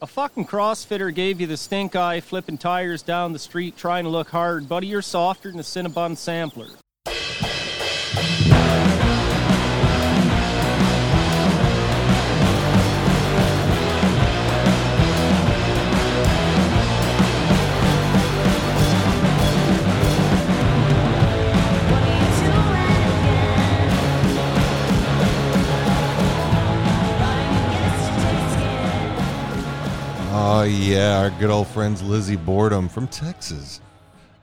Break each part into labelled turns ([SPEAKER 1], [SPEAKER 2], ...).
[SPEAKER 1] A fucking CrossFitter gave you the stink eye flipping tires down the street trying to look hard. Buddy, you're softer than a Cinnabon sampler.
[SPEAKER 2] Oh yeah, our good old friends Lizzie Boredom from Texas.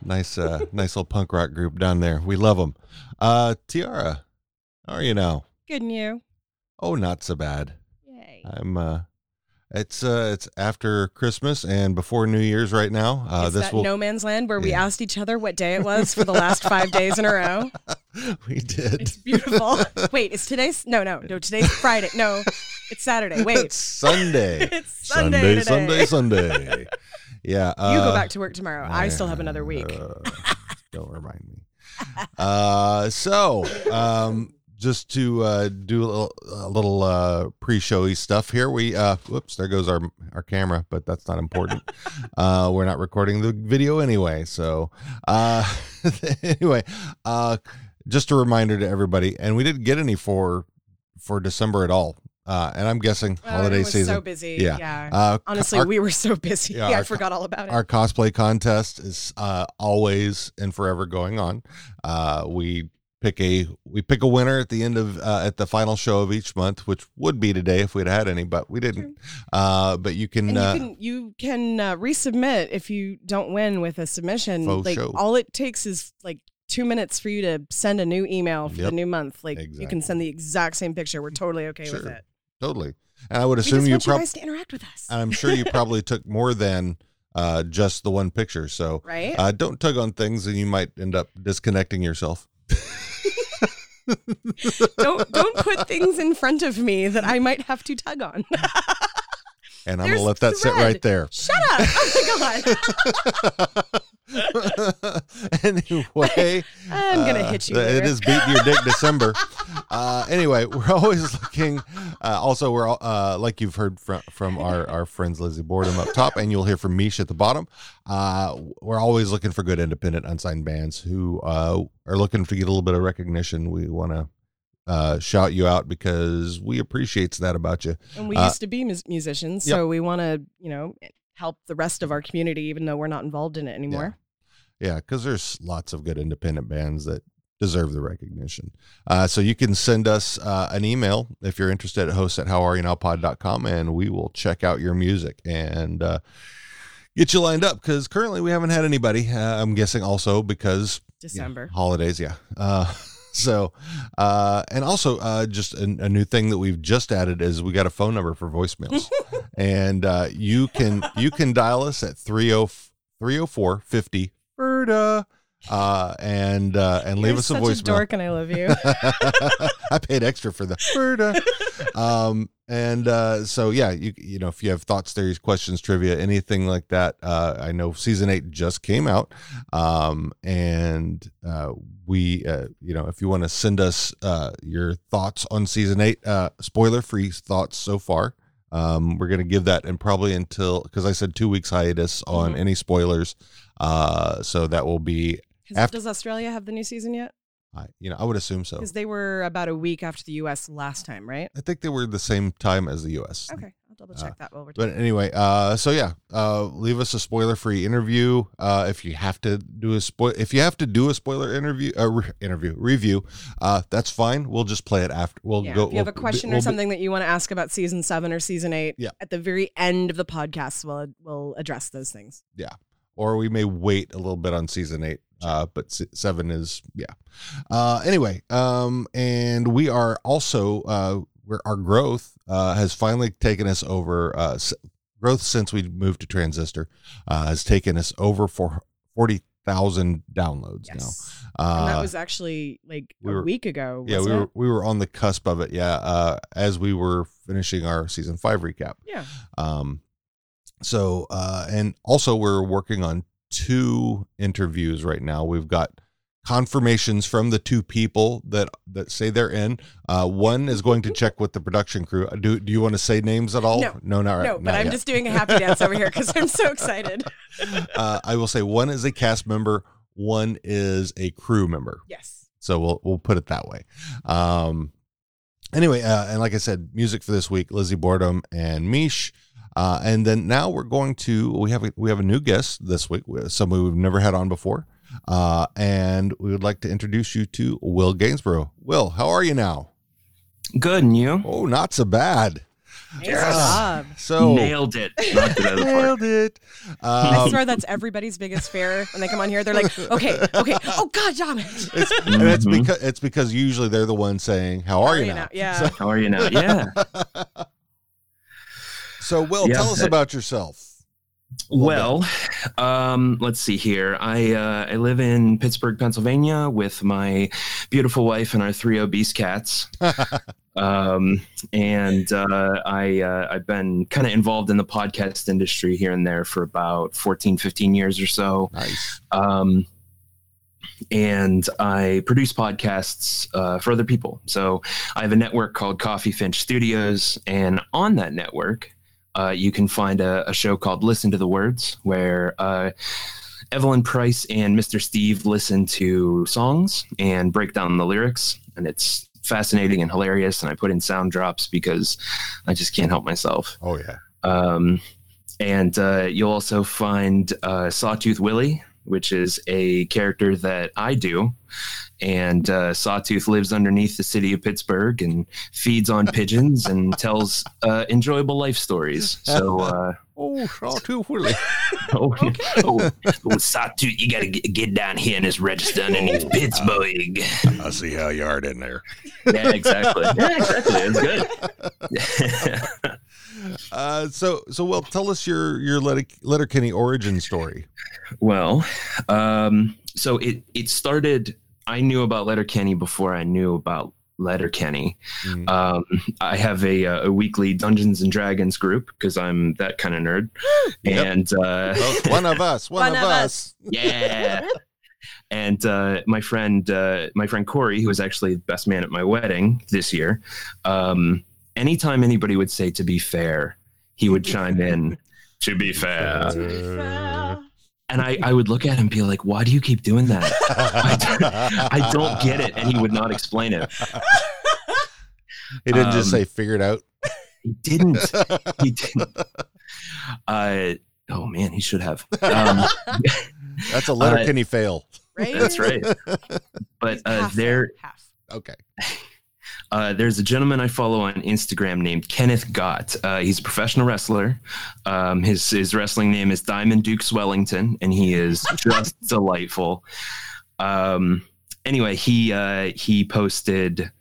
[SPEAKER 2] Nice, uh, nice little punk rock group down there. We love them. Uh, Tiara, how are you now?
[SPEAKER 3] Good and you.
[SPEAKER 2] Oh, not so bad.
[SPEAKER 3] Yay.
[SPEAKER 2] I'm. Uh, it's uh, it's after Christmas and before New Year's right now. Uh,
[SPEAKER 3] It's
[SPEAKER 2] this
[SPEAKER 3] that
[SPEAKER 2] will
[SPEAKER 3] no man's land where we
[SPEAKER 2] Yeah.
[SPEAKER 3] asked each other what day it was for the last five days in a row.
[SPEAKER 2] we did.
[SPEAKER 3] It's beautiful. Wait, is today's no no no today's Friday. No, it's Saturday.
[SPEAKER 2] It's
[SPEAKER 3] Wait.
[SPEAKER 2] Sunday.
[SPEAKER 3] It's Sunday
[SPEAKER 2] Sunday, Sunday,
[SPEAKER 3] today.
[SPEAKER 2] Sunday. yeah.
[SPEAKER 3] You go
[SPEAKER 2] uh,
[SPEAKER 3] back to work tomorrow. I still have another week.
[SPEAKER 2] Uh, don't remind me. Uh, so, um, just to uh, do a little, a little uh, pre-showy stuff here. We uh, whoops, there goes our our camera, but that's not important. uh, we're not recording the video anyway. So, uh, anyway, uh, just a reminder to everybody, and we didn't get any for for December at all. Uh, and I'm guessing
[SPEAKER 3] Oh,
[SPEAKER 2] holiday
[SPEAKER 3] it was
[SPEAKER 2] season.
[SPEAKER 3] so busy.
[SPEAKER 2] Yeah.
[SPEAKER 3] Yeah.
[SPEAKER 2] uh,
[SPEAKER 3] Honestly,
[SPEAKER 2] our-
[SPEAKER 3] we were so busy.
[SPEAKER 2] Yeah,
[SPEAKER 3] Yeah,
[SPEAKER 2] our
[SPEAKER 3] I forgot all about it.
[SPEAKER 2] our cosplay contest is uh, always and forever going on. Uh, we pick a we pick a winner at the end of uh, at the final show of each month, which would be today if we'd had any, but we didn't. Uh, but you can,
[SPEAKER 3] and
[SPEAKER 2] uh,
[SPEAKER 3] you can you can uh, resubmit if you don't win with a submission.
[SPEAKER 2] Faux
[SPEAKER 3] like
[SPEAKER 2] show.
[SPEAKER 3] all it takes is like two minutes for you to send a new email for
[SPEAKER 2] Yep.
[SPEAKER 3] the new month. Like you
[SPEAKER 2] Exactly.
[SPEAKER 3] can send the exact same picture. We're totally okay with
[SPEAKER 2] Sure.
[SPEAKER 3] it.
[SPEAKER 2] totally. And I would
[SPEAKER 3] We just
[SPEAKER 2] assume
[SPEAKER 3] want
[SPEAKER 2] you Uh,
[SPEAKER 3] you
[SPEAKER 2] probably.
[SPEAKER 3] guys to interact with us,
[SPEAKER 2] I'm sure you probably took more than uh, just the one picture. So
[SPEAKER 3] right?
[SPEAKER 2] uh, don't tug on things, and you might end up disconnecting yourself.
[SPEAKER 3] don't don't put things in front of me that I might have to tug on.
[SPEAKER 2] And I'm gonna let
[SPEAKER 3] There's
[SPEAKER 2] that sit right
[SPEAKER 3] thread.
[SPEAKER 2] there.
[SPEAKER 3] Shut up! Oh my god,
[SPEAKER 2] anyway,
[SPEAKER 3] I'm gonna hit you
[SPEAKER 2] uh, It
[SPEAKER 3] later.
[SPEAKER 2] is beating your dick December. Uh, anyway, we're always looking. Uh, also, we're all, uh, like you've heard from from our our friends Lizzie Boredom up top, and you'll hear from Mish at the bottom. Uh, we're always looking for good independent unsigned bands who uh, are looking to get a little bit of recognition. We want to. Uh, shout you out because we appreciates that about you.
[SPEAKER 3] and we
[SPEAKER 2] Uh,
[SPEAKER 3] used to be mus- musicians, so we want to you know help the rest of our community, even though we're not involved in it anymore.
[SPEAKER 2] Yeah, because there's lots of good independent bands that deserve the recognition. Uh, so you can send us uh, an email if you're interested at host at howareyounowpod.com and we will check out your music and uh, get you lined up because currently we haven't had anybody. Uh, I'm guessing also because yeah,
[SPEAKER 3] December.
[SPEAKER 2] holidays yeah uh so uh and also uh just a, a new thing that we've just added is we got a phone number for voicemails and uh you can you can dial us at oh, 30 304 50 Berta, uh and uh and leave
[SPEAKER 3] You're
[SPEAKER 2] us a
[SPEAKER 3] such
[SPEAKER 2] voicemail
[SPEAKER 3] a dork, and I love you.
[SPEAKER 2] I paid extra for the Berta. Um, and uh, so yeah, you you know if you have thoughts, theories, questions, trivia, anything like that. Uh, I know season eight just came out, um, and uh, we uh, you know if you want to send us uh, your thoughts on season eight, uh, spoiler free thoughts so far. Um, we're gonna give that and probably until because I said two weeks hiatus on
[SPEAKER 3] Mhm.
[SPEAKER 2] any spoilers. Uh, so that will be.
[SPEAKER 3] Has-
[SPEAKER 2] After- Oh.
[SPEAKER 3] does Australia have the new season yet?
[SPEAKER 2] I you know, I would assume so.
[SPEAKER 3] Because they were about a week after the U.S. last time, right?
[SPEAKER 2] I think they were the same time as the U.S.
[SPEAKER 3] Okay, I'll double
[SPEAKER 2] check
[SPEAKER 3] check that while we're
[SPEAKER 2] Uh, But anyway, uh, so yeah, uh, leave us a spoiler-free interview. Uh, if you have to do a spoil, if you have to do a spoiler interview, uh, re- interview review, uh, that's fine. We'll just play it after. We'll
[SPEAKER 3] yeah,
[SPEAKER 2] go.
[SPEAKER 3] if you have
[SPEAKER 2] we'll
[SPEAKER 3] a
[SPEAKER 2] be-
[SPEAKER 3] question
[SPEAKER 2] we'll
[SPEAKER 3] or
[SPEAKER 2] be-
[SPEAKER 3] something that you want to ask about season seven or season eight,
[SPEAKER 2] Yeah.
[SPEAKER 3] at the very end of the podcast, we'll we'll address those things.
[SPEAKER 2] or we may wait a little bit on season eight. Uh, but s- seven is yeah. Uh, anyway, um, and we are also uh, we're, our growth uh, has finally taken us over. Uh, s- growth since we moved to Transistor uh, has taken us over for forty thousand downloads now.
[SPEAKER 3] Yes,
[SPEAKER 2] Uh,
[SPEAKER 3] and that was actually like
[SPEAKER 2] we
[SPEAKER 3] a
[SPEAKER 2] were-
[SPEAKER 3] week ago.
[SPEAKER 2] yeah, we
[SPEAKER 3] wasn't
[SPEAKER 2] were
[SPEAKER 3] it?
[SPEAKER 2] we were on the cusp of it. Yeah, uh, as we were finishing our season five recap.
[SPEAKER 3] Yeah,
[SPEAKER 2] Um, so uh, and also we're working on two interviews right now. We've got confirmations from the two people that that say they're in. Uh, one is going to check with the production crew. Do do you want to say names at all?
[SPEAKER 3] Mm-hmm. No.
[SPEAKER 2] no, not right.
[SPEAKER 3] no, but
[SPEAKER 2] not
[SPEAKER 3] I'm
[SPEAKER 2] yet.
[SPEAKER 3] just doing a happy dance over here because I'm so excited.
[SPEAKER 2] Uh, I will say one is a cast member, one is a crew member.
[SPEAKER 3] Yes.
[SPEAKER 2] So we'll we'll put it that way. Um, anyway, uh, and like I said, music for this week, Lizzie Boredom and Mish. Uh, and then now we're going to we have a, we have a new guest this week, somebody we've never had on before, uh, and we would like to introduce you to Will Gainsborough. Will, how are you now?
[SPEAKER 4] Good, and you?
[SPEAKER 2] Oh, not so bad.
[SPEAKER 3] Amazing
[SPEAKER 4] Yes.
[SPEAKER 3] job.
[SPEAKER 2] So
[SPEAKER 4] Nailed it. Knocked it out of the park.
[SPEAKER 2] nailed it.
[SPEAKER 3] I
[SPEAKER 2] Um,
[SPEAKER 3] swear that's everybody's biggest fear when they come on here. They're like, okay, okay, oh god, damn it.
[SPEAKER 2] it's, and it's
[SPEAKER 4] Mhm.
[SPEAKER 2] because it's because usually they're the ones saying, "How are you now?"
[SPEAKER 3] Yeah.
[SPEAKER 4] How are you now? Yeah.
[SPEAKER 2] So, Will,
[SPEAKER 4] Yeah,
[SPEAKER 2] tell us
[SPEAKER 4] that-
[SPEAKER 2] about yourself. little
[SPEAKER 4] Well, um, let's see here. I uh, I live in Pittsburgh, Pennsylvania, with my beautiful wife and our three obese cats. um, and uh, I uh, I've been kind of involved in the podcast industry here and there for about 14, 15 years or so.
[SPEAKER 2] Nice.
[SPEAKER 4] um, and I produce podcasts uh, for other people. So I have a network called Coffee Finch Studios, and on that network, uh, you can find a, a show called Listen to the Words, where uh, Evelyn Price and Mr. Steve listen to songs and break down the lyrics, and it's fascinating and hilarious. And I put in sound drops because I just can't help myself.
[SPEAKER 2] Oh yeah.
[SPEAKER 4] Um, and uh, you'll also find uh, Sawtooth Willie, which is a character that I do. And uh, Sawtooth lives underneath the city of Pittsburgh and feeds on pigeons and tells uh, enjoyable life stories. So, uh,
[SPEAKER 2] Oh, shot too Willie.
[SPEAKER 4] oh, oh, oh, Sawtooth, you got to get, get down here and just register underneath Pittsburgh.
[SPEAKER 2] I see how you are in there.
[SPEAKER 4] Yeah, exactly. Yeah, exactly. It's good.
[SPEAKER 2] Uh, so, so Will, tell us your your Letter Letterkenny origin story.
[SPEAKER 4] Well, um, so it it started. I knew about Letterkenny before I knew about Letterkenny.
[SPEAKER 2] Mm.
[SPEAKER 4] Um, I have a, uh, a weekly Dungeons and Dragons group because I'm that kind of nerd,
[SPEAKER 2] Yep.
[SPEAKER 4] and uh,
[SPEAKER 2] Oh, one of us. One, of, us.
[SPEAKER 4] yeah. And uh, my friend, uh, my friend Corey, who was actually the best man at my wedding this year, um, anytime anybody would say "to be fair," he would chime in, "To be fair," Uh, and I, I would look at him and be like, "Why do you keep doing that?" I don't get it, and he would not explain it.
[SPEAKER 2] He didn't just
[SPEAKER 4] Um,
[SPEAKER 2] say figure it out.
[SPEAKER 4] He didn't. He didn't. Uh, oh man, he should have. Um,
[SPEAKER 2] That's a Letterkenny fail.
[SPEAKER 3] Right?
[SPEAKER 4] that's right. But uh,
[SPEAKER 3] Half,
[SPEAKER 4] there,
[SPEAKER 3] half.
[SPEAKER 2] Okay.
[SPEAKER 4] uh, there's a gentleman I follow on Instagram named Kenneth Gott. Uh, he's a professional wrestler. Um, his his wrestling name is Diamond Duke Swellington, and he is just delightful. Um, anyway, he uh, he posted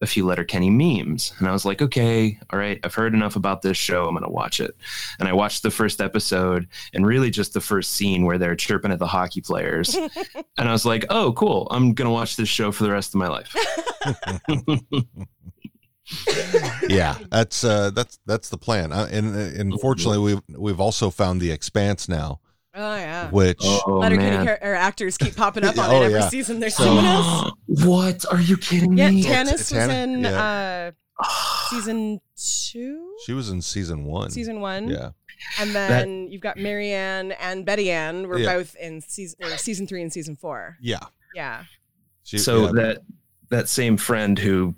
[SPEAKER 4] a few Letterkenny memes, and I was like, okay, all right, I've heard enough about this show. I'm gonna watch it, and I watched the first episode, and really just the first scene where they're chirping at the hockey players, and I was like, oh, cool, I'm gonna watch this show for the rest of my life.
[SPEAKER 2] yeah that's uh that's that's the plan uh, and and unfortunately we've we've also found the expanse now
[SPEAKER 3] Oh yeah.
[SPEAKER 2] which
[SPEAKER 4] Oh
[SPEAKER 3] Letterkenny char- or actors keep popping up on
[SPEAKER 2] Oh,
[SPEAKER 3] it every
[SPEAKER 2] yeah.
[SPEAKER 3] season. There's
[SPEAKER 2] So-
[SPEAKER 3] someone else.
[SPEAKER 4] what? Are you kidding
[SPEAKER 3] Yeah,
[SPEAKER 4] me?
[SPEAKER 3] Tannis was
[SPEAKER 2] Tannis,
[SPEAKER 3] in uh,
[SPEAKER 4] Ah,
[SPEAKER 3] season two,
[SPEAKER 2] she was in season one
[SPEAKER 3] season one,
[SPEAKER 2] yeah
[SPEAKER 3] and then you've got Marianne and Betty Ann. We're
[SPEAKER 2] Yeah.
[SPEAKER 3] both in season or season three and season four.
[SPEAKER 2] yeah
[SPEAKER 3] Yeah,
[SPEAKER 2] she,
[SPEAKER 4] so
[SPEAKER 2] yeah.
[SPEAKER 4] that that same friend who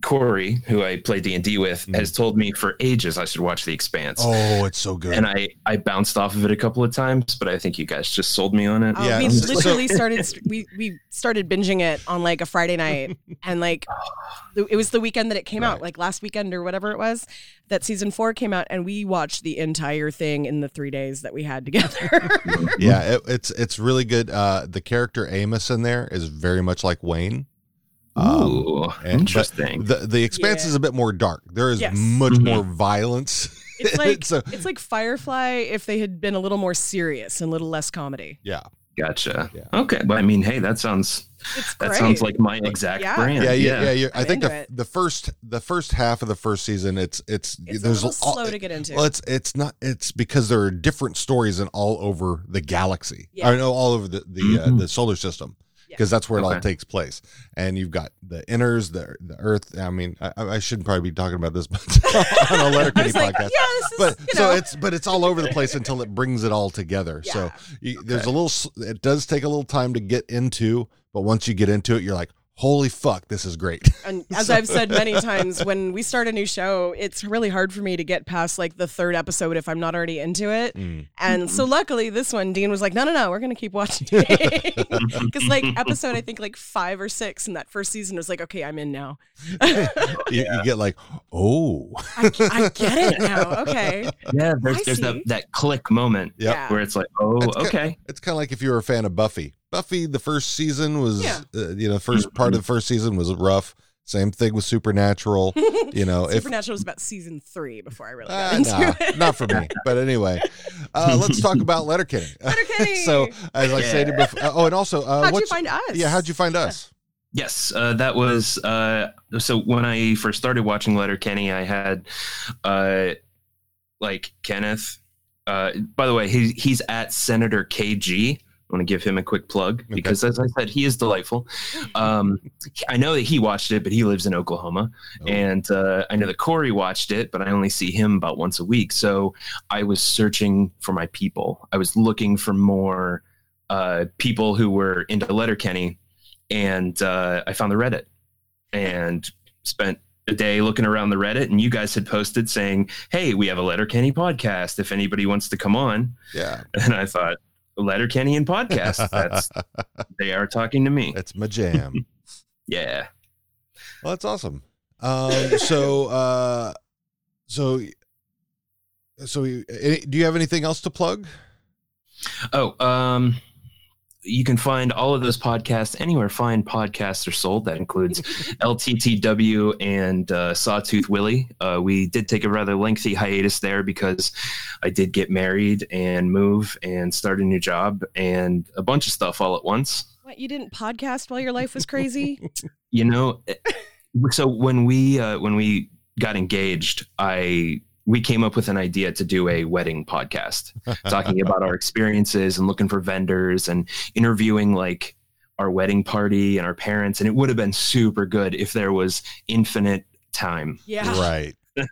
[SPEAKER 4] Corey, who I play D and D with,
[SPEAKER 2] Mhm.
[SPEAKER 4] has told me for ages I should watch The Expanse,
[SPEAKER 2] oh it's so good
[SPEAKER 4] and I I bounced off of it a couple of times, but I think you guys just sold me on it.
[SPEAKER 3] Oh,
[SPEAKER 2] Yeah,
[SPEAKER 3] we
[SPEAKER 2] so-
[SPEAKER 3] literally started st- we we started binging it on like a Friday night, and like the, it was the weekend that it came out,
[SPEAKER 2] Right.
[SPEAKER 3] like last weekend or whatever it was that season four came out, and we watched the entire thing in the three days that we had together.
[SPEAKER 2] yeah it, it's it's really good uh the character amos in there is very much like wayne
[SPEAKER 4] Ooh,
[SPEAKER 2] um, and-
[SPEAKER 4] interesting.
[SPEAKER 2] the the expanse
[SPEAKER 3] Yeah.
[SPEAKER 2] is a bit more dark there is
[SPEAKER 3] Yes.
[SPEAKER 2] much
[SPEAKER 4] Mhm.
[SPEAKER 2] more violence
[SPEAKER 3] it's like
[SPEAKER 2] so
[SPEAKER 3] it's like Firefly if they had been a little more serious and a little less comedy.
[SPEAKER 2] yeah
[SPEAKER 4] gotcha.
[SPEAKER 2] Yeah.
[SPEAKER 4] Okay, well, I mean, hey, that sounds
[SPEAKER 3] It's
[SPEAKER 4] that
[SPEAKER 3] great.
[SPEAKER 4] sounds like my exact
[SPEAKER 3] Yeah.
[SPEAKER 4] brand.
[SPEAKER 2] yeah, yeah, yeah. you I
[SPEAKER 3] I'm
[SPEAKER 2] think
[SPEAKER 3] into
[SPEAKER 2] the,
[SPEAKER 3] it.
[SPEAKER 2] the first the first half of the first season, it's it's,
[SPEAKER 3] it's
[SPEAKER 2] there's
[SPEAKER 3] a little
[SPEAKER 2] all-
[SPEAKER 3] slow to get into.
[SPEAKER 2] Well, it's it's not it's because there are different stories in all over the galaxy.
[SPEAKER 3] Yeah.
[SPEAKER 2] I know all over the the, uh, the solar system.
[SPEAKER 3] Yeah.
[SPEAKER 2] because that's where it all
[SPEAKER 4] Okay.
[SPEAKER 2] takes place. And you've got the inners, the the earth. I mean, I, I shouldn't probably be talking about this, but on a letter
[SPEAKER 3] I was like,
[SPEAKER 2] podcast.
[SPEAKER 3] yeah, this is,
[SPEAKER 2] But
[SPEAKER 3] you
[SPEAKER 2] so
[SPEAKER 3] know.
[SPEAKER 2] it's but it's all over the place until it brings it all together. So you, there's a little. s- It does take a little time to get into, but once you get into it, you're like, holy fuck, this is great.
[SPEAKER 3] And as I've said many times, when we start a new show, it's really hard for me to get past like the third episode if I'm not already into it.
[SPEAKER 4] Mm.
[SPEAKER 3] And so luckily this one, Dean was like, no, no, no, we're going to keep watching. Because like episode, I think like five or six in that first season was like, okay, I'm in now.
[SPEAKER 2] you, you get like, oh,
[SPEAKER 3] I, I get it now. Okay.
[SPEAKER 4] Yeah,
[SPEAKER 3] I
[SPEAKER 4] there's, there's that,
[SPEAKER 3] see.
[SPEAKER 4] that click moment
[SPEAKER 2] Yep.
[SPEAKER 3] Yeah.
[SPEAKER 4] where it's like, oh,
[SPEAKER 2] It's good.
[SPEAKER 4] okay.
[SPEAKER 2] it's kind of like if you were a fan of Buffy. Buffy, the first season was,
[SPEAKER 3] Yeah.
[SPEAKER 2] uh, you know, the first part of the first season was rough. Same thing with Supernatural. You know, if
[SPEAKER 3] Supernatural was about season three before I really got
[SPEAKER 2] Uh,
[SPEAKER 3] into
[SPEAKER 2] nah,
[SPEAKER 3] it.
[SPEAKER 2] not for me. But anyway, uh, let's talk about Letterkenny.
[SPEAKER 3] Letterkenny.
[SPEAKER 2] so, as I stated before, oh, and also, uh,
[SPEAKER 3] How'd you
[SPEAKER 2] what's-
[SPEAKER 3] find us?
[SPEAKER 2] Yeah, how'd you find us?
[SPEAKER 4] Yes, uh, that was uh, so. When I first started watching Letterkenny, I had uh, like Kenneth. Uh, by the way, he, he's at Senator KG. I want to give him a quick plug
[SPEAKER 2] Okay.
[SPEAKER 4] because, as I said, he is delightful. Um, I know that he watched it, but he lives in Oklahoma,
[SPEAKER 2] Oh.
[SPEAKER 4] and uh, I know that Corey watched it, but I only see him about once a week. So I was searching for my people. I was looking for more uh, people who were into Letterkenny, and uh, I found the Reddit and spent a day looking around the Reddit. And you guys had posted saying, "Hey, we have a Letterkenny podcast. If anybody wants to come on,"
[SPEAKER 2] Yeah,
[SPEAKER 4] and I thought, "Letterkenny and podcast. That's they are talking to me."
[SPEAKER 2] that's my jam.
[SPEAKER 4] Yeah.
[SPEAKER 2] well, that's awesome. Um, so, uh, so, so, you- any, do you have anything else to plug?
[SPEAKER 4] Oh, um, you can find all of those podcasts anywhere fine podcasts are sold. That includes LTTW and uh, Sawtooth Willie. Uh, we did take a rather lengthy hiatus there because I did get married and move and start a new job and a bunch of stuff all at once.
[SPEAKER 3] What, you didn't podcast while your life was crazy?
[SPEAKER 4] You know, eh, so when we uh, when we got engaged, I we came up with an idea to do a wedding podcast. talking about our experiences and looking for vendors and interviewing like our wedding party and our parents. And it would have been super good if there was infinite time.
[SPEAKER 3] Yeah.
[SPEAKER 2] right. yeah.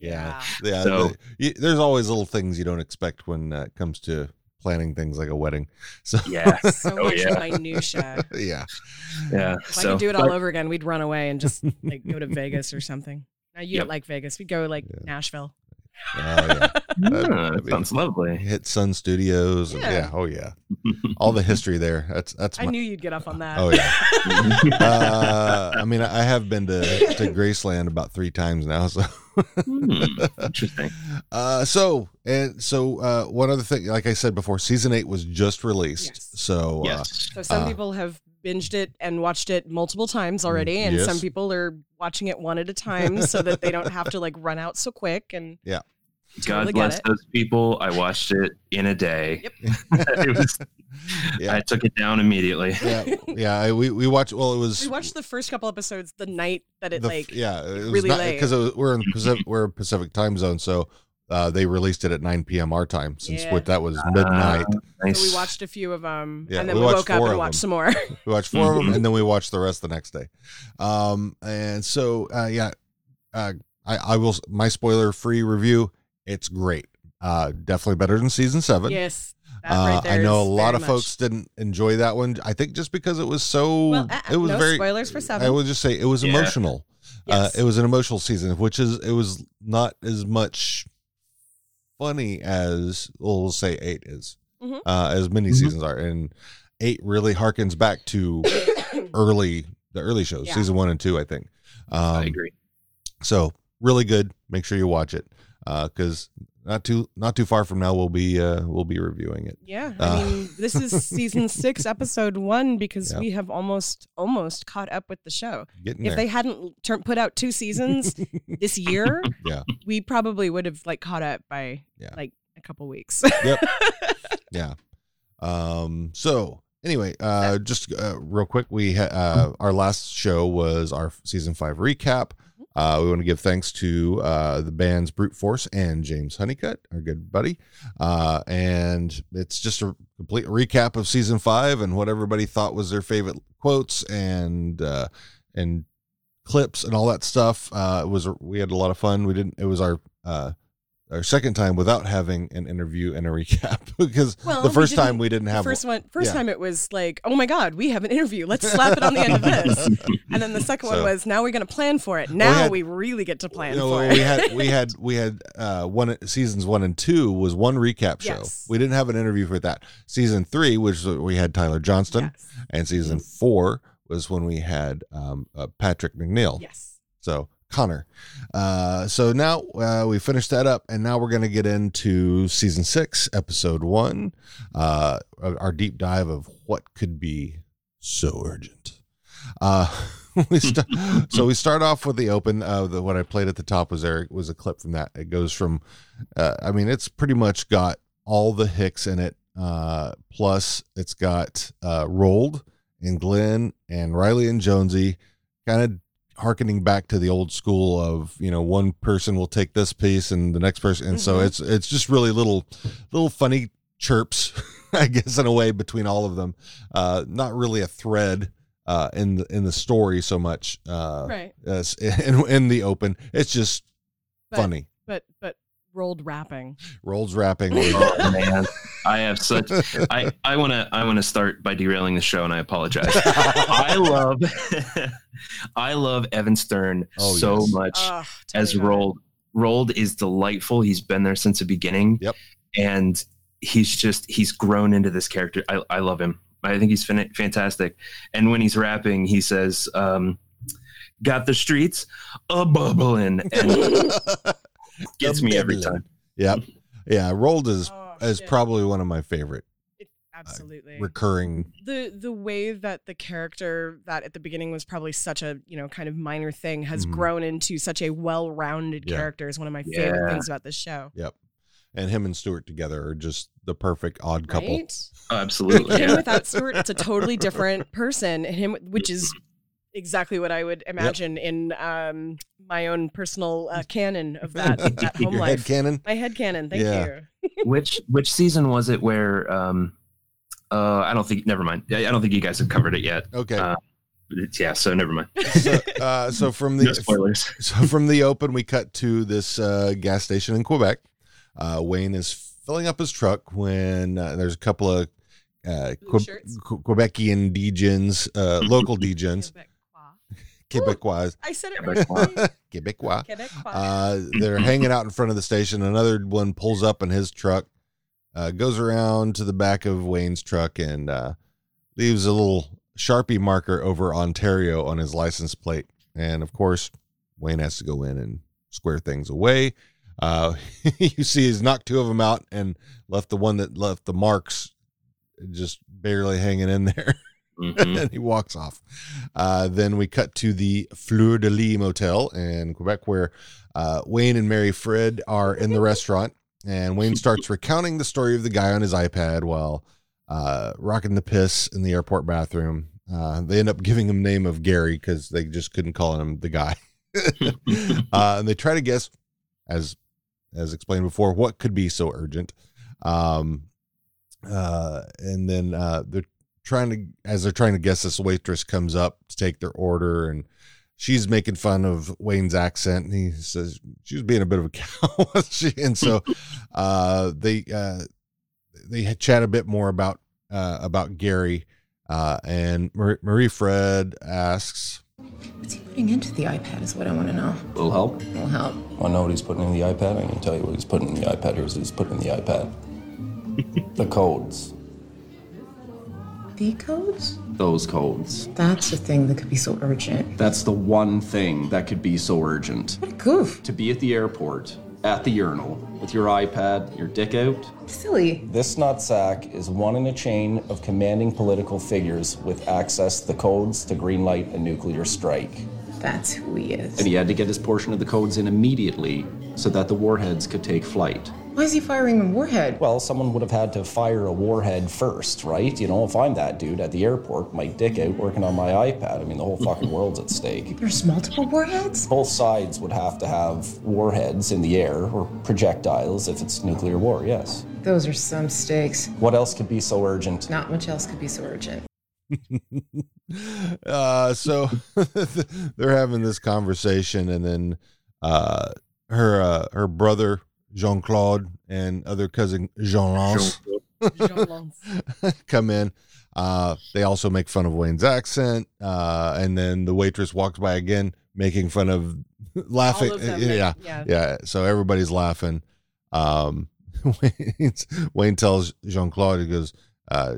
[SPEAKER 3] Yeah.
[SPEAKER 2] yeah
[SPEAKER 4] So-
[SPEAKER 2] the- you, there's always little things you don't expect when uh, it comes to planning things like a wedding so
[SPEAKER 4] Yeah.
[SPEAKER 3] So
[SPEAKER 4] Oh,
[SPEAKER 3] much
[SPEAKER 4] yeah.
[SPEAKER 3] minutia.
[SPEAKER 2] yeah
[SPEAKER 4] Yeah.
[SPEAKER 3] If I
[SPEAKER 4] so
[SPEAKER 3] could do it all over again, we'd run away and just like go to Vegas or something. Now you
[SPEAKER 4] Yep.
[SPEAKER 3] don't like Vegas. We'd go like
[SPEAKER 2] Yeah.
[SPEAKER 3] Nashville.
[SPEAKER 2] Oh, yeah.
[SPEAKER 4] Yeah,
[SPEAKER 2] I mean-
[SPEAKER 4] sounds
[SPEAKER 2] You
[SPEAKER 4] lovely.
[SPEAKER 2] hit sun studios and- yeah.
[SPEAKER 3] Yeah.
[SPEAKER 2] oh yeah all the history there that's that's
[SPEAKER 3] I
[SPEAKER 2] my,
[SPEAKER 3] knew you'd get off on that.
[SPEAKER 2] oh yeah uh, i mean i have been to, to graceland about three times now so
[SPEAKER 4] Hmm, interesting.
[SPEAKER 2] uh so and so uh one other thing like i said before season eight was just released
[SPEAKER 3] Yes.
[SPEAKER 2] so uh,
[SPEAKER 4] Yes.
[SPEAKER 3] So some
[SPEAKER 2] Uh, Mm,
[SPEAKER 3] people have binged it and watched it multiple times already, and
[SPEAKER 2] yes.
[SPEAKER 3] some people are watching it one at a time so that they don't have to like run out so quick. And
[SPEAKER 4] God
[SPEAKER 3] totally get
[SPEAKER 4] bless
[SPEAKER 3] it.
[SPEAKER 4] those people. I watched it in a day. it was,
[SPEAKER 2] Yeah.
[SPEAKER 4] I took it down immediately.
[SPEAKER 2] yeah yeah I, we we watched well it was
[SPEAKER 3] we watched the first couple episodes the night that it
[SPEAKER 2] the f-
[SPEAKER 3] like
[SPEAKER 2] yeah, it was
[SPEAKER 3] really
[SPEAKER 2] not,
[SPEAKER 3] late.
[SPEAKER 2] because we're in Pacific, we're Pacific time zone, so uh, they released it at 9 p.m. our time, since
[SPEAKER 3] Yeah.
[SPEAKER 2] what that was midnight.
[SPEAKER 4] Nice.
[SPEAKER 3] so we watched a few of them,
[SPEAKER 2] Yeah,
[SPEAKER 3] and then
[SPEAKER 2] we
[SPEAKER 3] we,
[SPEAKER 2] watched
[SPEAKER 3] woke up
[SPEAKER 2] four
[SPEAKER 3] and
[SPEAKER 2] of
[SPEAKER 3] watched
[SPEAKER 2] them.
[SPEAKER 3] some more.
[SPEAKER 2] we watched 4 of them,
[SPEAKER 4] Mhm.
[SPEAKER 2] and then we watched the rest the next day. Um, and so uh, yeah, uh, I, I will s- my spoiler free review. It's great. Uh, definitely better than season seven.
[SPEAKER 3] yes, that
[SPEAKER 2] Uh,
[SPEAKER 3] right there
[SPEAKER 2] I know a
[SPEAKER 3] is
[SPEAKER 2] lot
[SPEAKER 3] very
[SPEAKER 2] of
[SPEAKER 3] much-
[SPEAKER 2] folks didn't enjoy that one. I think just because it was so,
[SPEAKER 3] Well, uh, uh,
[SPEAKER 2] it was
[SPEAKER 3] no
[SPEAKER 2] very
[SPEAKER 3] spoilers for
[SPEAKER 2] I
[SPEAKER 3] seven.
[SPEAKER 2] would just say it was
[SPEAKER 4] Yeah.
[SPEAKER 2] emotional.
[SPEAKER 3] Yes.
[SPEAKER 2] Uh, it was an emotional season, which is it was not as much funny as well, we'll say eight is,
[SPEAKER 3] Mhm.
[SPEAKER 2] uh, as many
[SPEAKER 4] Mhm.
[SPEAKER 2] seasons are, and eight really harkens back to early the early shows,
[SPEAKER 3] Yeah.
[SPEAKER 2] season one and two, I think. Um,
[SPEAKER 4] I agree.
[SPEAKER 2] So really good. Make sure you watch it because not too not too far from now we'll be uh, we'll be reviewing it.
[SPEAKER 3] Yeah,
[SPEAKER 2] Uh,
[SPEAKER 3] I mean, this is season six, episode one, because
[SPEAKER 2] Yeah.
[SPEAKER 3] we have almost almost caught up with the show.
[SPEAKER 2] Getting
[SPEAKER 3] If
[SPEAKER 2] there.
[SPEAKER 3] they hadn't tur put out two seasons this year,
[SPEAKER 2] Yeah.
[SPEAKER 3] we probably would have like caught up by
[SPEAKER 2] Yeah.
[SPEAKER 3] like a couple weeks.
[SPEAKER 2] yeah. Um. So Anyway, uh, just uh, real quick, we ha- uh, our last show was our season five recap. Uh, we want to give thanks to uh, the bands Brute Force and James Honeycutt, our good buddy. Uh, and it's just a complete recap of season five and what everybody thought was their favorite quotes and uh, and clips and all that stuff. Uh, it was we had a lot of fun. We didn't. It was our uh, our second time without having an interview and a recap because
[SPEAKER 3] Well,
[SPEAKER 2] the
[SPEAKER 3] we
[SPEAKER 2] first time
[SPEAKER 3] didn't-
[SPEAKER 2] we didn't
[SPEAKER 3] The
[SPEAKER 2] have
[SPEAKER 3] first one, first
[SPEAKER 2] yeah.
[SPEAKER 3] time it was like, oh my god, we have an interview. Let's slap it on the end of this. And then the second
[SPEAKER 2] So-
[SPEAKER 3] one was, now we're going to plan for it. Now we,
[SPEAKER 2] had-
[SPEAKER 3] really get to plan
[SPEAKER 2] You know,
[SPEAKER 3] for
[SPEAKER 2] we
[SPEAKER 3] it.
[SPEAKER 2] had we had we had uh one seasons one and two was one recap show.
[SPEAKER 3] Yes.
[SPEAKER 2] We didn't have an interview for that. Season three, which was- we had Tyler Johnston,
[SPEAKER 3] Yes.
[SPEAKER 2] and season four was when we had um uh, Patrick McNeil.
[SPEAKER 3] yes.
[SPEAKER 2] So Connor. Uh, so now uh, we finished that up, and now we're going to get into season six, episode one, uh, our deep dive of what could be so urgent. Uh, we st- so we start off with the open. Uh, the, what I played at the top was Eric was a clip from that. It goes from, uh, I mean, it's pretty much got all the Hicks in it. Uh, plus, it's got uh, rolled and Glenn and Riley and Jonesy, kind of harkening back to the old school of you know one person will take this piece and the next person and so
[SPEAKER 3] Mhm.
[SPEAKER 2] it's it's just really little little funny chirps i guess in a way between all of them uh not really a thread uh in the in the story so much uh
[SPEAKER 3] Right.
[SPEAKER 2] as in, in the open it's just
[SPEAKER 3] But-
[SPEAKER 2] funny
[SPEAKER 3] But but rolled wrapping.
[SPEAKER 2] rolls rapping
[SPEAKER 4] Oh, man. I have such. I I want to I want to start by derailing the show, and I apologize. I love, I love Evan Stern
[SPEAKER 2] Oh,
[SPEAKER 4] so
[SPEAKER 2] yes.
[SPEAKER 4] much
[SPEAKER 3] Ugh, tell
[SPEAKER 4] as
[SPEAKER 3] me about it.
[SPEAKER 4] rolled. Rolled is delightful. He's been there since the beginning.
[SPEAKER 2] Yep.
[SPEAKER 4] And he's just he's grown into this character. I I love him. I think he's fin- fantastic. And when he's rapping, he says, um, "Got the streets a bubbling," and gets me every time.
[SPEAKER 2] yep yeah rolled is
[SPEAKER 3] Oh,
[SPEAKER 2] is
[SPEAKER 3] shit.
[SPEAKER 2] probably one of my favorite
[SPEAKER 3] It- absolutely
[SPEAKER 2] recurring
[SPEAKER 3] the the way that the character that at the beginning was probably such a you know kind of minor thing has
[SPEAKER 2] Mhm.
[SPEAKER 3] grown into such a well-rounded
[SPEAKER 2] Yeah.
[SPEAKER 3] character is one of my favorite
[SPEAKER 4] Yeah.
[SPEAKER 3] things about this show
[SPEAKER 2] and him and Stewart together are just the perfect odd couple.
[SPEAKER 3] right
[SPEAKER 4] Oh, Absolutely.
[SPEAKER 3] him
[SPEAKER 4] Yeah.
[SPEAKER 3] without Stuart it's a totally different person and him which is exactly what I would imagine in um my own personal uh, canon of that, that home
[SPEAKER 2] Your head
[SPEAKER 3] life
[SPEAKER 2] cannon.
[SPEAKER 3] my head canon thank
[SPEAKER 2] Yeah.
[SPEAKER 3] you
[SPEAKER 4] which which season was it where um uh i don't think never mind i I don't think you guys have covered it yet
[SPEAKER 2] Okay.
[SPEAKER 4] Uh, But it's- yeah so never mind
[SPEAKER 2] so, uh, so from
[SPEAKER 4] no
[SPEAKER 2] the
[SPEAKER 4] spoilers
[SPEAKER 2] so from the open, we cut to this uh, gas station in Quebec. Uh, Wayne is filling up his truck when uh, there's a couple of uh,
[SPEAKER 3] Blue
[SPEAKER 2] Que-
[SPEAKER 3] shirts.
[SPEAKER 2] Que- Quebecian degens, uh, local degens, Quebecois,
[SPEAKER 3] I said it
[SPEAKER 4] Quebec
[SPEAKER 3] right.
[SPEAKER 2] Quebecois.
[SPEAKER 3] Quebec
[SPEAKER 2] Uh, they're hanging out in front of the station. Another one pulls up in his truck, uh, goes around to the back of Wayne's truck, and uh, leaves a little Sharpie marker over Ontario on his license plate. And of course, Wayne has to go in and square things away. Uh, you see, he's knocked two of them out and left the one that left the marks just barely hanging in there
[SPEAKER 4] Mhm.
[SPEAKER 2] and he walks off. Uh, then we cut to the Fleur de Lis Motel in Quebec, where uh, Wayne and Mary Fred are in the restaurant, and Wayne starts recounting the story of the guy on his iPad while uh, rocking the piss in the airport bathroom. Uh, they end up giving him name of Gary because they just couldn't call him the guy. uh, and they try to guess, as as explained before, what could be so urgent. Um, uh, and then uh, they're trying to as they're trying to guess this waitress comes up to take their order and she's making fun of Wayne's accent and he says she was being a bit of a cow wasn't she and so uh they uh they had chat a bit more about uh about Gary uh and Marie, Marie Fred asks
[SPEAKER 5] What's he putting into the iPad is what I want to know.
[SPEAKER 6] Will help.
[SPEAKER 5] Will help.
[SPEAKER 6] I know what he's putting in the iPad. I can tell you what he's putting in the iPad. Here's what he's putting in the iPad. the codes.
[SPEAKER 5] The codes?
[SPEAKER 6] Those codes.
[SPEAKER 5] That's the thing that could be so urgent.
[SPEAKER 6] That's the one thing that could be so urgent.
[SPEAKER 5] What a goof.
[SPEAKER 6] To be at the airport, at the urinal, with your iPad, your dick out.
[SPEAKER 5] Silly.
[SPEAKER 6] This nutsack is one in a chain of commanding political figures with access to the codes to greenlight a nuclear strike.
[SPEAKER 5] That's who he is.
[SPEAKER 6] And he had to get his portion of the codes in immediately so that the warheads could take flight.
[SPEAKER 5] Why is he firing a warhead?
[SPEAKER 6] Well, someone would have had to fire a warhead first, right? You know, if I'm that dude at the airport, my dick out working on my iPad, I mean, the whole fucking world's at stake.
[SPEAKER 5] There's multiple warheads?
[SPEAKER 6] Both sides would have to have warheads in the air or projectiles if it's nuclear war, yes.
[SPEAKER 5] Those are some stakes.
[SPEAKER 6] What else could be so urgent?
[SPEAKER 5] Not much else could be so urgent.
[SPEAKER 2] uh, so they're having this conversation, and then uh, her uh, her brother Jean Claude and other cousin Jean Lance come in. Uh, they also make fun of Wayne's accent, uh, and then the waitress walks by again, making fun of laughing.
[SPEAKER 3] All of them,
[SPEAKER 2] uh, yeah,
[SPEAKER 3] yeah.
[SPEAKER 2] yeah. So everybody's laughing. Um, Wayne's- Wayne tells Jean Claude, he goes, uh,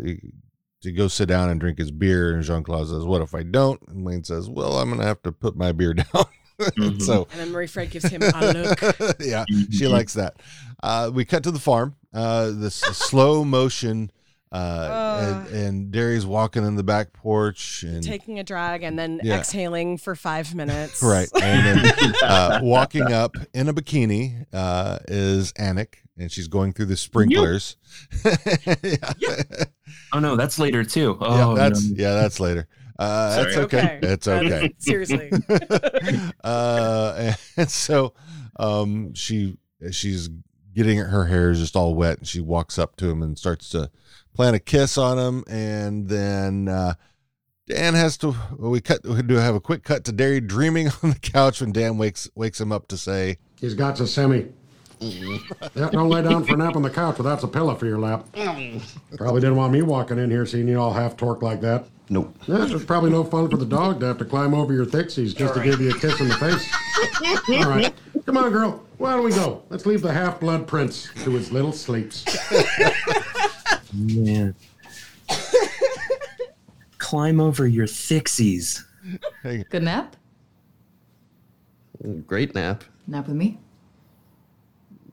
[SPEAKER 2] to go sit down and drink his beer. And Jean Claude says, What if I don't? And Wayne says, Well, I'm going to have to put my beer down.
[SPEAKER 4] Mhm.
[SPEAKER 2] so,
[SPEAKER 3] And then Marie Fred gives him a look.
[SPEAKER 2] yeah, she
[SPEAKER 4] Mm-hmm.
[SPEAKER 2] likes that. Uh, we cut to the farm. Uh, this slow motion. Uh, and, and Derry's walking in the back porch and
[SPEAKER 3] taking a drag and then
[SPEAKER 2] Yeah.
[SPEAKER 3] exhaling for five minutes.
[SPEAKER 2] Right. And then uh, walking up in a bikini uh, is Anik, and she's going through the sprinklers. yeah.
[SPEAKER 4] Oh no, that's later too.
[SPEAKER 2] Yeah,
[SPEAKER 4] Oh,
[SPEAKER 2] that's
[SPEAKER 4] no.
[SPEAKER 2] yeah, that's later. Uh, that's
[SPEAKER 4] Sorry.
[SPEAKER 2] okay.
[SPEAKER 3] Okay.
[SPEAKER 2] That's okay.
[SPEAKER 3] Seriously.
[SPEAKER 2] uh, and so um, she she's getting her hair is just all wet, and she walks up to him and starts to plant a kiss on him, and then. Uh, Dan has to. We cut. We do have a quick cut to Derry dreaming on the couch when Dan wakes wakes him up to say,
[SPEAKER 7] He's got a semi. yeah, don't lay down for a nap on the couch without a pillow for your lap. probably didn't want me walking in here seeing you all half torqued like that.
[SPEAKER 8] Nope.
[SPEAKER 7] Yeah, it's probably no fun for the dog to have to climb over your thixies just to give you a kiss in the face. all right. Come on, girl. Why don't we go? Let's leave the half blood prince to his little sleeps.
[SPEAKER 4] Man. Climb over your thixies.
[SPEAKER 5] Good nap?
[SPEAKER 8] Mm, Great nap.
[SPEAKER 5] Nap with me?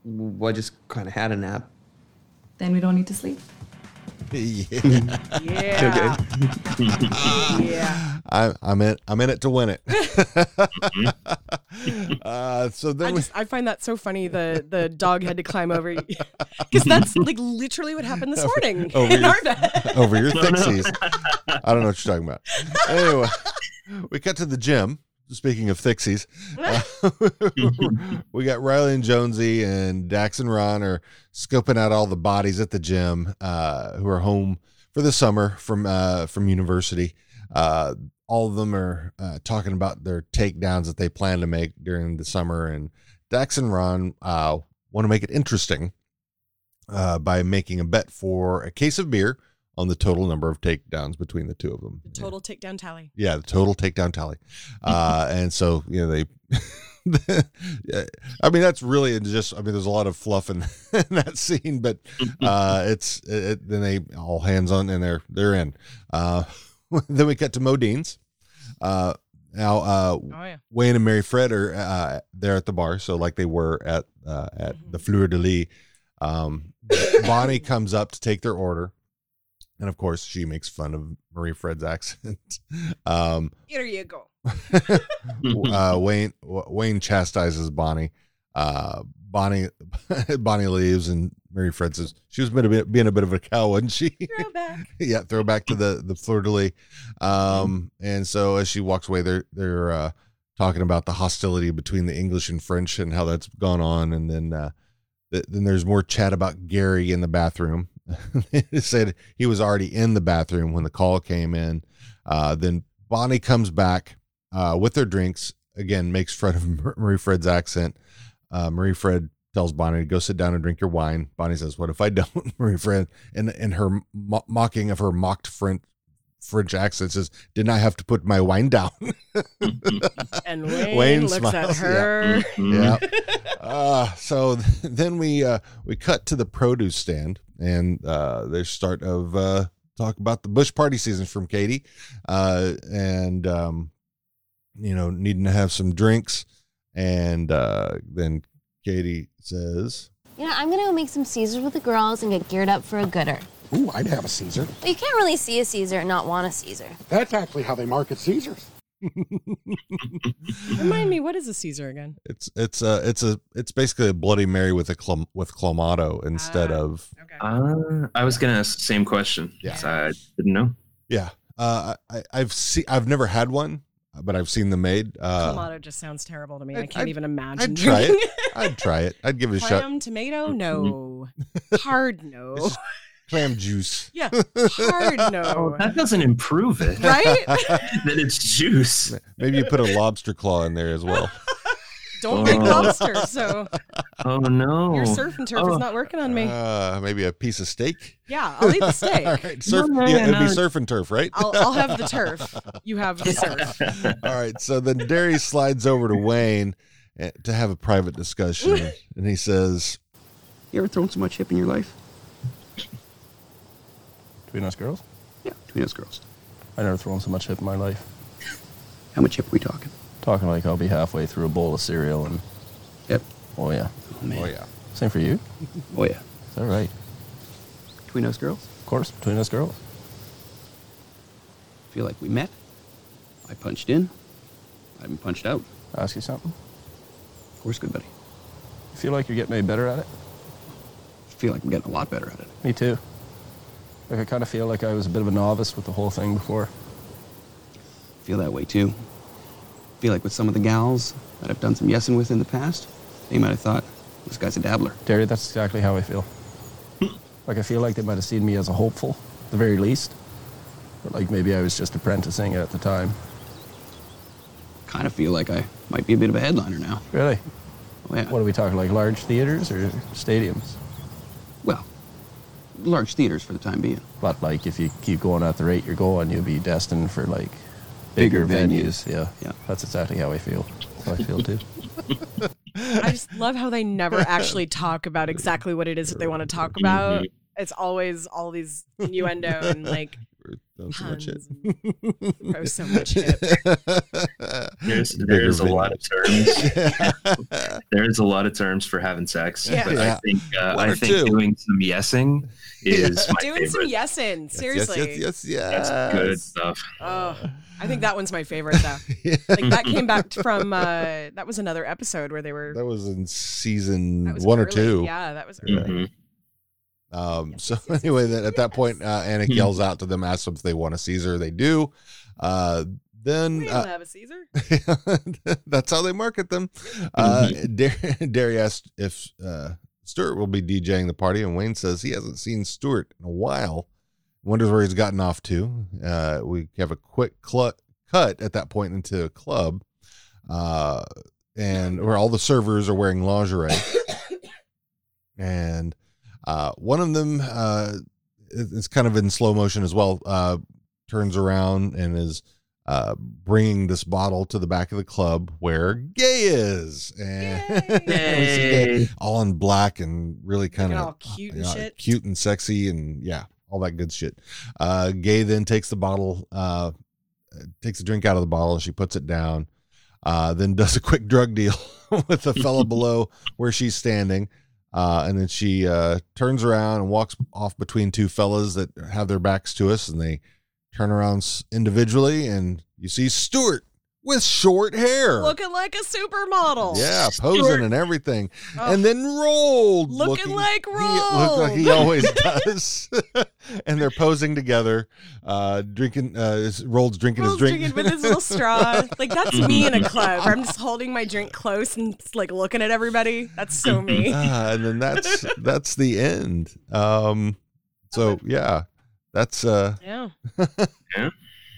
[SPEAKER 8] Well, I just kind of had a nap.
[SPEAKER 5] Then we don't need to sleep.
[SPEAKER 2] "Yeah,
[SPEAKER 3] Yeah. yeah.
[SPEAKER 2] I, I'm in. I'm in it to win it." uh, so
[SPEAKER 3] Mm-hmm. I
[SPEAKER 2] then we,
[SPEAKER 3] just I find that so funny. The the dog had to climb over because that's like literally what happened this morning
[SPEAKER 2] over
[SPEAKER 3] in
[SPEAKER 2] your-
[SPEAKER 3] our bed.
[SPEAKER 2] over your thixies. I don't know what you're talking about. Anyway, we cut to the gym. Speaking of thixies, uh, we got Riley and Jonesy and Dax and Ron are scoping out all the bodies at the gym uh, who are home for the summer from uh, from university. Uh, all of them are uh, talking about their takedowns that they plan to make during the summer, and Dax and Ron uh, want to make it interesting uh, by making a bet for a case of beer on the total number of takedowns between the two of them.
[SPEAKER 3] Total takedown tally.
[SPEAKER 2] Yeah, the total takedown tally. Uh, and so, you know, they. Yeah, I mean, that's really just. I mean, there's a lot of fluff in, in that scene, but uh, it's it, then they all hands on and they're they're in. Uh, then we cut to Modine's. Uh, now, uh,
[SPEAKER 3] Oh yeah.
[SPEAKER 2] Wayne and Mary Fred are uh, there at the bar, so like they were at uh, at
[SPEAKER 3] Mm-hmm.
[SPEAKER 2] the Fleur de Lis. Um, Bonnie comes up to take their order, and of course she makes fun of Marie Fred's accent. Um,
[SPEAKER 3] Here you go.
[SPEAKER 4] Mm-hmm.
[SPEAKER 2] uh, Wayne Wayne chastises Bonnie. Uh, Bonnie Bonnie leaves, and Mary Fred says she was been a bit, being a bit of a cow, wasn't she?
[SPEAKER 3] Throwback.
[SPEAKER 2] yeah, throw back to the the fleur de lis. Um, and so as she walks away, they're they're uh, talking about the hostility between the English and French and how that's gone on. And then uh, th- then there's more chat about Gary in the bathroom. it said he was already in the bathroom when the call came in. Uh, then Bonnie comes back uh, with their drinks again, makes fun of Mar- Marie Fred's accent. Uh, Marie Fred tells Bonnie to go sit down and drink your wine. Bonnie says, "What if I don't?" Marie Fred and and her mo- mocking of her mocked French French accent says, "Didn't I have to put my wine down?"
[SPEAKER 3] And Wayne,
[SPEAKER 2] Wayne
[SPEAKER 3] looks
[SPEAKER 2] smiles,
[SPEAKER 3] at
[SPEAKER 2] yeah.
[SPEAKER 3] her.
[SPEAKER 4] Mm-hmm.
[SPEAKER 2] yeah. Uh, so th- then we uh, we cut to the produce stand and uh, their start of uh, talk about the bush party season from Katie, uh, and um, you know needing to have some drinks, and uh, then Katie says,
[SPEAKER 9] You know, I'm gonna go make some Caesars with the girls and get geared up for a gooder.
[SPEAKER 7] Ooh, I'd have a Caesar.
[SPEAKER 9] But you can't really see a Caesar and not want a Caesar.
[SPEAKER 7] That's actually how they market Caesars.
[SPEAKER 2] Mm.
[SPEAKER 3] Remind me, what is a Caesar again?
[SPEAKER 2] It's it's a it's a it's basically a Bloody Mary with a clam with clamato instead
[SPEAKER 3] Ah.
[SPEAKER 2] of
[SPEAKER 3] Okay.
[SPEAKER 4] Uh, I was gonna ask the same question.
[SPEAKER 2] Yeah.
[SPEAKER 4] 'cause I didn't know.
[SPEAKER 2] yeah. Uh, I I've seen I've never had one, but I've seen them made. Uh,
[SPEAKER 3] Clamato just sounds terrible to me. I,
[SPEAKER 2] I-
[SPEAKER 3] can't
[SPEAKER 2] I-
[SPEAKER 3] even imagine
[SPEAKER 2] I'd try
[SPEAKER 3] drinking
[SPEAKER 2] it. I'd try it. I'd give it a shot.
[SPEAKER 3] Clam tomato? No. Hard no.
[SPEAKER 2] It's- Clam juice.
[SPEAKER 3] Yeah. Hard
[SPEAKER 4] Oh,
[SPEAKER 3] no.
[SPEAKER 4] That doesn't improve it.
[SPEAKER 3] Right?
[SPEAKER 4] that it's juice.
[SPEAKER 2] Maybe you put a lobster claw in there as well.
[SPEAKER 3] Don't make
[SPEAKER 4] Oh.
[SPEAKER 3] lobster, so
[SPEAKER 4] Oh no.
[SPEAKER 3] your surf and turf
[SPEAKER 4] Oh.
[SPEAKER 3] is not working on me.
[SPEAKER 2] Uh, maybe a piece of steak.
[SPEAKER 3] Yeah, I'll eat the steak.
[SPEAKER 2] All right, surf.
[SPEAKER 4] No, no,
[SPEAKER 2] yeah, it'd be
[SPEAKER 4] no.
[SPEAKER 2] surf and turf, right?
[SPEAKER 3] I'll, I'll have the turf. You have the surf.
[SPEAKER 2] All right. So then Derry slides over to Wayne eh, to have a private discussion, and he says,
[SPEAKER 8] You ever thrown so much hip in your life?
[SPEAKER 10] Between us girls?
[SPEAKER 8] Yeah, between us girls.
[SPEAKER 10] I never thrown so much hip in my life.
[SPEAKER 8] How much hip are we talking?
[SPEAKER 10] Talking like I'll be halfway through a bowl of cereal and
[SPEAKER 8] Yep.
[SPEAKER 10] oh yeah.
[SPEAKER 8] Oh, man.
[SPEAKER 2] "Oh yeah,
[SPEAKER 10] Same for you?
[SPEAKER 8] Oh, yeah.
[SPEAKER 10] Is that right?
[SPEAKER 8] Between us girls?
[SPEAKER 10] Of course, between us girls.
[SPEAKER 8] feel like we met. I punched in. I've been punched out.
[SPEAKER 10] I ask you something.
[SPEAKER 8] Of course, good buddy.
[SPEAKER 10] You feel like you're getting any better at it?
[SPEAKER 8] feel like I'm getting a lot better at it.
[SPEAKER 10] Me too. Like I kind of feel like I was a bit of a novice with the whole thing before.
[SPEAKER 8] Feel that way too. Feel like with some of the gals that I've done some yesing with in the past, they might have thought, this guy's a dabbler.
[SPEAKER 10] Derry, that's exactly how I feel. like I feel like they might have seen me as a hopeful, at the very least. But like maybe I was just apprenticing at the time.
[SPEAKER 8] Kind of feel like I might be a bit of a headliner now.
[SPEAKER 10] Really?
[SPEAKER 8] Oh, yeah.
[SPEAKER 10] What are we talking like large theaters or stadiums?
[SPEAKER 8] Well, large theaters for the time being.
[SPEAKER 10] But like if you keep going at the rate you're going, you'll be destined for like bigger,
[SPEAKER 8] Bigger
[SPEAKER 10] venues. Yeah.
[SPEAKER 8] Yeah.
[SPEAKER 10] That's exactly how I feel. That's how I feel too.
[SPEAKER 3] I just love how they never actually talk about exactly what it is that they want to
[SPEAKER 2] Mm-hmm.
[SPEAKER 3] talk about. It's always all these innuendo and like
[SPEAKER 2] thrown so much
[SPEAKER 3] puns.
[SPEAKER 2] hip."
[SPEAKER 3] and throw so much hip.
[SPEAKER 4] There's,
[SPEAKER 2] Bigger
[SPEAKER 4] there's a
[SPEAKER 2] venues.
[SPEAKER 4] lot of terms. there's a lot of terms for having sex.
[SPEAKER 3] Yeah.
[SPEAKER 4] But
[SPEAKER 2] Yeah.
[SPEAKER 4] I think uh,
[SPEAKER 2] One
[SPEAKER 4] I
[SPEAKER 2] or
[SPEAKER 4] think
[SPEAKER 2] two.
[SPEAKER 4] doing some yesing is my
[SPEAKER 3] Doing
[SPEAKER 4] favorite.
[SPEAKER 3] some yesin, seriously.
[SPEAKER 2] Yes, yes, yes. yes.
[SPEAKER 4] That's good stuff.
[SPEAKER 3] Oh, I think that one's my favorite though.
[SPEAKER 2] Yeah.
[SPEAKER 3] Like that came back from uh, that was another episode where they were
[SPEAKER 2] That was in season
[SPEAKER 3] that was
[SPEAKER 2] one or
[SPEAKER 3] early.
[SPEAKER 2] two.
[SPEAKER 3] Yeah, that was
[SPEAKER 2] Yeah.
[SPEAKER 3] early.
[SPEAKER 4] Mhm.
[SPEAKER 2] Um, so anyway, then at that point, uh, Anik yells out to them, asks them if they want a Caesar. They do. Uh,
[SPEAKER 3] We
[SPEAKER 2] then
[SPEAKER 3] don't
[SPEAKER 2] uh,
[SPEAKER 3] have a Caesar.
[SPEAKER 2] that's how they market them. Uh, Dar- Derry asks if uh, Stuart will be DJing the party, and Wayne says he hasn't seen Stuart in a while. Wonders where he's gotten off to. Uh, we have a quick clu- cut at that point into a club, uh, and where all the servers are wearing lingerie, and uh, one of them uh, is is kind of in slow motion as well. Uh, turns around and is uh, bringing this bottle to the back of the club where Gay is, and we see Gay
[SPEAKER 4] Yay.
[SPEAKER 2] all in black and really kind
[SPEAKER 3] Looking
[SPEAKER 2] of
[SPEAKER 3] all cute and shit.
[SPEAKER 2] cute and sexy, and yeah, all that good shit. Uh, Gay then takes the bottle, uh, takes a drink out of the bottle, and she puts it down. Uh, then does a quick drug deal with the fellow below where she's standing. Uh, and then she uh, turns around and walks off between two fellas that have their backs to us, and they turn around s- individually, and you see Stuart with short hair.
[SPEAKER 3] Looking like a supermodel.
[SPEAKER 2] yeah, posing and everything,
[SPEAKER 3] Oh.
[SPEAKER 2] and then rolled,
[SPEAKER 3] Looking like
[SPEAKER 2] he, looked like he
[SPEAKER 3] rolled.
[SPEAKER 2] always does. and they're posing together, uh, drinking. Uh, Rolled's drinking
[SPEAKER 3] Well,
[SPEAKER 2] his drink.
[SPEAKER 3] drinking with his little straw. Like that's me in a club. where I'm just holding my drink close and just, like looking at everybody. That's so me.
[SPEAKER 2] Ah, and then that's that's the end. Um, so yeah, that's uh,
[SPEAKER 3] Yeah.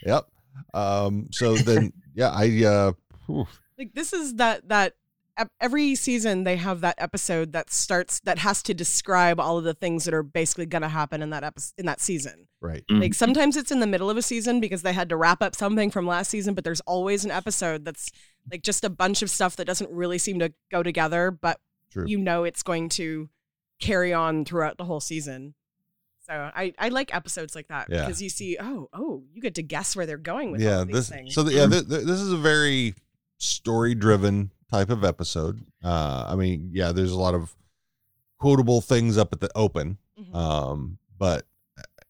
[SPEAKER 2] yep. Um, so then yeah, I uh, whew,
[SPEAKER 3] Like this is that that ep- every season they have that episode that starts that has to describe all of the things that are basically going to happen in that episode in that season.
[SPEAKER 2] right.
[SPEAKER 4] Mhm.
[SPEAKER 3] Like sometimes it's in the middle of a season because they had to wrap up something from last season, but there's always an episode that's like just a bunch of stuff that doesn't really seem to go together, but
[SPEAKER 2] True.
[SPEAKER 3] you know it's going to carry on throughout the whole season. So I, I like episodes like that
[SPEAKER 2] Yeah.
[SPEAKER 3] because you see, oh, oh, you get to guess where they're going with all
[SPEAKER 2] yeah
[SPEAKER 3] of these
[SPEAKER 2] this
[SPEAKER 3] things.
[SPEAKER 2] so the, yeah th- th- this is a very story driven type of episode uh i mean yeah there's a lot of quotable things up at the open
[SPEAKER 3] Mhm.
[SPEAKER 2] um but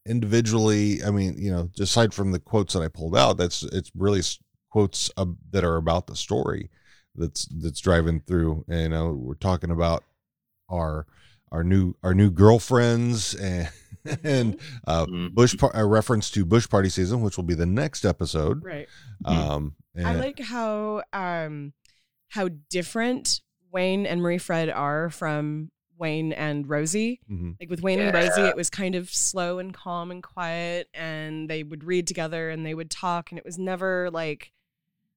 [SPEAKER 2] individually i mean you know aside from the quotes that i pulled out that's it's really s- quotes uh, that are about the story that's that's driving through. And you know, we're talking about our our new our new girlfriends and
[SPEAKER 3] Mm-hmm.
[SPEAKER 2] and uh, bush par- a reference to bush party season, which will be the next episode.
[SPEAKER 3] Right. Mm-hmm.
[SPEAKER 2] Um,
[SPEAKER 3] I
[SPEAKER 2] and-
[SPEAKER 3] like how um how different Wayne and Marie Fred are from Wayne and Rosie.
[SPEAKER 2] Mhm.
[SPEAKER 3] Like with Wayne and Rosie, it was kind of slow and calm and quiet, and they would read together and they would talk, and it was never like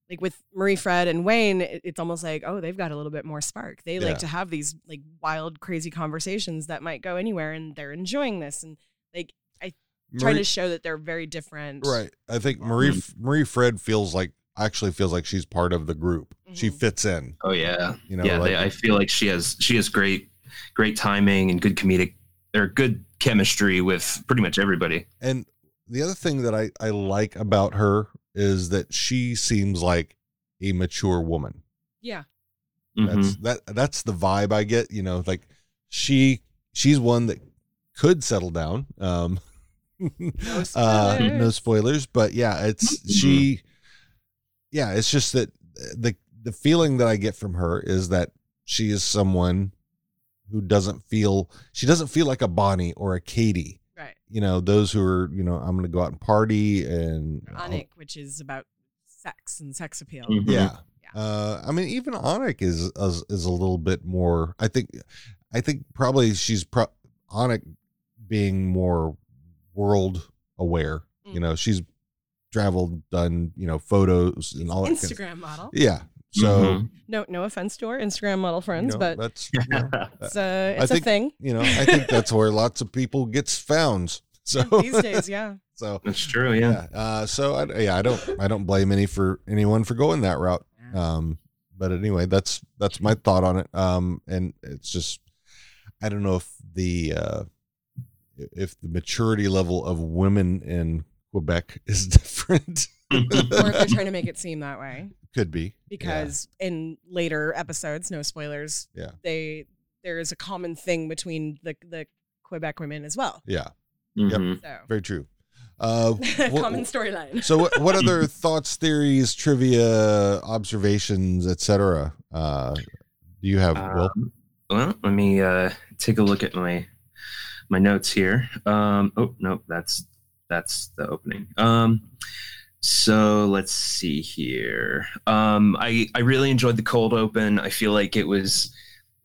[SPEAKER 3] like with Marie Fred and Wayne, it- it's almost like oh they've got a little bit more spark. They
[SPEAKER 2] Yeah.
[SPEAKER 3] like to have these like wild, crazy conversations that might go anywhere, and they're enjoying this and like I try
[SPEAKER 2] Marie-
[SPEAKER 3] to show that they're very different.
[SPEAKER 2] Right. I think Marie Marie Fred feels like actually feels like she's part of the group. She
[SPEAKER 3] Mm-hmm.
[SPEAKER 2] fits in.
[SPEAKER 4] Oh yeah,
[SPEAKER 2] You know,
[SPEAKER 4] yeah.
[SPEAKER 2] like-
[SPEAKER 4] they, I feel like she has she has great great timing and good comedic or good chemistry with pretty much everybody.
[SPEAKER 2] And the other thing that I I like about her is that she seems like a mature woman.
[SPEAKER 3] Yeah.
[SPEAKER 4] Mm-hmm.
[SPEAKER 2] That's that that's the vibe I get, you know, like she she's one that could settle down. Um
[SPEAKER 3] No
[SPEAKER 2] uh no
[SPEAKER 3] spoilers.
[SPEAKER 2] spoilers, but yeah, it's she yeah, it's just that the the feeling that I get from her is that she is someone who doesn't feel she doesn't feel like a Bonnie or a Katie.
[SPEAKER 3] Right.
[SPEAKER 2] You know, those who are, you know, I'm going to go out and party and
[SPEAKER 3] Onic, which is about sex and sex appeal.
[SPEAKER 4] Mm-hmm.
[SPEAKER 2] yeah. Uh, I mean, even Onik is, is is a little bit more. I think, I think probably she's pro- Onik being more world aware. You
[SPEAKER 3] Mm.
[SPEAKER 2] know, she's traveled, done you know photos and all that. kind of-
[SPEAKER 3] Instagram model.
[SPEAKER 2] yeah. So
[SPEAKER 4] Mm-hmm.
[SPEAKER 3] No, no offense to our Instagram model
[SPEAKER 2] you
[SPEAKER 3] friends,
[SPEAKER 2] know,
[SPEAKER 3] but
[SPEAKER 2] that's you know,
[SPEAKER 3] it's a
[SPEAKER 2] uh, I
[SPEAKER 3] it's
[SPEAKER 2] think,
[SPEAKER 3] a thing
[SPEAKER 2] You know, I think that's where lots of people gets found. So
[SPEAKER 3] these days. Yeah.
[SPEAKER 2] So
[SPEAKER 4] that's true. Yeah.
[SPEAKER 2] Uh, so I, yeah, I don't I don't blame any for anyone for going that route. Um, but anyway, that's that's my thought on it. Um, and it's just I don't know if the uh, if the maturity level of women in Quebec is different.
[SPEAKER 3] or if they're trying to make it seem that way,
[SPEAKER 2] Could be yeah.
[SPEAKER 3] because in later episodes, no spoilers.
[SPEAKER 2] Yeah.
[SPEAKER 3] They there is a common thing between the the Quebec women as well.
[SPEAKER 2] yeah,
[SPEAKER 4] Mhm.
[SPEAKER 3] So.
[SPEAKER 2] very true. Uh, what-
[SPEAKER 3] common storyline.
[SPEAKER 2] so what, what other thoughts, theories, trivia, observations, etc. Uh, do you have, Will?
[SPEAKER 4] Um, well, let me uh, take a look at my my notes here. Um, oh no, that's that's the opening. Um, so let's see here. Um, I I really enjoyed the cold open. I feel like it was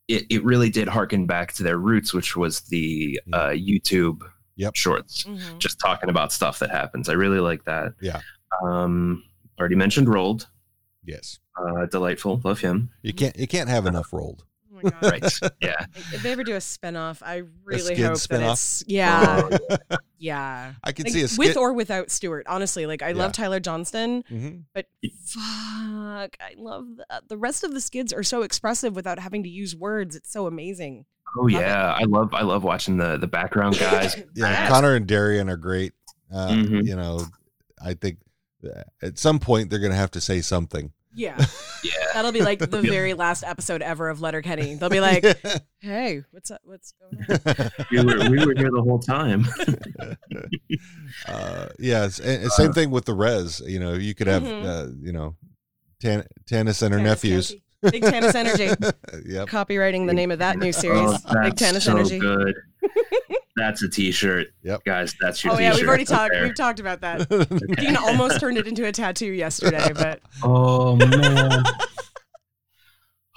[SPEAKER 4] it, it really did harken back to their roots, which was the uh, YouTube
[SPEAKER 2] Mm. Yep.
[SPEAKER 4] shorts, just talking about stuff that happens. I really like that.
[SPEAKER 2] Yeah.
[SPEAKER 4] Um, already mentioned rolled.
[SPEAKER 2] Yes.
[SPEAKER 4] Uh, delightful. Love him.
[SPEAKER 2] You can't you can't have enough rolled.
[SPEAKER 3] Oh my god.
[SPEAKER 4] Right. yeah.
[SPEAKER 3] Like, if they ever do a spinoff, I really
[SPEAKER 2] skin
[SPEAKER 3] hope that
[SPEAKER 2] spinoff?
[SPEAKER 3] it's yeah, yeah.
[SPEAKER 2] I can
[SPEAKER 3] Like,
[SPEAKER 2] see a
[SPEAKER 3] with
[SPEAKER 2] skit-
[SPEAKER 3] or without Stewart. Honestly, like I
[SPEAKER 2] Yeah.
[SPEAKER 3] love Tyler Johnston,
[SPEAKER 4] Mm-hmm.
[SPEAKER 2] Mhm.
[SPEAKER 3] but fuck, I love the, the rest of the skids are so expressive without having to use words. It's so amazing.
[SPEAKER 4] Oh yeah, I love I love watching the the background guys.
[SPEAKER 2] yeah,
[SPEAKER 4] Yes.
[SPEAKER 2] Connor and Darian are great. Uh,
[SPEAKER 4] Mhm.
[SPEAKER 2] You know, I think that at some point they're going to have to say something.
[SPEAKER 3] Yeah, that'll be like the very last episode ever of Letterkenny. They'll be like, "Hey, what's up? What's going on?"
[SPEAKER 4] we, were, we were here the whole time.
[SPEAKER 2] Uh, yes, and, and same thing with the res. You know, you could have
[SPEAKER 3] Mhm.
[SPEAKER 2] uh, you know Tan- Tannis and her
[SPEAKER 3] Tannis
[SPEAKER 2] nephews. Uh,
[SPEAKER 3] County. Big Tannis Energy.
[SPEAKER 2] Yep.
[SPEAKER 3] Copywriting the name of that new series.
[SPEAKER 4] Oh,
[SPEAKER 3] Big
[SPEAKER 4] that's
[SPEAKER 3] Tannis
[SPEAKER 4] so
[SPEAKER 3] Energy.
[SPEAKER 4] good. That's a t-shirt.
[SPEAKER 2] Yep.
[SPEAKER 4] Guys, that's your
[SPEAKER 3] Oh
[SPEAKER 4] t-shirt.
[SPEAKER 3] yeah, we've already
[SPEAKER 4] right
[SPEAKER 3] talked.
[SPEAKER 4] there.
[SPEAKER 3] We've talked about that. Dean almost turned it into a tattoo yesterday, but
[SPEAKER 4] Oh man.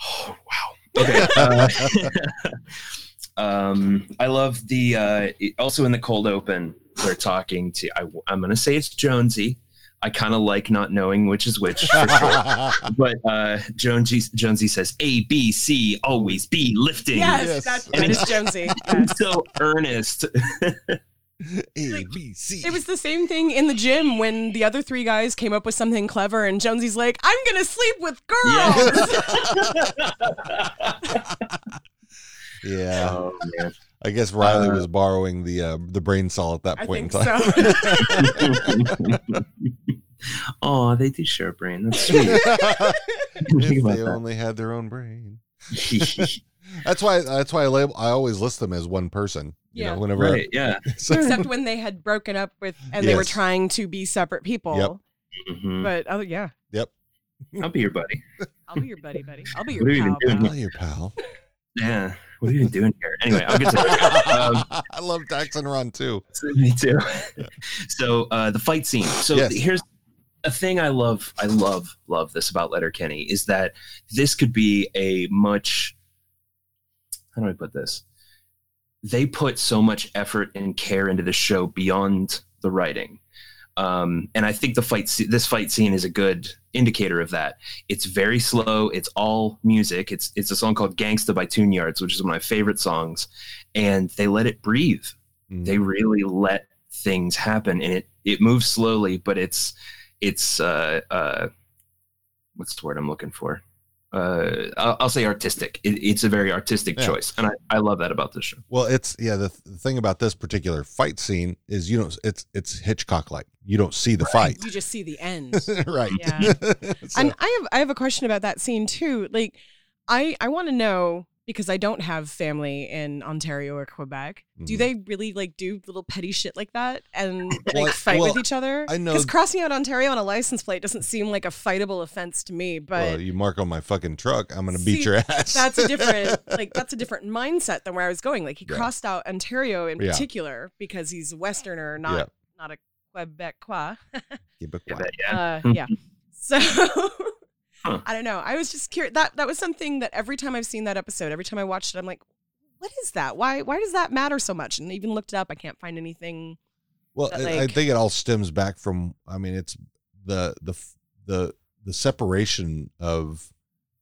[SPEAKER 4] oh wow. Okay. uh, um, I love the uh, also in the cold open they're talking to. I, I'm gonna say it's Jonesy. I kind of like not knowing which is which for sure. but uh, Jonesy Jonesy says A B C always be lifting.
[SPEAKER 3] yes,
[SPEAKER 2] Yes.
[SPEAKER 3] That, that is Jonesy.
[SPEAKER 4] I'm
[SPEAKER 3] Yes.
[SPEAKER 4] so earnest.
[SPEAKER 2] A B C.
[SPEAKER 3] It was the same thing in the gym when the other three guys came up with something clever, and Jonesy's like, "I'm gonna sleep with girls."
[SPEAKER 2] Yeah,
[SPEAKER 4] Oh, man.
[SPEAKER 2] I guess Riley was borrowing the uh, the brain cell at that
[SPEAKER 3] I
[SPEAKER 2] point
[SPEAKER 3] think
[SPEAKER 2] in time.
[SPEAKER 3] so.
[SPEAKER 4] oh, they do share a brain. That's sweet. Think
[SPEAKER 2] if
[SPEAKER 4] about
[SPEAKER 2] they
[SPEAKER 4] that.
[SPEAKER 2] only had their own brain. That's why. That's why I label. I always list them as one person. You
[SPEAKER 3] Yeah.
[SPEAKER 2] know, whenever. I-
[SPEAKER 4] right? Yeah.
[SPEAKER 2] so-
[SPEAKER 3] Except when they had broken up with, and they were
[SPEAKER 2] Yes.
[SPEAKER 3] trying to be separate people.
[SPEAKER 2] Yep.
[SPEAKER 3] But other, yeah,
[SPEAKER 2] Yep.
[SPEAKER 4] I'll be your buddy.
[SPEAKER 3] I'll be your buddy, buddy. I'll be
[SPEAKER 4] What are
[SPEAKER 3] your
[SPEAKER 4] you
[SPEAKER 3] pal.
[SPEAKER 4] doing?
[SPEAKER 3] pal.
[SPEAKER 2] Well, your pal.
[SPEAKER 4] Yeah. What are you doing here? Anyway, I'll get to that. Um,
[SPEAKER 2] I love Tax and Run too.
[SPEAKER 4] Me too. so uh, the fight scene. So
[SPEAKER 2] Yes.
[SPEAKER 4] here's a thing I love. I love love this about Letterkenny is that this could be a much. How do I put this? They put so much effort and care into the show beyond the writing. Um, and I think the fight, sce- this fight scene, is a good indicator of that. It's very slow. It's all music. It's it's a song called "Gangsta" by Tune Yards, which is one of my favorite songs. And they let it breathe
[SPEAKER 2] Mm.
[SPEAKER 4] they really let things happen and it it moves slowly but it's it's uh uh what's the word i'm looking for uh i'll, I'll say artistic it, it's a very artistic
[SPEAKER 2] Yeah.
[SPEAKER 4] choice and I, I love that about this show
[SPEAKER 2] Well, it's yeah. The, th- the thing about this particular fight scene is you don't. It's it's Hitchcock like. You don't see the
[SPEAKER 3] You just see the end.
[SPEAKER 2] fight, right?
[SPEAKER 3] Yeah.
[SPEAKER 2] So-
[SPEAKER 3] And I have I have a question about that scene too. Like, I I want to know because I don't have family in Ontario or Quebec. Do
[SPEAKER 2] Mhm.
[SPEAKER 3] they really like do little petty shit like that and
[SPEAKER 2] Well,
[SPEAKER 3] like fight
[SPEAKER 2] well,
[SPEAKER 3] with each other?
[SPEAKER 2] I know-
[SPEAKER 3] because crossing out Ontario on a license plate doesn't seem like a fightable offense to me. But
[SPEAKER 2] well, "Oh, you mark on my fucking truck, I'm gonna beat
[SPEAKER 3] See,
[SPEAKER 2] your ass.
[SPEAKER 3] that's a different like that's a different mindset than where I was going. Like he
[SPEAKER 2] Yeah.
[SPEAKER 3] crossed out Ontario in
[SPEAKER 2] Yeah.
[SPEAKER 3] particular because he's a Westerner, not
[SPEAKER 2] Yeah.
[SPEAKER 3] not a Quebecois.
[SPEAKER 2] Quebec
[SPEAKER 4] yeah,
[SPEAKER 2] wine.
[SPEAKER 4] that- yeah.
[SPEAKER 3] Uh,
[SPEAKER 2] Mm.
[SPEAKER 3] yeah. So I don't know. I was just curious. That that was something that every time I've seen that episode, every time I watched it, I'm like, what is that? Why why does that matter so much? And even looked it up, I can't find anything.
[SPEAKER 2] Well,
[SPEAKER 3] But,
[SPEAKER 2] I- I
[SPEAKER 3] like-
[SPEAKER 2] think it all stems back from. I mean, it's the the f- the the separation of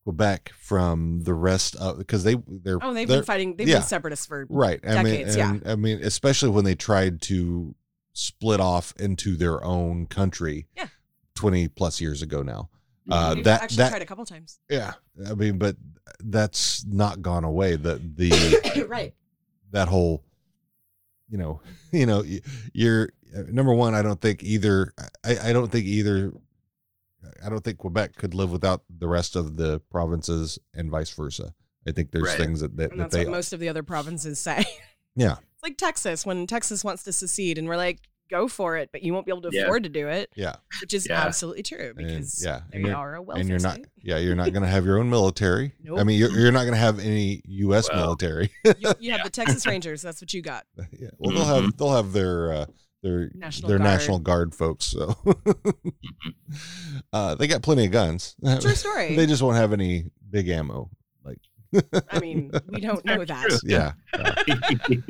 [SPEAKER 2] Quebec from the rest of because they they're
[SPEAKER 3] Oh, they've
[SPEAKER 2] they're-
[SPEAKER 3] been fighting. They've
[SPEAKER 2] yeah.
[SPEAKER 3] been separatists for.
[SPEAKER 2] right. I mean,
[SPEAKER 3] decades, yeah.
[SPEAKER 2] and, I mean, especially when they tried to split off into their own country.
[SPEAKER 3] Yeah. Twenty
[SPEAKER 2] Twenty plus years ago now. Uh,
[SPEAKER 3] They've
[SPEAKER 2] that
[SPEAKER 3] actually
[SPEAKER 2] that
[SPEAKER 3] tried a couple times.
[SPEAKER 2] yeah. I mean, but that's not gone away. The the
[SPEAKER 3] right.
[SPEAKER 2] that whole you know you know y- you're uh, number one i don't think either I, I don't think either i don't think quebec could live without the rest of the provinces and vice versa i think there's
[SPEAKER 4] Right.
[SPEAKER 2] things that that,
[SPEAKER 3] And
[SPEAKER 2] that
[SPEAKER 3] that's
[SPEAKER 2] they
[SPEAKER 3] what most of the other provinces say.
[SPEAKER 2] Yeah.
[SPEAKER 3] It's like Texas when Texas wants to secede, and we're like, go for it, but you won't be able to
[SPEAKER 4] Yeah.
[SPEAKER 3] afford to do it,
[SPEAKER 2] yeah
[SPEAKER 3] which is
[SPEAKER 4] Yeah.
[SPEAKER 3] absolutely true because
[SPEAKER 2] yeah,
[SPEAKER 3] they
[SPEAKER 2] and you're-
[SPEAKER 3] are a welfare
[SPEAKER 2] and you're not
[SPEAKER 3] state.
[SPEAKER 2] yeah you're not going to have your own military i
[SPEAKER 3] Nope.
[SPEAKER 2] mean you're, you're not going to have any us
[SPEAKER 4] Well.
[SPEAKER 2] military
[SPEAKER 3] You, you have the Texas Rangers. That's what you got.
[SPEAKER 2] yeah. well they'll have
[SPEAKER 4] Mm-hmm.
[SPEAKER 2] they'll have their uh their
[SPEAKER 3] National
[SPEAKER 2] their
[SPEAKER 3] Guard.
[SPEAKER 2] national guard folks so
[SPEAKER 4] Mm-hmm.
[SPEAKER 2] uh they got plenty of guns
[SPEAKER 3] True story.
[SPEAKER 2] they just won't have any big ammo. Like,
[SPEAKER 3] I mean, we don't know that.
[SPEAKER 2] yeah,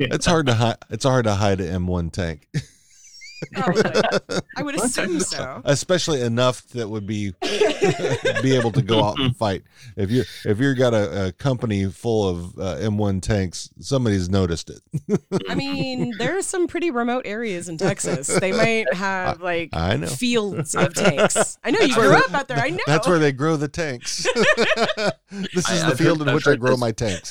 [SPEAKER 2] it's hard to hide. It's hard to hide an M1 tank,
[SPEAKER 3] Probably. I would assume so.
[SPEAKER 2] especially enough that would be be able to go out and fight. If you if you've got a, a company full of uh, M1 tanks, somebody's noticed it.
[SPEAKER 3] I mean, there are some pretty remote areas in Texas. They might have like
[SPEAKER 2] I know.
[SPEAKER 3] fields of tanks. I know you
[SPEAKER 2] where
[SPEAKER 3] grew
[SPEAKER 2] the-
[SPEAKER 3] up out there. I know.
[SPEAKER 2] That's where they grow the tanks. this
[SPEAKER 4] I-
[SPEAKER 2] is
[SPEAKER 4] I've
[SPEAKER 2] the
[SPEAKER 4] heard-
[SPEAKER 2] field in
[SPEAKER 4] I've
[SPEAKER 2] which I
[SPEAKER 4] heard
[SPEAKER 2] grow
[SPEAKER 4] this.
[SPEAKER 2] my tanks.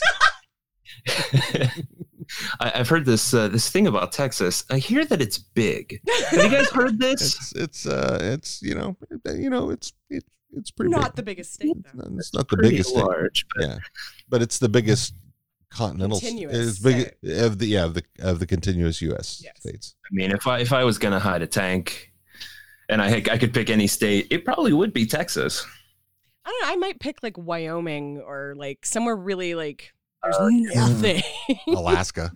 [SPEAKER 4] I, i've heard this uh, this thing about texas i hear that it's big have you guys heard this
[SPEAKER 2] It's it's uh it's you know you know it's it's it's pretty
[SPEAKER 3] not the
[SPEAKER 2] big.
[SPEAKER 3] biggest state though.
[SPEAKER 2] It's not- it's not the
[SPEAKER 4] Pretty
[SPEAKER 2] biggest. Thing.
[SPEAKER 4] large but
[SPEAKER 2] yeah but it's the biggest continental
[SPEAKER 3] Mm-hmm. Continuous
[SPEAKER 2] it's big of the yeah of the of the continuous us
[SPEAKER 3] Yes.
[SPEAKER 2] states
[SPEAKER 4] i mean if i if i was gonna hide a tank and I, I could pick any state it probably would be texas
[SPEAKER 3] I don't know. I might pick like Wyoming or like somewhere really like there's nothing.
[SPEAKER 2] alaska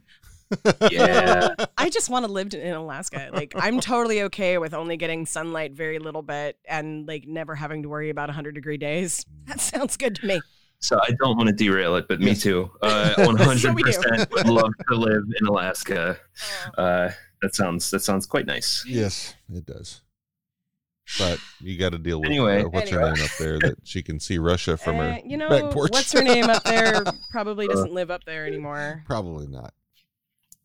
[SPEAKER 4] yeah
[SPEAKER 3] I just want to live in Alaska. Like I'm totally okay with only getting sunlight very little bit and like never having to worry about 100 degree days. That sounds good to me.
[SPEAKER 4] So I don't want to derail it, but me
[SPEAKER 2] Yes.
[SPEAKER 4] too. Uh,
[SPEAKER 3] So
[SPEAKER 4] 100%
[SPEAKER 3] we
[SPEAKER 4] would love to live in Alaska. Uh, that sounds that sounds quite nice.
[SPEAKER 2] yes it does but you got to deal with
[SPEAKER 4] Anyway.
[SPEAKER 2] uh, what's her
[SPEAKER 3] Anyway.
[SPEAKER 2] name up there that she can see russia from
[SPEAKER 3] Uh,
[SPEAKER 2] her
[SPEAKER 3] you know,
[SPEAKER 2] back porch
[SPEAKER 3] what's her name up there? Probably doesn't live up there anymore.
[SPEAKER 2] probably not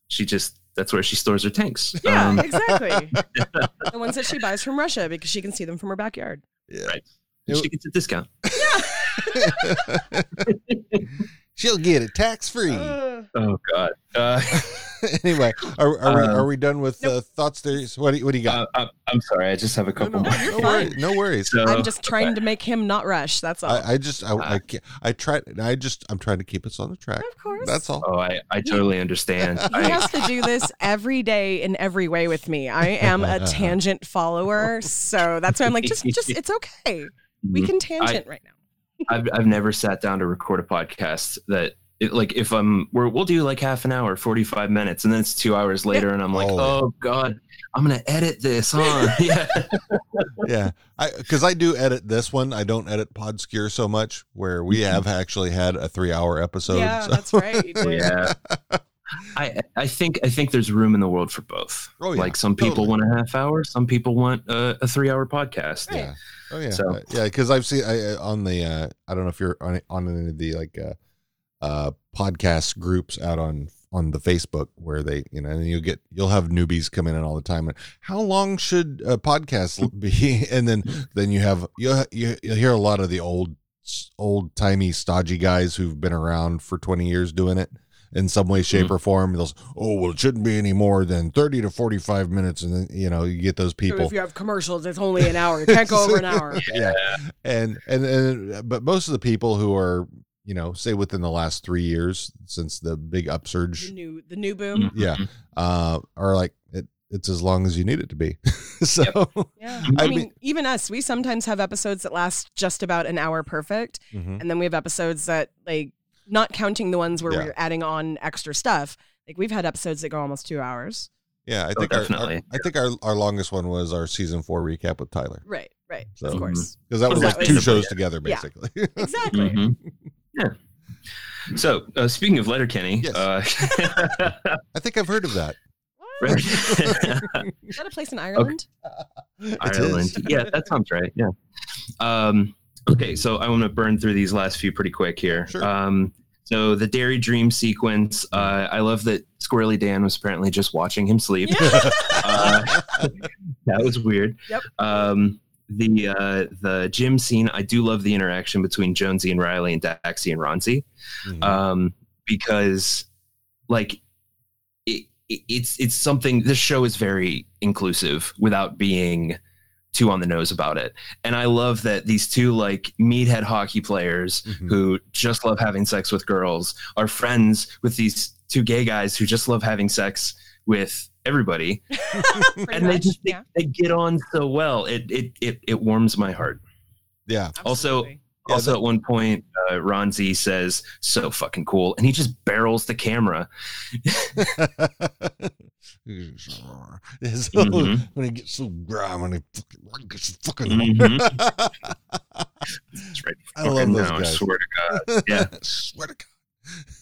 [SPEAKER 4] She just that's where she stores her tanks.
[SPEAKER 3] Yeah,
[SPEAKER 4] Um,
[SPEAKER 3] exactly. the ones that she buys from Russia because she can see them from her backyard.
[SPEAKER 2] yeah
[SPEAKER 4] Right. she gets a discount.
[SPEAKER 2] She'll get it tax free.
[SPEAKER 4] Oh God. Uh,
[SPEAKER 2] anyway, are, are, we,
[SPEAKER 4] Um,
[SPEAKER 2] are we done with uh, thoughts? Theories? What do you, what do you got?
[SPEAKER 4] I, I'm sorry. I just have a couple more.
[SPEAKER 2] no, worries, no worries.
[SPEAKER 4] So,
[SPEAKER 3] I'm just trying to make him not rush. That's all.
[SPEAKER 2] I, I just I,
[SPEAKER 4] uh,
[SPEAKER 2] I ca- I try I just I'm trying to keep us on the track. Of
[SPEAKER 3] course.
[SPEAKER 2] That's all.
[SPEAKER 4] oh, I, I totally understand.
[SPEAKER 3] he
[SPEAKER 4] I,
[SPEAKER 3] has to do this every day in every way with me. I am a tangent follower, so that's why I'm like, just, just, it's okay. We can tangent right now.
[SPEAKER 4] I've, I've never sat down to record a podcast that it, like if I'm we're, we'll do like half an hour, 45 minutes, and then it's two hours later, and I'm like,
[SPEAKER 2] Oh.
[SPEAKER 4] oh god, I'm gonna edit this, huh? yeah,
[SPEAKER 2] yeah i because i do edit this one i don't edit podscure so much where we have actually had a three hour episode
[SPEAKER 3] yeah,
[SPEAKER 2] so-
[SPEAKER 3] that's right. you did.
[SPEAKER 4] yeah. I I think I think there's room in the world for both.
[SPEAKER 2] Oh, yeah.
[SPEAKER 4] Like some people
[SPEAKER 2] Totally.
[SPEAKER 4] want a half hour, some people want a, a three hour podcast.
[SPEAKER 2] yeah oh yeah
[SPEAKER 4] So-
[SPEAKER 2] Uh, yeah because i've seen I, uh, on the uh i don't know if you're on on any of the like uh uh podcast groups out on on the facebook where they you know and you get you'll have newbies come in all the time and how long should a podcast l- be and then then you have you'll, ha- you, you'll hear a lot of the old old timey stodgy guys who've been around for 20 years doing it in some way shape or form they'll s- oh well it shouldn't be any more than 30 to 45 minutes and then you know you get those
[SPEAKER 3] So
[SPEAKER 2] people
[SPEAKER 3] if you have commercials, it's only an hour. You can't go over an hour.
[SPEAKER 2] yeah. And, and and but most of the people who are you know say within the last three years since the big
[SPEAKER 3] The
[SPEAKER 2] upsurge,
[SPEAKER 3] new, the new boom.
[SPEAKER 2] yeah, uh, are like it, it's as long as you need it to be. so
[SPEAKER 3] Yeah.
[SPEAKER 2] I
[SPEAKER 3] I mean,
[SPEAKER 2] mean-
[SPEAKER 3] even us, we sometimes have episodes that last just about an hour perfect.
[SPEAKER 2] mhm.
[SPEAKER 3] And then we have episodes that, like, not counting the ones where
[SPEAKER 2] Yeah.
[SPEAKER 3] we're adding on extra stuff. Like, we've had episodes that go almost two hours.
[SPEAKER 2] yeah, I
[SPEAKER 4] Oh,
[SPEAKER 2] think our- our,
[SPEAKER 4] definitely.
[SPEAKER 2] I think our our longest one was our season four recap with Tyler
[SPEAKER 3] Right, right.
[SPEAKER 2] So- mm-hmm.
[SPEAKER 3] of course.
[SPEAKER 2] because that was
[SPEAKER 3] That
[SPEAKER 2] like
[SPEAKER 3] was-
[SPEAKER 2] two shows together
[SPEAKER 3] Yeah.
[SPEAKER 2] basically.
[SPEAKER 3] Exactly.
[SPEAKER 4] Mhm. Yeah. So uh, speaking of Letterkenny,
[SPEAKER 2] Yes.
[SPEAKER 4] uh,
[SPEAKER 2] I think I've heard of that.
[SPEAKER 3] What?
[SPEAKER 4] right-
[SPEAKER 3] Is that a place in Ireland?
[SPEAKER 2] It is.
[SPEAKER 4] Ireland. Yeah, that sounds right. Yeah. Um, okay, so I want to burn through these last few pretty quick here.
[SPEAKER 2] Sure.
[SPEAKER 4] Um, so the Dairy Dream sequence. Uh, I love that Squirrely Dan was apparently just watching him sleep. Uh, that was weird.
[SPEAKER 3] Yep.
[SPEAKER 4] Um, the uh, the gym scene. I do love the interaction between Jonesy and Riley and Daxie and Ronzi
[SPEAKER 2] Mhm.
[SPEAKER 3] Mm-hmm.
[SPEAKER 4] um, because like it, it, it's it's something this show is very inclusive without being too on the nose about it and i love that these two like meathead hockey players
[SPEAKER 3] Mm-hmm.
[SPEAKER 2] Mhm.
[SPEAKER 4] who just love having sex with girls are friends with these two gay guys who just love having sex with everybody
[SPEAKER 3] Pretty
[SPEAKER 4] and they
[SPEAKER 3] much.
[SPEAKER 4] just they,
[SPEAKER 3] yeah.
[SPEAKER 4] they get on so well it it it, it warms my heart
[SPEAKER 2] yeah,
[SPEAKER 4] Also-
[SPEAKER 3] Absolutely.
[SPEAKER 2] Yeah,
[SPEAKER 4] also, at one point, uh, Ronzi says, "So fucking cool," and he just barrels the camera.
[SPEAKER 2] It's so-
[SPEAKER 4] Mhm.
[SPEAKER 2] when it gets so grime when it fucking, when it gets fucking
[SPEAKER 4] Mhm. It's right
[SPEAKER 2] I love
[SPEAKER 4] fucking
[SPEAKER 2] those
[SPEAKER 4] now, I
[SPEAKER 2] guys.
[SPEAKER 4] swear to God. Yeah.
[SPEAKER 2] Swear to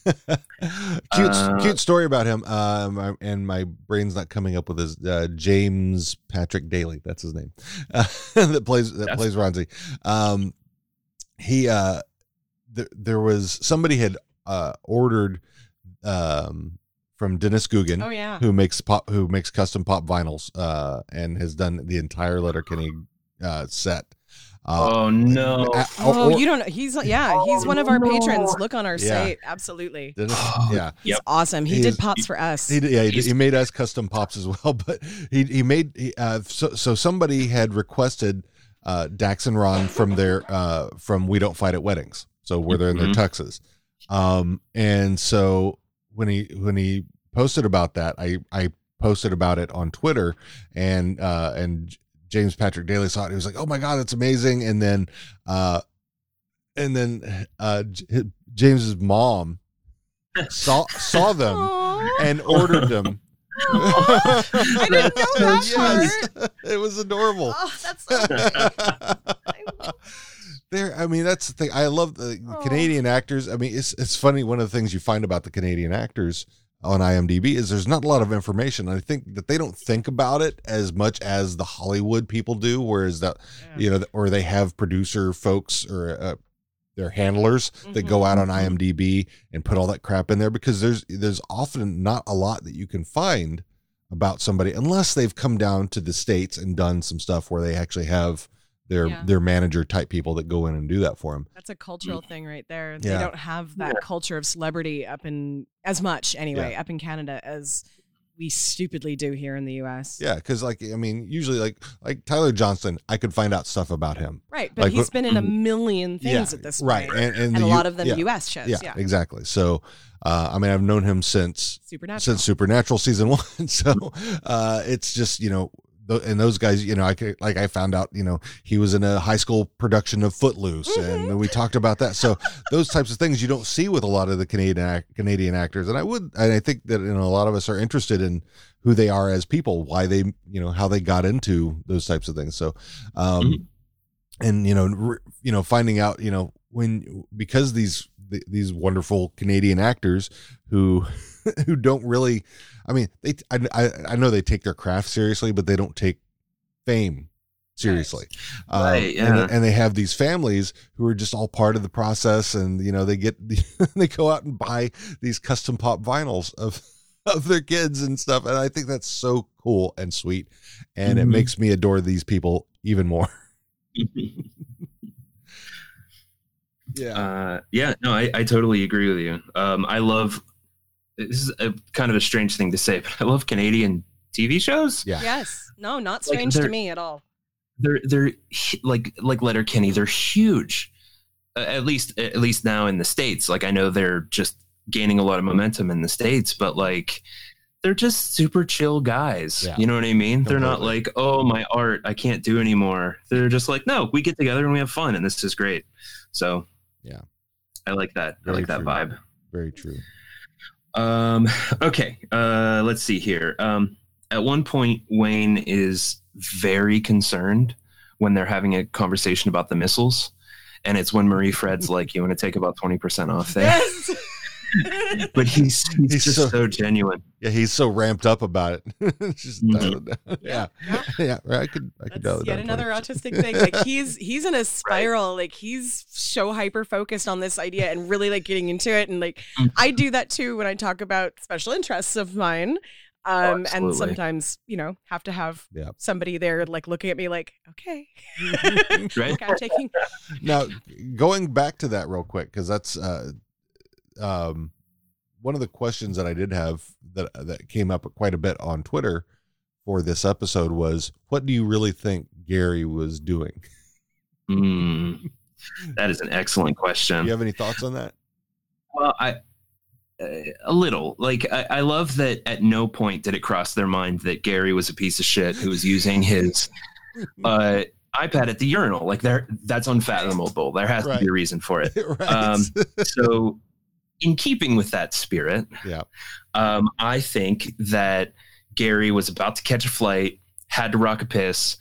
[SPEAKER 2] God. cute,
[SPEAKER 4] Uh,
[SPEAKER 2] cute story about him. Um, I- and my brain's not coming up with his uh, James Patrick Daly. That's his name. Uh, that plays that
[SPEAKER 4] That's-
[SPEAKER 2] plays Ronzi. Um, he uh, th- there was somebody had uh ordered um from Dennis Guggen
[SPEAKER 3] Oh, yeah.
[SPEAKER 2] who makes pop who makes custom pop vinyls uh and has done the entire Letterkenny uh set. Uh,
[SPEAKER 4] Oh no.
[SPEAKER 2] a-
[SPEAKER 3] Oh,
[SPEAKER 2] or-
[SPEAKER 3] you don't know. He's yeah, he's one of our patrons. Look on our
[SPEAKER 2] Yeah.
[SPEAKER 3] site. Absolutely.
[SPEAKER 2] Dennis,
[SPEAKER 4] Oh,
[SPEAKER 2] yeah.
[SPEAKER 3] He's
[SPEAKER 4] Yep.
[SPEAKER 3] awesome. He
[SPEAKER 2] He is-
[SPEAKER 3] did pots for us.
[SPEAKER 2] He, did- yeah, he, did-
[SPEAKER 4] He's-
[SPEAKER 2] he made us custom pops as well, but he, he made he, uh, so so somebody had requested uh, Dax and Ron from their uh, from We Don't Fight at Weddings, so where they're in their
[SPEAKER 4] Mhm.
[SPEAKER 2] tuxes, um, and so when he when he posted about that, I I posted about it on Twitter, and uh, and James Patrick Daly saw it. He was like, "Oh my god, that's amazing!" And then uh, and then uh, J- James's mom saw saw them
[SPEAKER 3] Aw.
[SPEAKER 2] and ordered them.
[SPEAKER 3] I didn't know that
[SPEAKER 2] Yes. It was adorable.
[SPEAKER 3] Oh, that's so
[SPEAKER 2] there, I mean, that's the thing. I love the
[SPEAKER 3] Aw.
[SPEAKER 2] Canadian actors. I mean, it's it's funny. One of the things you find about the Canadian actors on IMDb is there's not a lot of information. I think that they don't think about it as much as the Hollywood people do. Whereas that, you know, or they have producer folks or uh, their handlers that go out on IMDb and put all that crap in there because there's there's often not a lot that you can find about somebody unless they've come down to the states and done some stuff where they actually have their
[SPEAKER 3] Yeah.
[SPEAKER 2] their manager type people that go in and do that for them.
[SPEAKER 3] That's a cultural thing right there.
[SPEAKER 2] Yeah.
[SPEAKER 3] They don't have that culture of celebrity up in as much anyway up in Canada as we stupidly do here in the U.S.
[SPEAKER 2] Yeah, because like I mean, usually like like Tyler Johnson, I could find out stuff about him.
[SPEAKER 3] Right, but
[SPEAKER 2] Like, wh-
[SPEAKER 3] he's
[SPEAKER 2] mm-hmm.
[SPEAKER 3] been in a million things
[SPEAKER 2] Yeah,
[SPEAKER 3] at this
[SPEAKER 2] right,
[SPEAKER 3] point,
[SPEAKER 2] and- and
[SPEAKER 3] a
[SPEAKER 2] the U-
[SPEAKER 3] lot of them
[SPEAKER 2] yeah,
[SPEAKER 3] U.S. shows. Yeah,
[SPEAKER 2] yeah, exactly. So, uh, I mean, I've known him since
[SPEAKER 3] Supernatural.
[SPEAKER 2] since Supernatural season one. So, uh, it's just you know, tho- and those guys, you know, I could like I found out, you know, he was in a high school production of Footloose, and we talked about that. So, those types of things you don't see with a lot of the Canadian ac- Canadian actors, and I would, and I think that you know, a lot of us are interested in who they are as people, why they, you know, how they got into those types of things. So, um, and you know re- you know finding out you know when because these th- these wonderful Canadian actors who who don't really I mean they I, I I know they take their craft seriously but they don't take fame seriously Um, and-
[SPEAKER 4] Right, yeah.
[SPEAKER 2] and, they have these families who are just all part of the process and you know they get they go out and buy these custom pop vinyls of of their kids and stuff and I think that's so cool and sweet and it
[SPEAKER 4] Mhm.
[SPEAKER 2] makes me adore these people even more yeah
[SPEAKER 4] Uh, yeah, no, I, I totally agree with you. Um, I love this is a, kind of a strange thing to say, but I love Canadian TV shows.
[SPEAKER 2] Yeah.
[SPEAKER 3] Yes, no, not
[SPEAKER 4] Like,
[SPEAKER 3] strange to
[SPEAKER 4] they're-
[SPEAKER 3] me at all.
[SPEAKER 4] They're they're hu- like like Letterkenny, they're huge. Uh, at least at least now in the states. Like I know they're just gaining a lot of momentum in the states, but like they're just super chill guys.
[SPEAKER 2] Yeah.
[SPEAKER 4] You know what I mean? They're not like, "Oh, my art, I can't do anymore." They're just like, "No, we get together and we have fun and this is great." So,
[SPEAKER 2] Yeah.
[SPEAKER 4] I like that.
[SPEAKER 2] Very
[SPEAKER 4] I like that
[SPEAKER 2] true.
[SPEAKER 4] vibe.
[SPEAKER 2] Very true.
[SPEAKER 4] Um, okay, uh, let's see here. Um, at one point, Wayne is very concerned when they're having a conversation about the missiles, and it's when Marie Fred's like, "You want to take about twenty percent off there?"
[SPEAKER 3] Yes.
[SPEAKER 4] But he's he's,
[SPEAKER 2] He's
[SPEAKER 4] just
[SPEAKER 2] so-
[SPEAKER 4] so, genuine.
[SPEAKER 2] Yeah, he's so ramped up about it. It's Just
[SPEAKER 4] Mhm.
[SPEAKER 2] dial it down. Yeah. Yeah. right, I could I could dial
[SPEAKER 3] That's
[SPEAKER 2] it
[SPEAKER 3] yet
[SPEAKER 2] down.
[SPEAKER 3] another
[SPEAKER 2] 20%.
[SPEAKER 3] autistic thing. Like he's he's in a spiral. Like he's so hyper focused on this idea and really like getting into it. And like
[SPEAKER 4] Mm.
[SPEAKER 3] I do that too when I talk about special interests of mine. Um, and
[SPEAKER 4] Oh, absolutely.
[SPEAKER 3] sometimes you know have to have
[SPEAKER 2] Yeah.
[SPEAKER 3] somebody there like looking at me like okay,
[SPEAKER 4] Right?
[SPEAKER 3] okay I'm taking
[SPEAKER 2] now going back to that real quick because that's uh um one of the questions that i did have that uh, that came up quite a bit on twitter for this episode was what do you really think gary was doing
[SPEAKER 4] Mm. That is an excellent question.
[SPEAKER 2] do you have any thoughts on that
[SPEAKER 4] Well, I uh, a little like I, I love that at no point did it cross their mind that Gary was a piece of shit who was using his uh, iPad at the urinal. Like there, that's unfathomable. There has to
[SPEAKER 2] Right.
[SPEAKER 4] be a reason for it.
[SPEAKER 2] right
[SPEAKER 4] Um, so, in keeping with that spirit,
[SPEAKER 2] yeah
[SPEAKER 4] um, I think that Gary was about to catch a flight, had to rock a piss,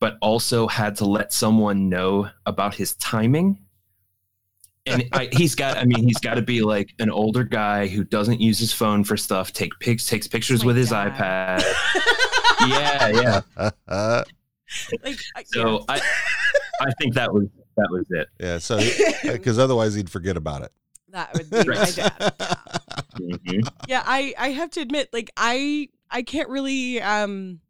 [SPEAKER 4] but also had to let someone know about his timing. And I, he's got, I mean, he's got to be like an older guy who doesn't use his phone for stuff, take pics, takes pictures
[SPEAKER 3] Oh my
[SPEAKER 4] with his
[SPEAKER 3] God.
[SPEAKER 4] iPad. yeah, yeah.
[SPEAKER 2] Uh,
[SPEAKER 3] like uh, I-
[SPEAKER 4] So I, I think that was that was it.
[SPEAKER 2] yeah so
[SPEAKER 3] yeah.
[SPEAKER 2] because otherwise he'd forget about it
[SPEAKER 3] that would be my
[SPEAKER 4] Right.
[SPEAKER 3] dad.
[SPEAKER 4] Mm-hmm.
[SPEAKER 3] yeah i i have to admit like i i can't really um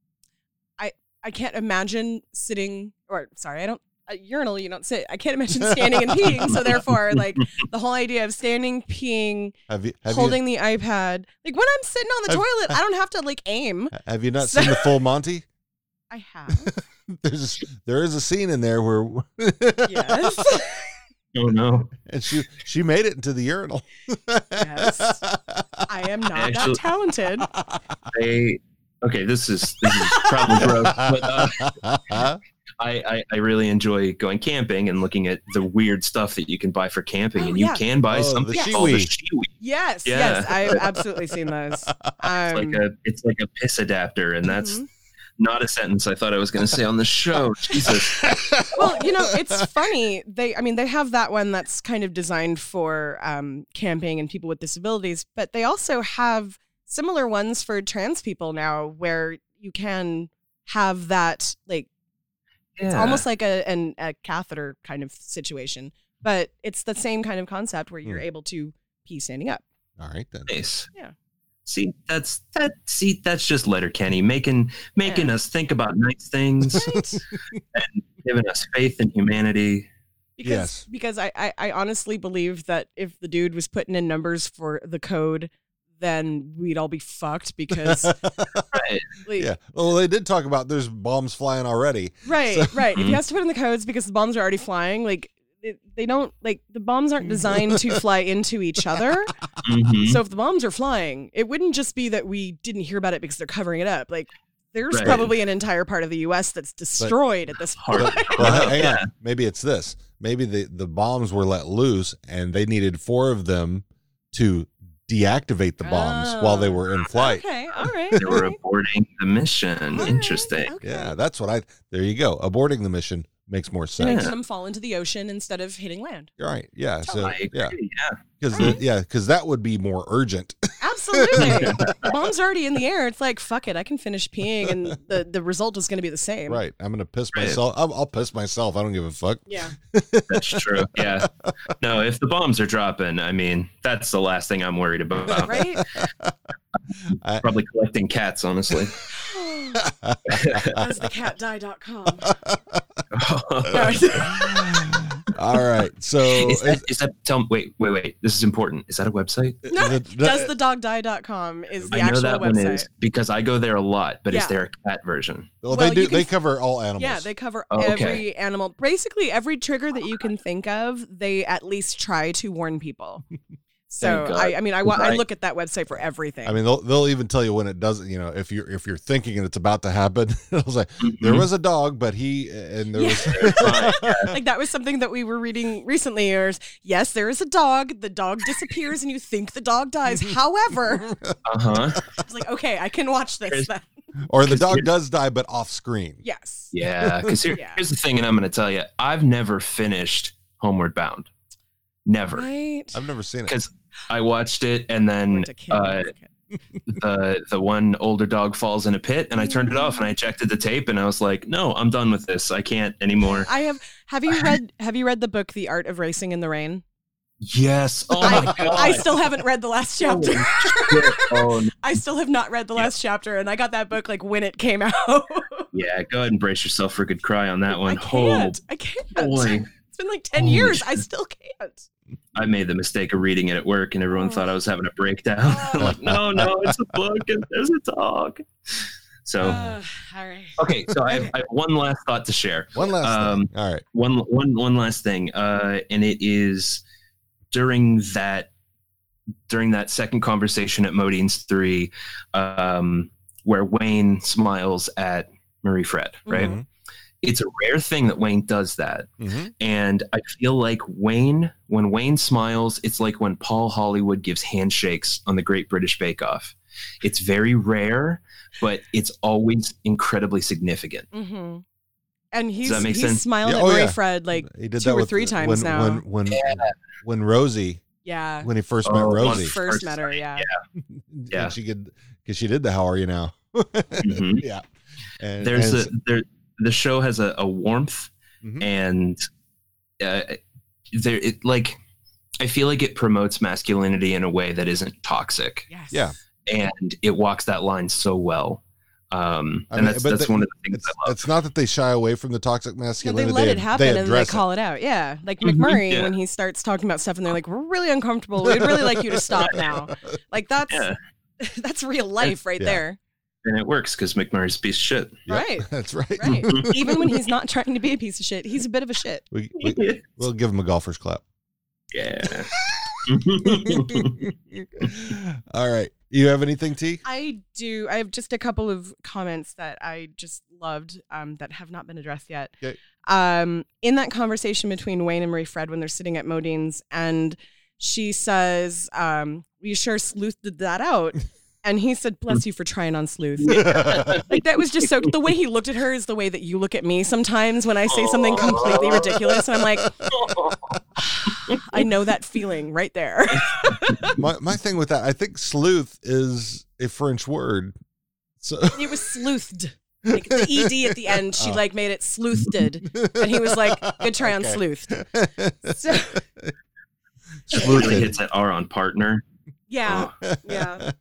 [SPEAKER 3] i i can't imagine sitting or sorry i don't a urinal you don't sit i can't imagine standing and peeing so therefore like the whole idea of standing peeing
[SPEAKER 2] have you have
[SPEAKER 3] holding the ipad like when i'm sitting on the
[SPEAKER 2] Have-
[SPEAKER 3] toilet i don't have to like aim
[SPEAKER 2] you have you not seen the full monty
[SPEAKER 3] i have
[SPEAKER 2] there's there is a scene in there where
[SPEAKER 3] yes
[SPEAKER 4] Oh no,
[SPEAKER 2] and she she made it into the urinal
[SPEAKER 3] Yes. i am not
[SPEAKER 4] Actually-
[SPEAKER 3] that talented
[SPEAKER 4] I, okay, this is this is probably gross, but uh, I, I, I really enjoy going camping and looking at the weird stuff that you can buy for camping.
[SPEAKER 3] Oh,
[SPEAKER 4] and you
[SPEAKER 3] yeah.
[SPEAKER 4] can buy
[SPEAKER 2] Oh, the
[SPEAKER 4] something
[SPEAKER 2] Yes.
[SPEAKER 4] called a
[SPEAKER 2] shiwi.
[SPEAKER 4] shiwi.
[SPEAKER 3] yes
[SPEAKER 4] Yeah.
[SPEAKER 3] yes i've absolutely seen those um,
[SPEAKER 4] It's like a it's like a piss adapter, and that's
[SPEAKER 3] Mhm.
[SPEAKER 4] not a sentence I thought I was going to say on the show. Jesus,
[SPEAKER 3] well, you know, it's funny. They, I mean, they have that one that's kind of designed for um, camping and people with disabilities, but they also have similar ones for trans people now, where you can have that like it's
[SPEAKER 4] Yeah.
[SPEAKER 3] almost like a an, a catheter kind of situation, but it's the same kind of concept where you're able to pee standing up.
[SPEAKER 2] All right then.
[SPEAKER 4] nice.
[SPEAKER 3] Yeah.
[SPEAKER 4] See, that's that. See, that's just Letter Kenny making making
[SPEAKER 3] Yeah.
[SPEAKER 4] us think about nice things. and given us faith in humanity.
[SPEAKER 3] Because, Because I, I, I honestly believe that if the dude was putting in numbers for the code, then we'd all be fucked because. like,
[SPEAKER 2] yeah. Well, they did talk about there's bombs flying already.
[SPEAKER 3] Right,
[SPEAKER 2] So- mm.
[SPEAKER 3] right. If he has to put in the codes because the bombs are already flying, like. it- They don't like the bombs aren't designed to fly into each other.
[SPEAKER 4] Mhm.
[SPEAKER 3] So if the bombs are flying, it wouldn't just be that we didn't hear about it because they're covering it up. Like there's
[SPEAKER 2] Right.
[SPEAKER 3] probably an entire part of the U.S. that's destroyed at this point.
[SPEAKER 2] But- well, hang on. Maybe it's this. Maybe the, the bombs were let loose and they needed four of them to deactivate the bombs while they were in flight.
[SPEAKER 3] Oh, Okay, all right.
[SPEAKER 4] They were aborting the mission. Interesting.
[SPEAKER 2] Yeah, that's what I. There you go. Aborting the mission makes more sense.
[SPEAKER 3] Making them fall into the ocean instead of hitting land.
[SPEAKER 2] You're right. Yeah. So
[SPEAKER 4] I agree,
[SPEAKER 2] yeah,
[SPEAKER 4] yeah.
[SPEAKER 2] because yeah, because that would be more urgent.
[SPEAKER 3] Absolutely. the bomb's already in the air. It's like fuck it, I can finish peeing, and the the result is going to be the same.
[SPEAKER 2] right. I'm gonna piss
[SPEAKER 4] Right.
[SPEAKER 2] myself. I'll, I'll piss myself. I don't give a fuck.
[SPEAKER 3] Yeah.
[SPEAKER 4] That's true. Yeah. No, if the bombs are dropping, I mean, that's the last thing I'm worried about.
[SPEAKER 3] Right.
[SPEAKER 4] Probably collecting cats, honestly.
[SPEAKER 3] AsTheCatDie.com.
[SPEAKER 2] All right. So
[SPEAKER 4] is that, is that tell wait wait wait this is important is that a website
[SPEAKER 3] No, DoesTheDogDie.com is the
[SPEAKER 4] i know
[SPEAKER 3] actual
[SPEAKER 4] that
[SPEAKER 3] website.
[SPEAKER 4] one is because i go there a lot but
[SPEAKER 3] Yeah.
[SPEAKER 4] is there a cat version
[SPEAKER 2] well,
[SPEAKER 3] Well,
[SPEAKER 2] they do.
[SPEAKER 3] you can-
[SPEAKER 2] They cover all animals.
[SPEAKER 3] Yeah, they cover
[SPEAKER 4] Oh, okay.
[SPEAKER 3] every animal. Basically, every trigger that you can think of, they at least try to warn people. So
[SPEAKER 2] God.
[SPEAKER 3] I, I mean, I, wa- I
[SPEAKER 2] Right.
[SPEAKER 3] look at that website for everything.
[SPEAKER 2] I mean, they'll they'll even tell you when it doesn't. You know, if you're if you're thinking and it's about to happen, it was like there
[SPEAKER 4] Mm-hmm.
[SPEAKER 2] was a dog, but he and there was
[SPEAKER 3] like that was something that we were reading recently. Or yes, there is a dog. The dog disappears, and you think the dog dies. However,
[SPEAKER 4] uh-huh
[SPEAKER 3] it's like okay, I can watch this. Then.
[SPEAKER 2] or the dog does die, but off screen.
[SPEAKER 3] Yes.
[SPEAKER 4] yeah because here,
[SPEAKER 3] Yeah.
[SPEAKER 4] here's the thing and i'm going to tell you i've never finished homeward bound never
[SPEAKER 3] Right.
[SPEAKER 2] I've never seen it.
[SPEAKER 4] because i watched it and then uh, the the one older dog falls in a pit and i turned it off
[SPEAKER 3] Mm.
[SPEAKER 4] and i ejected the tape and i was like no i'm done with this i can't anymore
[SPEAKER 3] I have. Have you read? Have you read the book, The Art of Racing in the Rain?
[SPEAKER 4] yes oh my
[SPEAKER 3] I,
[SPEAKER 4] god
[SPEAKER 3] I still haven't read the last chapter.
[SPEAKER 4] oh no.
[SPEAKER 3] I still have not read the last chapter, and I got that book like when it came out.
[SPEAKER 4] Yeah, go ahead and brace yourself for a good cry on that one. Oh
[SPEAKER 3] can't. I can't.
[SPEAKER 4] boy,
[SPEAKER 3] It's been like 10
[SPEAKER 4] Holy
[SPEAKER 3] years. I still can't.
[SPEAKER 4] I made the mistake of reading it at work, and everyone
[SPEAKER 3] Oh.
[SPEAKER 4] thought I was having a breakdown. I'm like, no, no, it's a book, and there's a dog. So,
[SPEAKER 3] all right.
[SPEAKER 4] okay, so I have, I have one last thought to share.
[SPEAKER 2] One last
[SPEAKER 4] Um,
[SPEAKER 2] thing. All right.
[SPEAKER 4] One one one last thing, uh, and it is during that during that second conversation at Modine's three, um, where Wayne smiles at Marie Fred, right?
[SPEAKER 2] Mhm.
[SPEAKER 4] It's a rare thing that Wayne does that.
[SPEAKER 2] Mhm.
[SPEAKER 4] And I feel like Wayne, when Wayne smiles, it's like when Paul Hollywood gives handshakes on the Great British Bake Off. It's very rare, but it's always incredibly significant.
[SPEAKER 3] Mm-hmm. And he's,
[SPEAKER 4] that make
[SPEAKER 3] he's
[SPEAKER 4] sense?
[SPEAKER 3] smiled
[SPEAKER 2] Yeah,
[SPEAKER 3] at
[SPEAKER 2] oh,
[SPEAKER 3] Marie
[SPEAKER 2] yeah.
[SPEAKER 3] Fred like
[SPEAKER 2] He did
[SPEAKER 3] two
[SPEAKER 2] that
[SPEAKER 3] or
[SPEAKER 2] with
[SPEAKER 3] three
[SPEAKER 2] the-
[SPEAKER 3] times
[SPEAKER 2] when,
[SPEAKER 3] now.
[SPEAKER 2] When when when Rosie
[SPEAKER 3] yeah.
[SPEAKER 2] when he first
[SPEAKER 4] Oh,
[SPEAKER 2] met
[SPEAKER 4] on
[SPEAKER 2] Rosie,
[SPEAKER 3] First met her, yeah.
[SPEAKER 2] and
[SPEAKER 4] yeah.
[SPEAKER 2] she could because she did the How Are You Now.
[SPEAKER 4] Mhm.
[SPEAKER 2] Yeah. And,
[SPEAKER 4] There's
[SPEAKER 2] and
[SPEAKER 4] a there, the show has a, a warmth
[SPEAKER 2] Mhm.
[SPEAKER 4] and uh, there it like I feel like it promotes masculinity in a way that isn't toxic.
[SPEAKER 3] Yes.
[SPEAKER 2] Yeah.
[SPEAKER 4] and it walks that line so well. Um,
[SPEAKER 2] I
[SPEAKER 4] and
[SPEAKER 2] mean,
[SPEAKER 4] that's
[SPEAKER 2] but
[SPEAKER 4] that's
[SPEAKER 2] the-
[SPEAKER 4] one of the things
[SPEAKER 2] it's,
[SPEAKER 4] I love.
[SPEAKER 2] it's not that they shy away from the toxic
[SPEAKER 3] No, they
[SPEAKER 2] masculinity.
[SPEAKER 3] let it happen and they
[SPEAKER 2] address
[SPEAKER 3] call it out. Yeah. Like
[SPEAKER 4] Mhm,
[SPEAKER 3] McMurray,
[SPEAKER 4] yeah. Oh.
[SPEAKER 3] when he starts talking about stuff and they're like, we're really uncomfortable. We'd really like you to stop now. Like that's
[SPEAKER 4] Yeah,
[SPEAKER 3] that's real life right
[SPEAKER 2] Yeah.
[SPEAKER 3] there.
[SPEAKER 4] and it works because McMurray's a piece of shit.
[SPEAKER 3] Right.
[SPEAKER 2] That's right.
[SPEAKER 3] Right. Even when he's not trying to be a piece of shit, he's a bit of a shit.
[SPEAKER 2] We, we, we'll give him a golfer's clap.
[SPEAKER 4] Yeah.
[SPEAKER 2] All right. You have anything, T?
[SPEAKER 3] I do. I have just a couple of comments that I just loved um, that have not been addressed yet.
[SPEAKER 2] Okay.
[SPEAKER 3] Um, in that conversation between Wayne and Marie Fred when they're sitting at Modine's, and she says, um, "You sure sleuthed that out." And he said, "Bless you for trying on sleuth." like that was just so. The way he looked at her is the way that you look at me sometimes when I say something completely ridiculous, and I'm like, "I know that feeling right there."
[SPEAKER 2] my, my thing with that, I think sleuth is a French word. So
[SPEAKER 3] It was sleuthed. Like the ed at the end,
[SPEAKER 2] Oh.
[SPEAKER 3] she like made it sleuthed, and he was like, "Good try on
[SPEAKER 2] Okay.
[SPEAKER 3] sleuthed." So,
[SPEAKER 4] It really
[SPEAKER 2] Sleuthed.
[SPEAKER 4] hits that R on partner.
[SPEAKER 2] Oh.
[SPEAKER 3] yeah, yeah.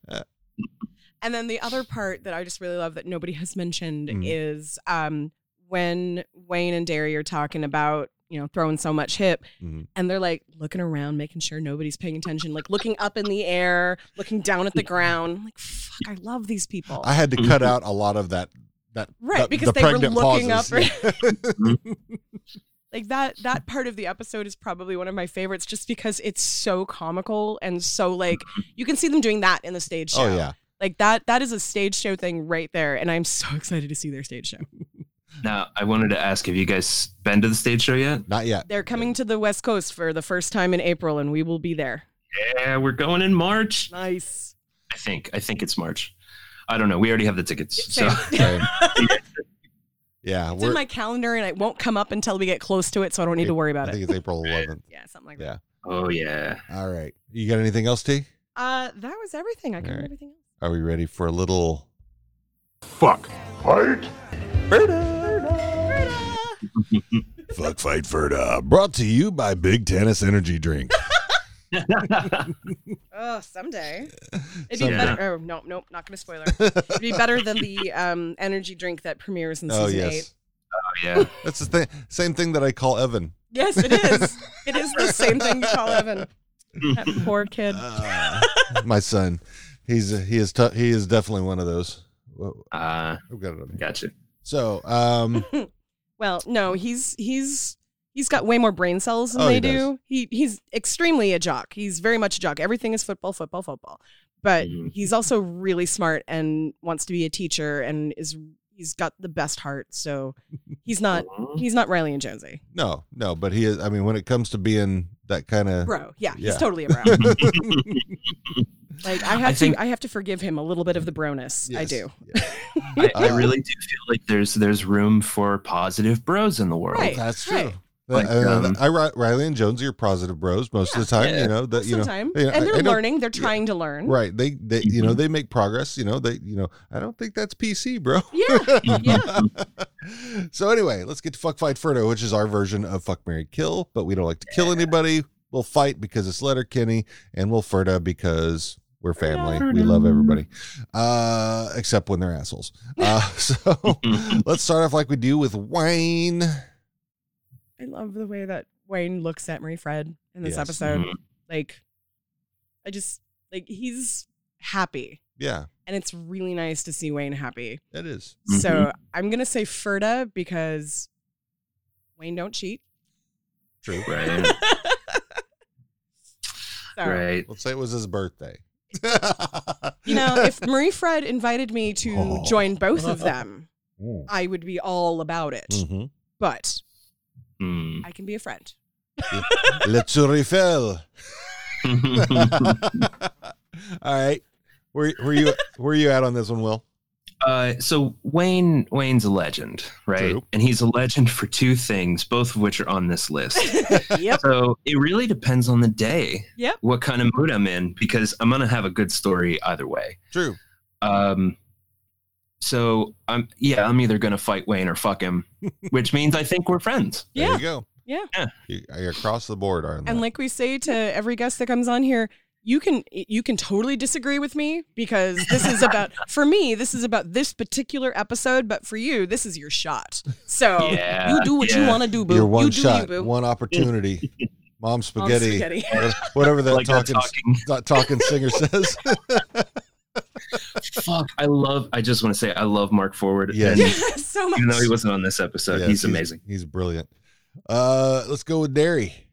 [SPEAKER 3] And then the other part that I just really love that nobody has mentioned
[SPEAKER 2] Mm.
[SPEAKER 3] is um, when Wayne and Derry are talking about, you know, throwing so much hip
[SPEAKER 2] Mhm.
[SPEAKER 3] and they're like looking around, making sure nobody's paying attention, like looking up in the air, looking down at the ground. I'm like, fuck, I love these people.
[SPEAKER 2] I had to cut out a lot of that. That
[SPEAKER 3] Right,
[SPEAKER 2] that-
[SPEAKER 3] because
[SPEAKER 2] the
[SPEAKER 3] they were
[SPEAKER 2] pregnant
[SPEAKER 3] looking
[SPEAKER 2] pauses.
[SPEAKER 3] up- like that that part of the episode is probably one of my favorites just because it's so comical and so like you can see them doing that in the stage show.
[SPEAKER 2] oh yeah,
[SPEAKER 3] Like that that is a stage show thing right there and I'm so excited to see their stage show.
[SPEAKER 4] Now, I wanted to ask, have you guys been to the stage show yet?
[SPEAKER 2] not yet.
[SPEAKER 3] They're coming to the West Coast for the first time in April and we will be there.
[SPEAKER 4] Yeah, we're going in March.
[SPEAKER 3] Nice.
[SPEAKER 4] I think. I think it's March. I don't know. We already have the tickets. So
[SPEAKER 2] Same. Yeah,
[SPEAKER 3] It's in my calendar and it won't come up until we get close to it so I don't need to worry
[SPEAKER 2] I
[SPEAKER 3] about
[SPEAKER 2] think
[SPEAKER 3] it.
[SPEAKER 2] it's April 11th.
[SPEAKER 3] Yeah, something like
[SPEAKER 2] Yeah.
[SPEAKER 3] that.
[SPEAKER 4] Oh yeah.
[SPEAKER 2] All right, you got anything else, T?
[SPEAKER 3] Uh that was everything. I
[SPEAKER 2] All
[SPEAKER 3] covered
[SPEAKER 2] right.
[SPEAKER 3] everything else.
[SPEAKER 2] Are we ready for a little?
[SPEAKER 7] Fuck. Fight.
[SPEAKER 2] Fuck Fight Ferda, brought to you by Big Tennis Energy Drink.
[SPEAKER 3] Oh, someday. It'd be
[SPEAKER 2] Someday.
[SPEAKER 3] better. Oh, no, nope, not going to spoiler. It'd be better than the um, energy drink that premieres in season
[SPEAKER 2] oh yes,
[SPEAKER 3] eight.
[SPEAKER 4] Oh yeah.
[SPEAKER 2] that's the thing. Same thing that I call Evan.
[SPEAKER 3] Yes, it is. it is the same thing you call Evan. That poor kid.
[SPEAKER 2] Uh, my son, he's he is t- he is definitely one of those. Whoa,
[SPEAKER 4] Uh,
[SPEAKER 2] I've got it on here.
[SPEAKER 4] gotcha.
[SPEAKER 2] So, um,
[SPEAKER 3] Well, no, he's he's he's got way more brain cells than
[SPEAKER 2] Oh,
[SPEAKER 3] they
[SPEAKER 2] he
[SPEAKER 3] do. He he's extremely a jock. He's very much a jock. Everything is football, football, football. But
[SPEAKER 4] Mhm.
[SPEAKER 3] he's also really smart and wants to be a teacher and is he's got the best heart. So he's not he's not Riley and Jonesy.
[SPEAKER 2] no, no, but he is. I mean, when it comes to being that kind of
[SPEAKER 3] Bro, yeah, he's
[SPEAKER 2] Yeah.
[SPEAKER 3] totally a bro. Like I have
[SPEAKER 4] I
[SPEAKER 3] to,
[SPEAKER 4] think-
[SPEAKER 3] I have to forgive him a little bit of the broness. I do.
[SPEAKER 4] I, I
[SPEAKER 2] Uh,
[SPEAKER 4] really do feel like there's there's room for positive bros in the world.
[SPEAKER 3] Right.
[SPEAKER 2] That's true.
[SPEAKER 3] Right.
[SPEAKER 4] Like,
[SPEAKER 2] Uh,
[SPEAKER 4] um,
[SPEAKER 2] I Ri- Riley and Jonesy are positive bros most of the time.
[SPEAKER 4] Yeah.
[SPEAKER 2] You know that you know,
[SPEAKER 3] Sometime.
[SPEAKER 2] you know,
[SPEAKER 3] and
[SPEAKER 2] I-
[SPEAKER 3] they're
[SPEAKER 2] I know-
[SPEAKER 3] learning. They're trying to learn.
[SPEAKER 2] Right. They they you
[SPEAKER 4] Mm-hmm.
[SPEAKER 2] know they make progress. You know they you know I don't think that's PC, bro.
[SPEAKER 3] Yeah. Yeah.
[SPEAKER 2] so anyway, let's get to fuck fight Frodo, which is our version of fuck Mary kill, but we don't like to kill anybody. We'll fight because it's letter Kenny, and we'll Furta because we're family. We love everybody, uh, except when they're assholes. Uh, so let's start off like we do with Wayne.
[SPEAKER 3] I love the way that Wayne looks at Marie Fred in this
[SPEAKER 2] Yes.
[SPEAKER 3] episode.
[SPEAKER 4] Mhm.
[SPEAKER 3] Like, I just like he's happy,
[SPEAKER 2] Yeah,
[SPEAKER 3] and it's really nice to see Wayne happy.
[SPEAKER 2] that is.
[SPEAKER 3] So I'm gonna say Ferda because Wayne don't cheat.
[SPEAKER 2] True.
[SPEAKER 4] Right.
[SPEAKER 3] So
[SPEAKER 4] Right.
[SPEAKER 2] Let's say it was his birthday. Mm.
[SPEAKER 3] you know, if Marie Fred invited me to
[SPEAKER 2] Oh.
[SPEAKER 3] join both of them,
[SPEAKER 2] Mm.
[SPEAKER 3] I would be all about it.
[SPEAKER 2] Mhm.
[SPEAKER 3] But
[SPEAKER 4] Hmm.
[SPEAKER 3] I can be a friend.
[SPEAKER 2] Le Turifel. All right. Where where you where you at on this one, Will?
[SPEAKER 4] Uh, so Wayne Wayne's a legend, right?
[SPEAKER 2] True.
[SPEAKER 4] And he's a legend for two things, both of which are on this list.
[SPEAKER 3] Yep.
[SPEAKER 4] so it really depends on the day.
[SPEAKER 3] Yep.
[SPEAKER 4] What kind of mood I'm in because I'm gonna have a good story either way.
[SPEAKER 2] True.
[SPEAKER 4] Um so I'm yeah, I'm either gonna fight Wayne or fuck him, which means I think we're friends.
[SPEAKER 2] There
[SPEAKER 3] Yeah.
[SPEAKER 2] you go.
[SPEAKER 3] Yeah.
[SPEAKER 4] Yeah.
[SPEAKER 2] You, you're across the board, aren't
[SPEAKER 3] And
[SPEAKER 2] you?
[SPEAKER 3] like we say to every guest that comes on here, you can you can totally disagree with me because this is about for me this is about this particular episode, but for you this is your shot. So
[SPEAKER 4] Yeah,
[SPEAKER 3] Oh, you do what you
[SPEAKER 4] yeah.
[SPEAKER 3] want to do, boo.
[SPEAKER 2] Your one
[SPEAKER 3] you do
[SPEAKER 2] shot,
[SPEAKER 3] you, boo.
[SPEAKER 2] one opportunity. Mom
[SPEAKER 3] Mom's
[SPEAKER 2] spaghetti.
[SPEAKER 3] spaghetti.
[SPEAKER 2] Whatever- Whatever that
[SPEAKER 4] Like that
[SPEAKER 2] talking,
[SPEAKER 4] talking.
[SPEAKER 2] that talking singer says.
[SPEAKER 4] Fuck. I love I just want to say I love Mark Forward.
[SPEAKER 2] Yes.
[SPEAKER 4] And
[SPEAKER 3] so much.
[SPEAKER 4] even though he wasn't on this episode,
[SPEAKER 2] Yes,
[SPEAKER 4] he's amazing.
[SPEAKER 2] He's, brilliant. Uh, let's go with Derry.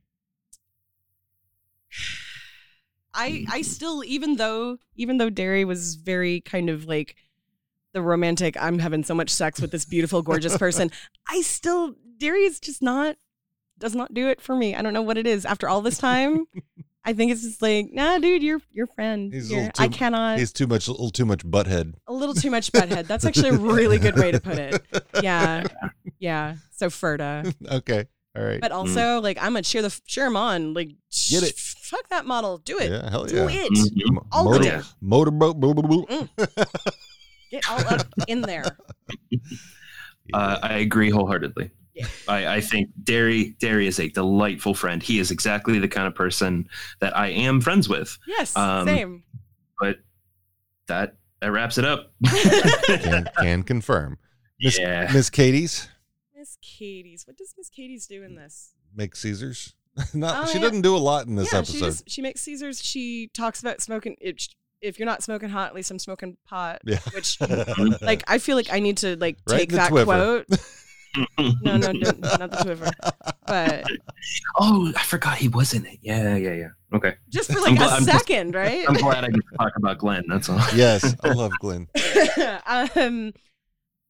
[SPEAKER 3] I
[SPEAKER 2] Mm-hmm.
[SPEAKER 3] I still even though even though Derry was very kind of like the romantic I'm having so much sex with this beautiful gorgeous person, I still Derry is just not does not do it for me. I don't know what it is after all this time. I think it's just like, nah, dude, you're your friend.
[SPEAKER 2] He's a
[SPEAKER 3] You're-
[SPEAKER 2] little
[SPEAKER 3] I
[SPEAKER 2] too-
[SPEAKER 3] cannot.
[SPEAKER 2] He's too much, a little too much butthead.
[SPEAKER 3] A little too much butthead. Uh, That's actually a really good way to put it. Yeah, yeah. So Ferda,
[SPEAKER 2] Okay. All right.
[SPEAKER 3] but also like I'm gonna cheer the cheer him on. Like,
[SPEAKER 2] Mm. Get it.
[SPEAKER 3] fuck that model. Do it.
[SPEAKER 2] yeah. Hell
[SPEAKER 3] Do
[SPEAKER 2] yeah. Mm.
[SPEAKER 3] it.
[SPEAKER 4] Mhm.
[SPEAKER 2] Mo-
[SPEAKER 3] All
[SPEAKER 2] motor-
[SPEAKER 4] of it.
[SPEAKER 2] Motorboat. Boo, boo, boo.
[SPEAKER 3] Get all up in there.
[SPEAKER 4] Uh, I agree wholeheartedly.
[SPEAKER 3] Yeah.
[SPEAKER 4] I, I think Derry Derry is a delightful friend. He is exactly the kind of person that I am friends with.
[SPEAKER 3] Yes,
[SPEAKER 4] Um,
[SPEAKER 3] same.
[SPEAKER 4] That that wraps it up.
[SPEAKER 2] can, can confirm. Miss-
[SPEAKER 4] yeah.
[SPEAKER 2] Miss Katie's.
[SPEAKER 3] Miss Katie's. What does Miss Katie's do in this?
[SPEAKER 2] Make Caesars. Not
[SPEAKER 3] Oh,
[SPEAKER 2] she
[SPEAKER 3] yeah.
[SPEAKER 2] doesn't do a lot in this
[SPEAKER 3] yeah,
[SPEAKER 2] episode.
[SPEAKER 3] she just she makes Caesars. She talks about smoking. If, if you're not smoking hot, at least I'm smoking pot.
[SPEAKER 2] yeah.
[SPEAKER 3] Which like I feel like I need to like
[SPEAKER 2] Right
[SPEAKER 3] take
[SPEAKER 2] in the
[SPEAKER 3] that
[SPEAKER 2] Twiffer.
[SPEAKER 3] quote. no, no, no, not the Twiver, but
[SPEAKER 4] Oh, I forgot he was in it. Yeah, yeah, yeah. Okay.
[SPEAKER 3] just for
[SPEAKER 4] I'm
[SPEAKER 3] like
[SPEAKER 4] glad-
[SPEAKER 3] a
[SPEAKER 4] I'm just-
[SPEAKER 3] second, right?
[SPEAKER 4] I'm glad I can talk about Glenn. That's all.
[SPEAKER 2] yes, I love Glenn.
[SPEAKER 3] um,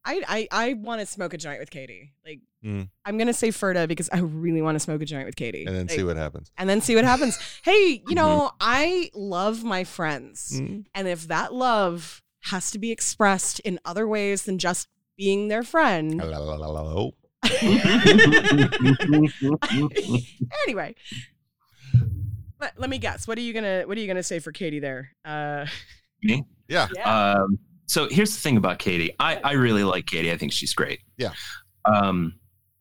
[SPEAKER 3] I I I want to smoke a joint with Katie. Like
[SPEAKER 2] Mm.
[SPEAKER 3] I'm gonna say Ferda because I really want to smoke a joint with Katie,
[SPEAKER 2] And then
[SPEAKER 3] Like,
[SPEAKER 2] see what happens.
[SPEAKER 3] and then see what happens. hey, you know I love my friends,
[SPEAKER 2] Mhm.
[SPEAKER 3] and if that love has to be expressed in other ways than just being their friend,
[SPEAKER 2] La, la, la, la, la.
[SPEAKER 3] anyway let, let me guess what are you gonna what are you gonna say for katie there uh
[SPEAKER 4] Me?
[SPEAKER 2] Yeah.
[SPEAKER 4] Um, so here's the thing about Katie. I, I really like Katie. I think she's great.
[SPEAKER 2] Yeah.
[SPEAKER 4] Um,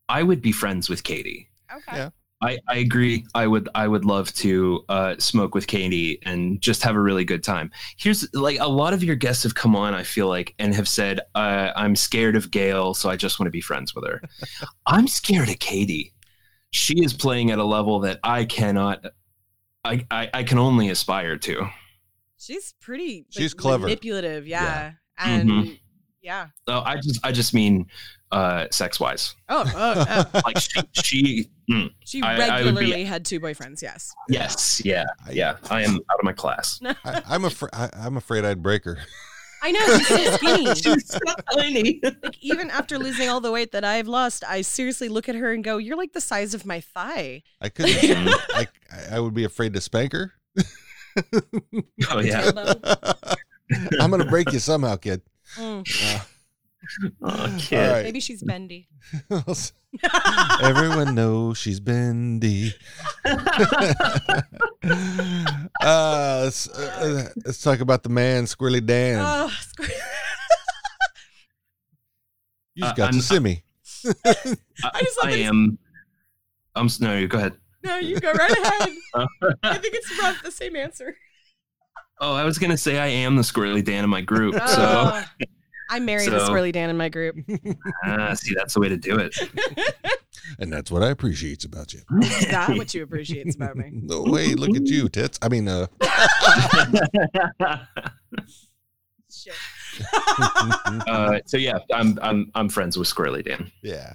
[SPEAKER 4] I would be friends with Katie.
[SPEAKER 3] okay
[SPEAKER 2] Yeah.
[SPEAKER 4] I, I agree. I would I would love to uh, smoke with Katie and just have a really good time. Here's like a lot of your guests have come on. I feel like and have said uh, I'm scared of Gail, so I just want to be friends with her. I'm scared of Katie. She is playing at a level that I cannot. I I, I can only aspire to.
[SPEAKER 3] she's pretty like,
[SPEAKER 2] She's clever.
[SPEAKER 3] manipulative yeah,
[SPEAKER 2] Yeah.
[SPEAKER 3] and
[SPEAKER 4] Mhm.
[SPEAKER 3] yeah
[SPEAKER 4] No, I just I just mean uh, sex wise.
[SPEAKER 3] oh, oh, oh.
[SPEAKER 4] Like she, she mm,
[SPEAKER 3] she
[SPEAKER 4] I- I would be-
[SPEAKER 3] regularly had two boyfriends yes
[SPEAKER 4] yes, yeah, yeah. I am out of my class.
[SPEAKER 2] I, I'm afraid. I'm afraid I'd break her.
[SPEAKER 3] i know she's so skinny
[SPEAKER 4] She's so tiny.
[SPEAKER 3] like even after losing all the weight that i've lost i seriously look at her and go you're like the size of my thigh
[SPEAKER 2] I couldn't.
[SPEAKER 4] Mm,
[SPEAKER 2] I, I would be afraid to spank her.
[SPEAKER 4] Oh yeah.
[SPEAKER 2] I'm gonna break you somehow, kid.
[SPEAKER 3] Mm.
[SPEAKER 2] Uh,
[SPEAKER 4] Oh,
[SPEAKER 2] all
[SPEAKER 4] kid.
[SPEAKER 2] right.
[SPEAKER 3] maybe she's bendy
[SPEAKER 2] Everyone knows she's bendy. uh, let's, uh, let's talk about the man, Squirrely Dan.
[SPEAKER 4] Uh,
[SPEAKER 3] oh squ-
[SPEAKER 2] you just
[SPEAKER 4] Uh,
[SPEAKER 2] got to
[SPEAKER 4] I'm-
[SPEAKER 2] see me.
[SPEAKER 4] I,
[SPEAKER 3] just love
[SPEAKER 4] I
[SPEAKER 3] that it's-
[SPEAKER 4] am. I'm s- no. Go ahead.
[SPEAKER 3] no you go right ahead i think it's about the same answer
[SPEAKER 4] Oh, I was gonna say I am the squirrely Dan in my group. So
[SPEAKER 3] Oh, I married a
[SPEAKER 4] So-
[SPEAKER 3] squirrely Dan in my group. Oh.
[SPEAKER 4] ah, see, that's the way to do it.
[SPEAKER 2] And that's what I appreciate about you.
[SPEAKER 3] Is that what you appreciate about me?
[SPEAKER 2] No way, look at you, tits. I mean, uh,
[SPEAKER 3] Shit.
[SPEAKER 4] Uh, so yeah, I'm I'm I'm friends with Squirrely Dan.
[SPEAKER 2] yeah,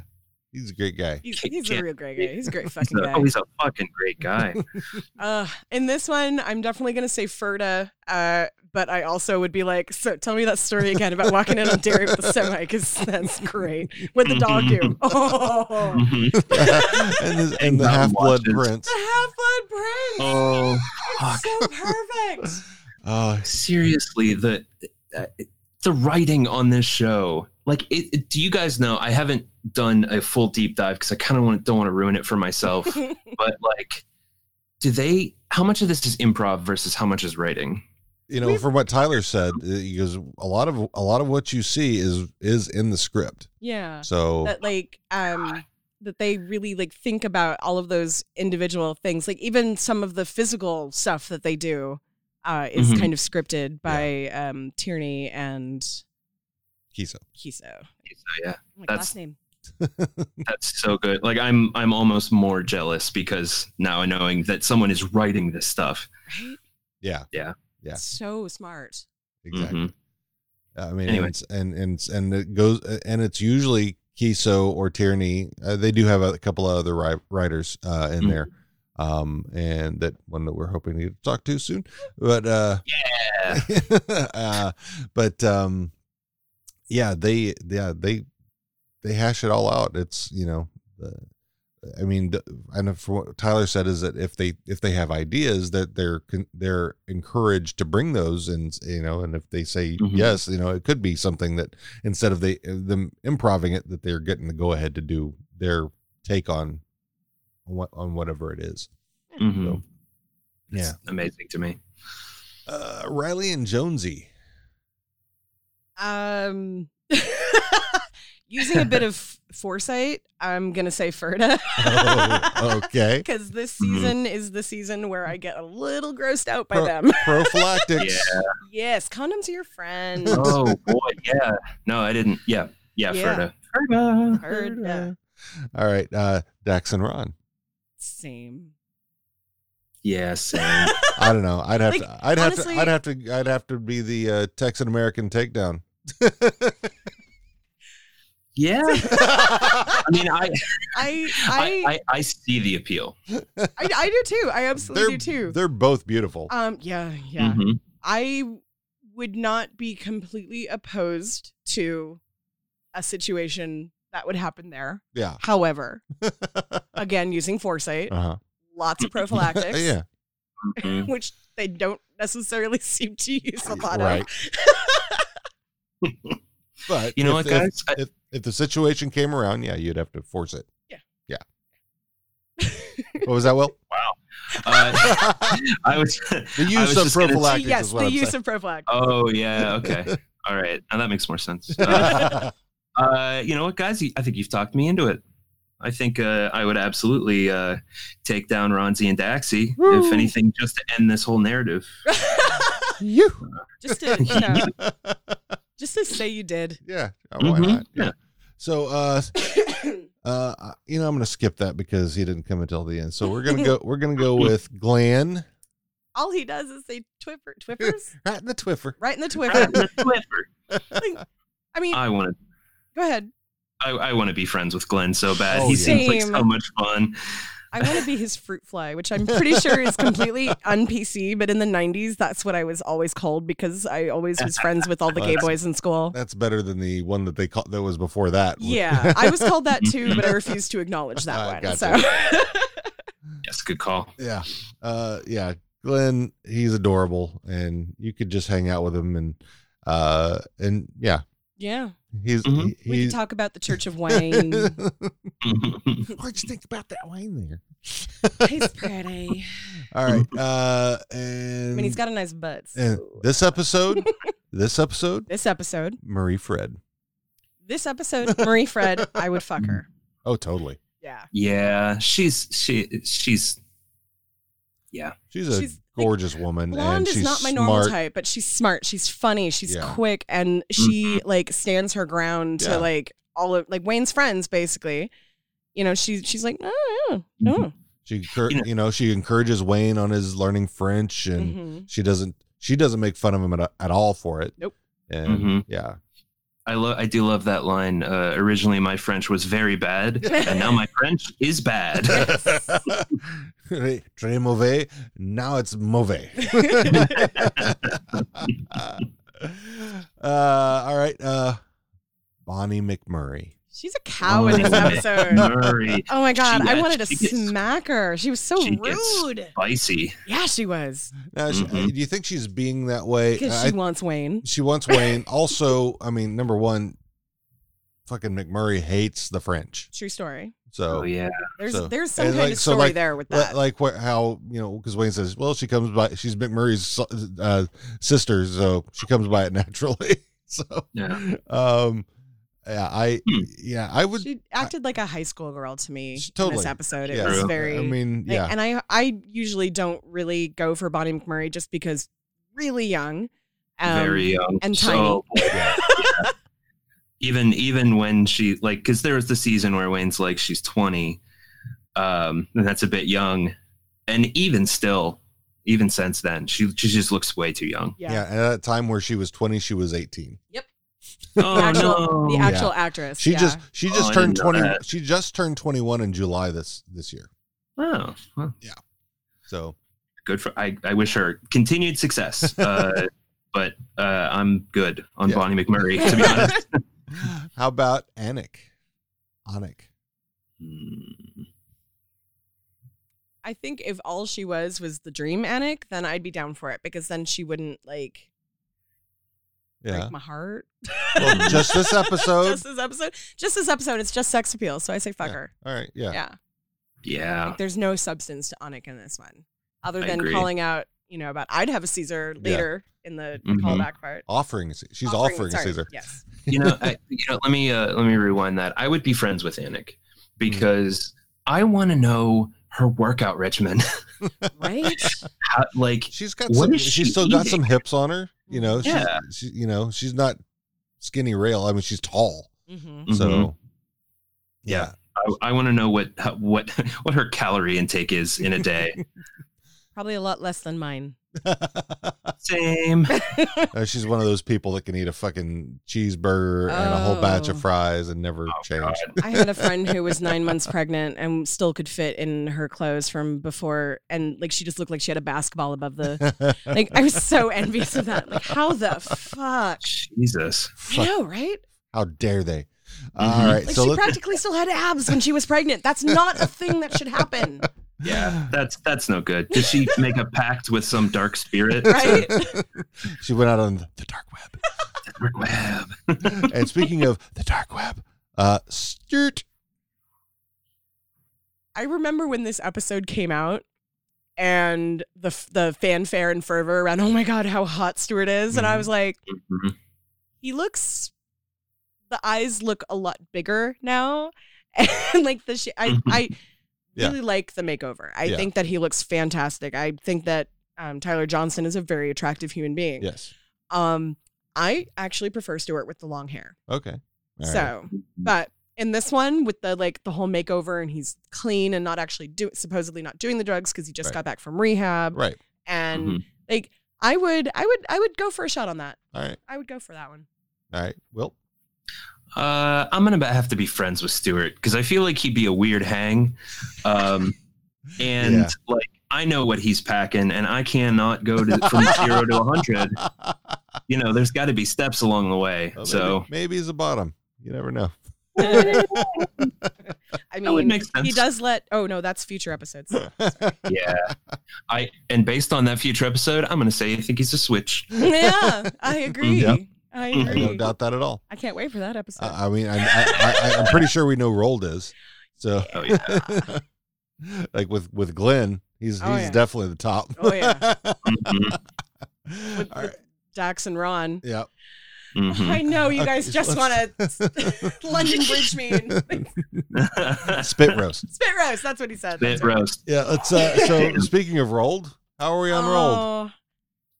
[SPEAKER 2] he's a great guy.
[SPEAKER 3] He's, he's a
[SPEAKER 4] Can't-
[SPEAKER 3] real great guy. He's a great
[SPEAKER 4] He's
[SPEAKER 3] fucking
[SPEAKER 4] a, oh,
[SPEAKER 3] guy.
[SPEAKER 4] he's a fucking great guy.
[SPEAKER 3] Uh, in this one, I'm definitely going to say Ferda, uh, but I also would be like, so tell me that story again about walking in on Derry with the semi, because that's great. What'd the dog
[SPEAKER 4] Mm-hmm.
[SPEAKER 3] do? Oh,
[SPEAKER 4] Mhm.
[SPEAKER 2] and his, and the
[SPEAKER 4] Mountain
[SPEAKER 2] half blood
[SPEAKER 4] watches.
[SPEAKER 2] prince.
[SPEAKER 3] the half-blood prince.
[SPEAKER 4] oh, fuck.
[SPEAKER 3] It's so perfect.
[SPEAKER 2] Oh,
[SPEAKER 4] seriously the uh, the writing on this show like it, it- do you guys know i haven't done a full deep dive because i kind of want, don't want to ruin it for myself but like do they how much of this is improv versus how much is writing
[SPEAKER 2] you know, from what Tyler said, uh, he goes a lot of a lot of what you see is is in the script.
[SPEAKER 3] Yeah.
[SPEAKER 4] Oh.
[SPEAKER 2] So
[SPEAKER 3] Uh, that like um that they really like think about all of those individual things like even some of the physical stuff that they do uh is
[SPEAKER 4] Mhm.
[SPEAKER 3] kind of scripted by um Tierney and
[SPEAKER 2] Kiso.
[SPEAKER 3] Kiso.
[SPEAKER 4] so yeah
[SPEAKER 3] Oh, my
[SPEAKER 4] That's-
[SPEAKER 3] last name.
[SPEAKER 4] that's so good like i'm i'm almost more jealous because now knowing that someone is writing this stuff
[SPEAKER 3] Right?
[SPEAKER 2] Yeah, Yeah.
[SPEAKER 3] So smart.
[SPEAKER 2] exactly.
[SPEAKER 4] Mhm.
[SPEAKER 2] I mean,
[SPEAKER 4] Anyway.
[SPEAKER 2] it's, and and and it goes, and it's usually Kiso or Tierney. Uh, they do have a couple of other ri- writers uh, in
[SPEAKER 4] Mhm.
[SPEAKER 2] there, um, and that one that we're hoping to talk to soon. But uh,
[SPEAKER 4] yeah
[SPEAKER 2] uh, but um, yeah, they yeah they they hash it all out. It's you know, the, I mean, the, I know for what Tyler said is that if they if they have ideas that they're con- they're encouraged to bring those and you know, and if they say
[SPEAKER 4] Mhm.
[SPEAKER 2] yes, you know, it could be something that instead of they them improving it, that they're getting the go ahead to do their take on on what on whatever it is.
[SPEAKER 4] Mhm.
[SPEAKER 2] Yeah,
[SPEAKER 4] It's amazing to me
[SPEAKER 2] uh, Riley and Jonesy.
[SPEAKER 3] Um using a bit of foresight, I'm going to say Ferda
[SPEAKER 2] Oh, Mm-hmm. okay.
[SPEAKER 3] cuz this
[SPEAKER 4] Mhm.
[SPEAKER 3] season is the season where I get a little grossed out by
[SPEAKER 2] Pro-
[SPEAKER 3] them.
[SPEAKER 2] prophylactics.
[SPEAKER 4] yeah
[SPEAKER 3] yes, condoms are your friend.
[SPEAKER 4] oh boy yeah no i didn't yeah yeah,
[SPEAKER 3] Yeah.
[SPEAKER 4] Ferda. Ferda.
[SPEAKER 3] Heard, yeah.
[SPEAKER 2] All right, uh, Dax and Ron.
[SPEAKER 3] Same.
[SPEAKER 4] Yeah, same.
[SPEAKER 2] I don't know. I'd have
[SPEAKER 3] Like,
[SPEAKER 2] to. I'd have
[SPEAKER 3] honestly-
[SPEAKER 2] to. I'd have to. I'd have to be the uh, Texan American takedown.
[SPEAKER 4] yeah. I mean, I
[SPEAKER 3] I
[SPEAKER 4] I,
[SPEAKER 3] I
[SPEAKER 4] I I see the appeal.
[SPEAKER 3] I, I, do too. I absolutely
[SPEAKER 2] They're-
[SPEAKER 3] do too.
[SPEAKER 2] They're Mm-hmm. both beautiful.
[SPEAKER 3] Um. Yeah. Yeah.
[SPEAKER 4] Mhm.
[SPEAKER 3] I would not be completely opposed to a situation that would happen there.
[SPEAKER 2] yeah.
[SPEAKER 3] However, again, using foresight,
[SPEAKER 2] Uh
[SPEAKER 3] lots of
[SPEAKER 2] huh.
[SPEAKER 3] prophylactics,
[SPEAKER 2] yeah.
[SPEAKER 4] Mhm.
[SPEAKER 3] which they don't necessarily seem to use a lot
[SPEAKER 2] Right.
[SPEAKER 3] of.
[SPEAKER 2] But
[SPEAKER 4] You know
[SPEAKER 2] if-
[SPEAKER 4] what, guys? I-
[SPEAKER 2] If, if, if the situation came around, yeah, you'd have to force it.
[SPEAKER 3] Yeah.
[SPEAKER 2] Yeah. what was that? Well,
[SPEAKER 4] Uh, I was
[SPEAKER 2] the
[SPEAKER 4] I
[SPEAKER 2] use
[SPEAKER 4] was
[SPEAKER 2] of
[SPEAKER 4] just gonna-
[SPEAKER 2] prophylactics
[SPEAKER 3] yes,
[SPEAKER 2] is what
[SPEAKER 3] the
[SPEAKER 2] I'm
[SPEAKER 3] use
[SPEAKER 2] saying.
[SPEAKER 3] of prophylactics.
[SPEAKER 4] Oh yeah. Okay. All right. Now that makes more sense. Uh, Uh, you know what, guys? I think you've talked me into it. I think uh, I would absolutely uh, take down Ronzi and Daxi, if anything, just to end this whole narrative.
[SPEAKER 2] you.
[SPEAKER 3] Just to you know, just to say you did.
[SPEAKER 2] Yeah. oh, Why
[SPEAKER 4] Mhm,
[SPEAKER 2] not?
[SPEAKER 4] yeah.
[SPEAKER 2] So, uh, uh, you know, I'm going to skip that because he didn't come until the end. So we're going to go. We're going to go with Glenn
[SPEAKER 3] All he does is say Twiffer, Twiffers,
[SPEAKER 2] right in the Twiffer.
[SPEAKER 3] right in the
[SPEAKER 4] Right in
[SPEAKER 3] Twiffer.
[SPEAKER 4] the Twitter.
[SPEAKER 3] I mean,
[SPEAKER 4] I want to.
[SPEAKER 3] go ahead.
[SPEAKER 4] I, I want to be friends with Glenn so bad.
[SPEAKER 2] Oh,
[SPEAKER 4] he
[SPEAKER 2] yeah.
[SPEAKER 4] seems like
[SPEAKER 3] Same.
[SPEAKER 4] so much fun.
[SPEAKER 3] I want to be his fruit fly, which I'm pretty sure is completely un PC. But in the '90s, that's what I was always called because I always was friends with all the gay boys in school.
[SPEAKER 2] That's better than the one that they called that was before that.
[SPEAKER 3] Yeah, I was called that too, but I refused to acknowledge that
[SPEAKER 2] Ah,
[SPEAKER 3] one.
[SPEAKER 2] gotcha.
[SPEAKER 3] So
[SPEAKER 4] Yes, good call.
[SPEAKER 2] yeah. Uh, yeah. Glenn, he's adorable, and you could just hang out with him, and uh, and yeah,
[SPEAKER 3] yeah,
[SPEAKER 2] he's
[SPEAKER 4] Mhm.
[SPEAKER 2] he-
[SPEAKER 3] we
[SPEAKER 2] he's.
[SPEAKER 3] could talk about the Church of Wayne.
[SPEAKER 2] What'd you think about that Wayne there?
[SPEAKER 3] He's pretty.
[SPEAKER 2] All right. Uh, and
[SPEAKER 3] I mean, he's got a nice butt. so-
[SPEAKER 2] and Eh, this episode, this episode,
[SPEAKER 3] this episode,
[SPEAKER 2] Marie Fred.
[SPEAKER 3] this episode, Marie Fred, I would fuck her.
[SPEAKER 2] Oh, totally.
[SPEAKER 3] Yeah.
[SPEAKER 4] yeah, she's she she's
[SPEAKER 2] She's a
[SPEAKER 3] She's, like,
[SPEAKER 2] gorgeous woman, and
[SPEAKER 3] Blonde
[SPEAKER 2] she's
[SPEAKER 3] is not my
[SPEAKER 2] smart.
[SPEAKER 3] normal type, but she's smart. She's funny. She's
[SPEAKER 2] Yeah.
[SPEAKER 3] quick, and she like stands her ground
[SPEAKER 2] Yeah.
[SPEAKER 3] to like all of like Wayne's friends, basically. You know, she's she's like, oh, yeah, no,
[SPEAKER 2] She, cur-
[SPEAKER 4] You know-
[SPEAKER 2] you know, she encourages Wayne on his learning French, and
[SPEAKER 4] Mm-hmm.
[SPEAKER 3] Mhm.
[SPEAKER 2] she doesn't. She doesn't make fun of him at, at all for it.
[SPEAKER 3] Nope.
[SPEAKER 2] And
[SPEAKER 4] Mhm.
[SPEAKER 2] yeah,
[SPEAKER 4] I love I do love that line. Uh, originally, my French was very bad, and now my French is bad.
[SPEAKER 2] Très mauvais. Now it's mauvais. uh, all right. Uh, Bonnie McMurray.
[SPEAKER 3] she's a cow
[SPEAKER 4] Oh,
[SPEAKER 3] in this
[SPEAKER 4] Bonnie
[SPEAKER 3] episode.
[SPEAKER 4] Murray,
[SPEAKER 3] Oh my god,
[SPEAKER 4] She-
[SPEAKER 3] I
[SPEAKER 4] yeah,
[SPEAKER 3] wanted to
[SPEAKER 4] she gets-
[SPEAKER 3] smack her. She was so
[SPEAKER 4] she gets
[SPEAKER 3] rude.
[SPEAKER 4] spicy.
[SPEAKER 3] Yeah, she was
[SPEAKER 2] Now, is she-
[SPEAKER 4] Mhm.
[SPEAKER 2] do you think she's being that way?
[SPEAKER 3] because
[SPEAKER 2] I-
[SPEAKER 3] she wants Wayne.
[SPEAKER 2] she wants Wayne. Also, I mean, number one, fucking McMurray hates the French.
[SPEAKER 3] True story.
[SPEAKER 2] So
[SPEAKER 4] Oh yeah.
[SPEAKER 3] There's
[SPEAKER 2] So-
[SPEAKER 3] there's some
[SPEAKER 2] and,
[SPEAKER 3] kind
[SPEAKER 2] like,
[SPEAKER 3] of
[SPEAKER 2] so,
[SPEAKER 3] story
[SPEAKER 2] like,
[SPEAKER 3] there with
[SPEAKER 2] Li-
[SPEAKER 3] that.
[SPEAKER 2] like what, how you know because Wayne says, well, she comes by. She's McMurray's so- uh, sister, so she comes by it naturally. So,
[SPEAKER 4] Yeah.
[SPEAKER 2] um, yeah, I
[SPEAKER 4] Hmm.
[SPEAKER 2] yeah, I would
[SPEAKER 3] she acted like a high school girl to me
[SPEAKER 2] She-
[SPEAKER 3] in
[SPEAKER 2] totally.
[SPEAKER 3] this episode. It
[SPEAKER 2] yeah,
[SPEAKER 3] was
[SPEAKER 4] True.
[SPEAKER 3] very.
[SPEAKER 2] I mean,
[SPEAKER 3] Like,
[SPEAKER 2] yeah,
[SPEAKER 3] And I I usually don't really go for Bonnie McMurray just because really young. Um,
[SPEAKER 4] very young
[SPEAKER 3] and
[SPEAKER 4] yeah. Yeah. even even when she like because there was the season where wayne's like she's 20 um and that's a bit young and even still even since then she she just looks way too young
[SPEAKER 2] yeah.
[SPEAKER 3] yeah.
[SPEAKER 2] and at that time where she was twenty, she was eighteen.
[SPEAKER 4] oh
[SPEAKER 3] actual-
[SPEAKER 4] no
[SPEAKER 3] The actual actress.
[SPEAKER 2] She
[SPEAKER 3] yeah.
[SPEAKER 2] just she
[SPEAKER 4] Oh,
[SPEAKER 2] just
[SPEAKER 4] I
[SPEAKER 2] turned
[SPEAKER 4] didn't know
[SPEAKER 2] twenty.
[SPEAKER 4] that.
[SPEAKER 2] She just turned twenty one in July this this year.
[SPEAKER 4] oh well,
[SPEAKER 2] So
[SPEAKER 4] good for i i wish her continued success uh but uh i'm good on
[SPEAKER 2] Yeah.
[SPEAKER 4] bonnie mcmurray to be honest
[SPEAKER 2] How about Anik? Anik.
[SPEAKER 4] Hmm.
[SPEAKER 3] I think if all she was was the dream Anik, then I'd be down for it because then she wouldn't like
[SPEAKER 2] Yeah.
[SPEAKER 3] break my heart.
[SPEAKER 2] Well, just this episode.
[SPEAKER 3] just this episode. Just this episode. It's just sex appeal. So I say fuck her.
[SPEAKER 2] All right. Yeah.
[SPEAKER 3] Yeah.
[SPEAKER 4] yeah
[SPEAKER 3] There's no substance to Anik in this one, other
[SPEAKER 4] Ah. I
[SPEAKER 3] than
[SPEAKER 4] agree.
[SPEAKER 3] calling out. You know about I'd have a Caesar
[SPEAKER 2] Yeah.
[SPEAKER 3] later in the
[SPEAKER 4] Mhm.
[SPEAKER 3] callback part.
[SPEAKER 2] Offering. She's offering,
[SPEAKER 3] sorry,
[SPEAKER 2] Caesar.
[SPEAKER 3] Yes.
[SPEAKER 4] you know, I, you know let me uh, let me rewind that i would be friends with anik because i want to know her workout regimen
[SPEAKER 3] Right.
[SPEAKER 4] How, like
[SPEAKER 2] She's got.
[SPEAKER 4] What
[SPEAKER 2] Some,
[SPEAKER 4] is
[SPEAKER 2] she's
[SPEAKER 4] she
[SPEAKER 2] still got
[SPEAKER 4] eating?
[SPEAKER 2] some hips on her. You know. She's,
[SPEAKER 4] Yeah.
[SPEAKER 2] She, you know. She's not skinny rail. I mean, she's tall.
[SPEAKER 3] hmm
[SPEAKER 4] Mhm.
[SPEAKER 2] So.
[SPEAKER 4] Yeah. I, I want to know what how- what what her calorie intake is in a day.
[SPEAKER 3] Probably a lot less than mine.
[SPEAKER 4] Same.
[SPEAKER 2] Uh, she's one of those people that can eat a fucking cheeseburger and a whole batch of
[SPEAKER 3] Oh.
[SPEAKER 2] fries and never change.
[SPEAKER 3] I had a friend who was nine months pregnant and still could fit in her clothes from before, and like she just looked like she had a basketball above the. like I was so envious of that. Like how the fuck?
[SPEAKER 4] Jesus.
[SPEAKER 3] I know, right?
[SPEAKER 2] How dare they?
[SPEAKER 4] Mm-hmm.
[SPEAKER 2] All right,
[SPEAKER 3] Like
[SPEAKER 2] so
[SPEAKER 3] she
[SPEAKER 2] let-
[SPEAKER 3] practically still had abs when she was pregnant. That's not a thing that should happen.
[SPEAKER 4] Yeah, that's that's no good. Did she make a pact with some dark spirit?
[SPEAKER 3] Right?
[SPEAKER 2] she went out on the dark
[SPEAKER 4] Mm-hmm.
[SPEAKER 2] web. and speaking of the dark web, uh, Sturt.
[SPEAKER 3] I remember when this episode came out and the f- the fanfare and fervor around, oh my god, how hot Stuart is. And I
[SPEAKER 2] Mm-hmm.
[SPEAKER 3] was like,
[SPEAKER 4] Mhm.
[SPEAKER 3] he looks the eyes look a lot bigger now. And like the sh- I I
[SPEAKER 2] Mm-hmm. Yeah.
[SPEAKER 3] really like the makeover. I
[SPEAKER 2] Yeah.
[SPEAKER 3] think that he looks fantastic. I think that um, Tyler Johnson is a very attractive human being.
[SPEAKER 2] Yes.
[SPEAKER 3] Um I actually prefer Stuart with the long hair.
[SPEAKER 2] Okay. All right.
[SPEAKER 3] So, but in this one with the like the whole makeover and he's clean and not actually do supposedly not doing the drugs because he just
[SPEAKER 2] Right.
[SPEAKER 3] got back from rehab
[SPEAKER 2] Right. Mm-hmm.
[SPEAKER 3] and
[SPEAKER 4] Mhm.
[SPEAKER 3] like I would I would I would go for a shot on that.
[SPEAKER 2] All right.
[SPEAKER 3] I would go for that one.
[SPEAKER 2] All right. Well,
[SPEAKER 4] Uh, I'm gonna have to be friends with Stuart because I feel like he'd be a weird hang, um, and
[SPEAKER 2] Yeah.
[SPEAKER 4] like I know what he's packing, and I cannot go to, from zero to hundred. You know, there's got to be steps along the way.
[SPEAKER 2] well,
[SPEAKER 4] so
[SPEAKER 2] maybe, maybe he's a bottom. You never know.
[SPEAKER 3] I
[SPEAKER 4] That would
[SPEAKER 3] mean,
[SPEAKER 4] make sense.
[SPEAKER 3] he does let oh no, that's future episodes.
[SPEAKER 4] yeah, I and based on that future episode, I'm gonna say I think he's a switch.
[SPEAKER 3] yeah, I agree.
[SPEAKER 2] Mm-hmm. Yep. I
[SPEAKER 3] I agree.
[SPEAKER 2] don't doubt Uh, that at all.
[SPEAKER 3] I can't wait for that episode.
[SPEAKER 2] I, I mean, I, I, I, I'm pretty sure we know Rold is. So,
[SPEAKER 4] Oh yeah,
[SPEAKER 2] like with with Glenn, he's
[SPEAKER 3] Oh,
[SPEAKER 2] he's
[SPEAKER 3] yeah.
[SPEAKER 2] definitely the top.
[SPEAKER 3] Oh, yeah.
[SPEAKER 4] Mhm.
[SPEAKER 3] with,
[SPEAKER 2] all
[SPEAKER 3] with
[SPEAKER 2] right.
[SPEAKER 3] Dax and Ron.
[SPEAKER 2] Yeah.
[SPEAKER 4] Mhm.
[SPEAKER 3] I know
[SPEAKER 2] mm-hmm.
[SPEAKER 3] you
[SPEAKER 2] Okay,
[SPEAKER 3] guys just want
[SPEAKER 2] let's-
[SPEAKER 3] to London Bridge me and
[SPEAKER 2] Spit roast.
[SPEAKER 3] spit roast. That's what he said.
[SPEAKER 4] Bit
[SPEAKER 3] That's
[SPEAKER 4] roast.
[SPEAKER 2] Yeah. Let's. Uh, so speaking of rolled, how are we on rolled?
[SPEAKER 3] Oh,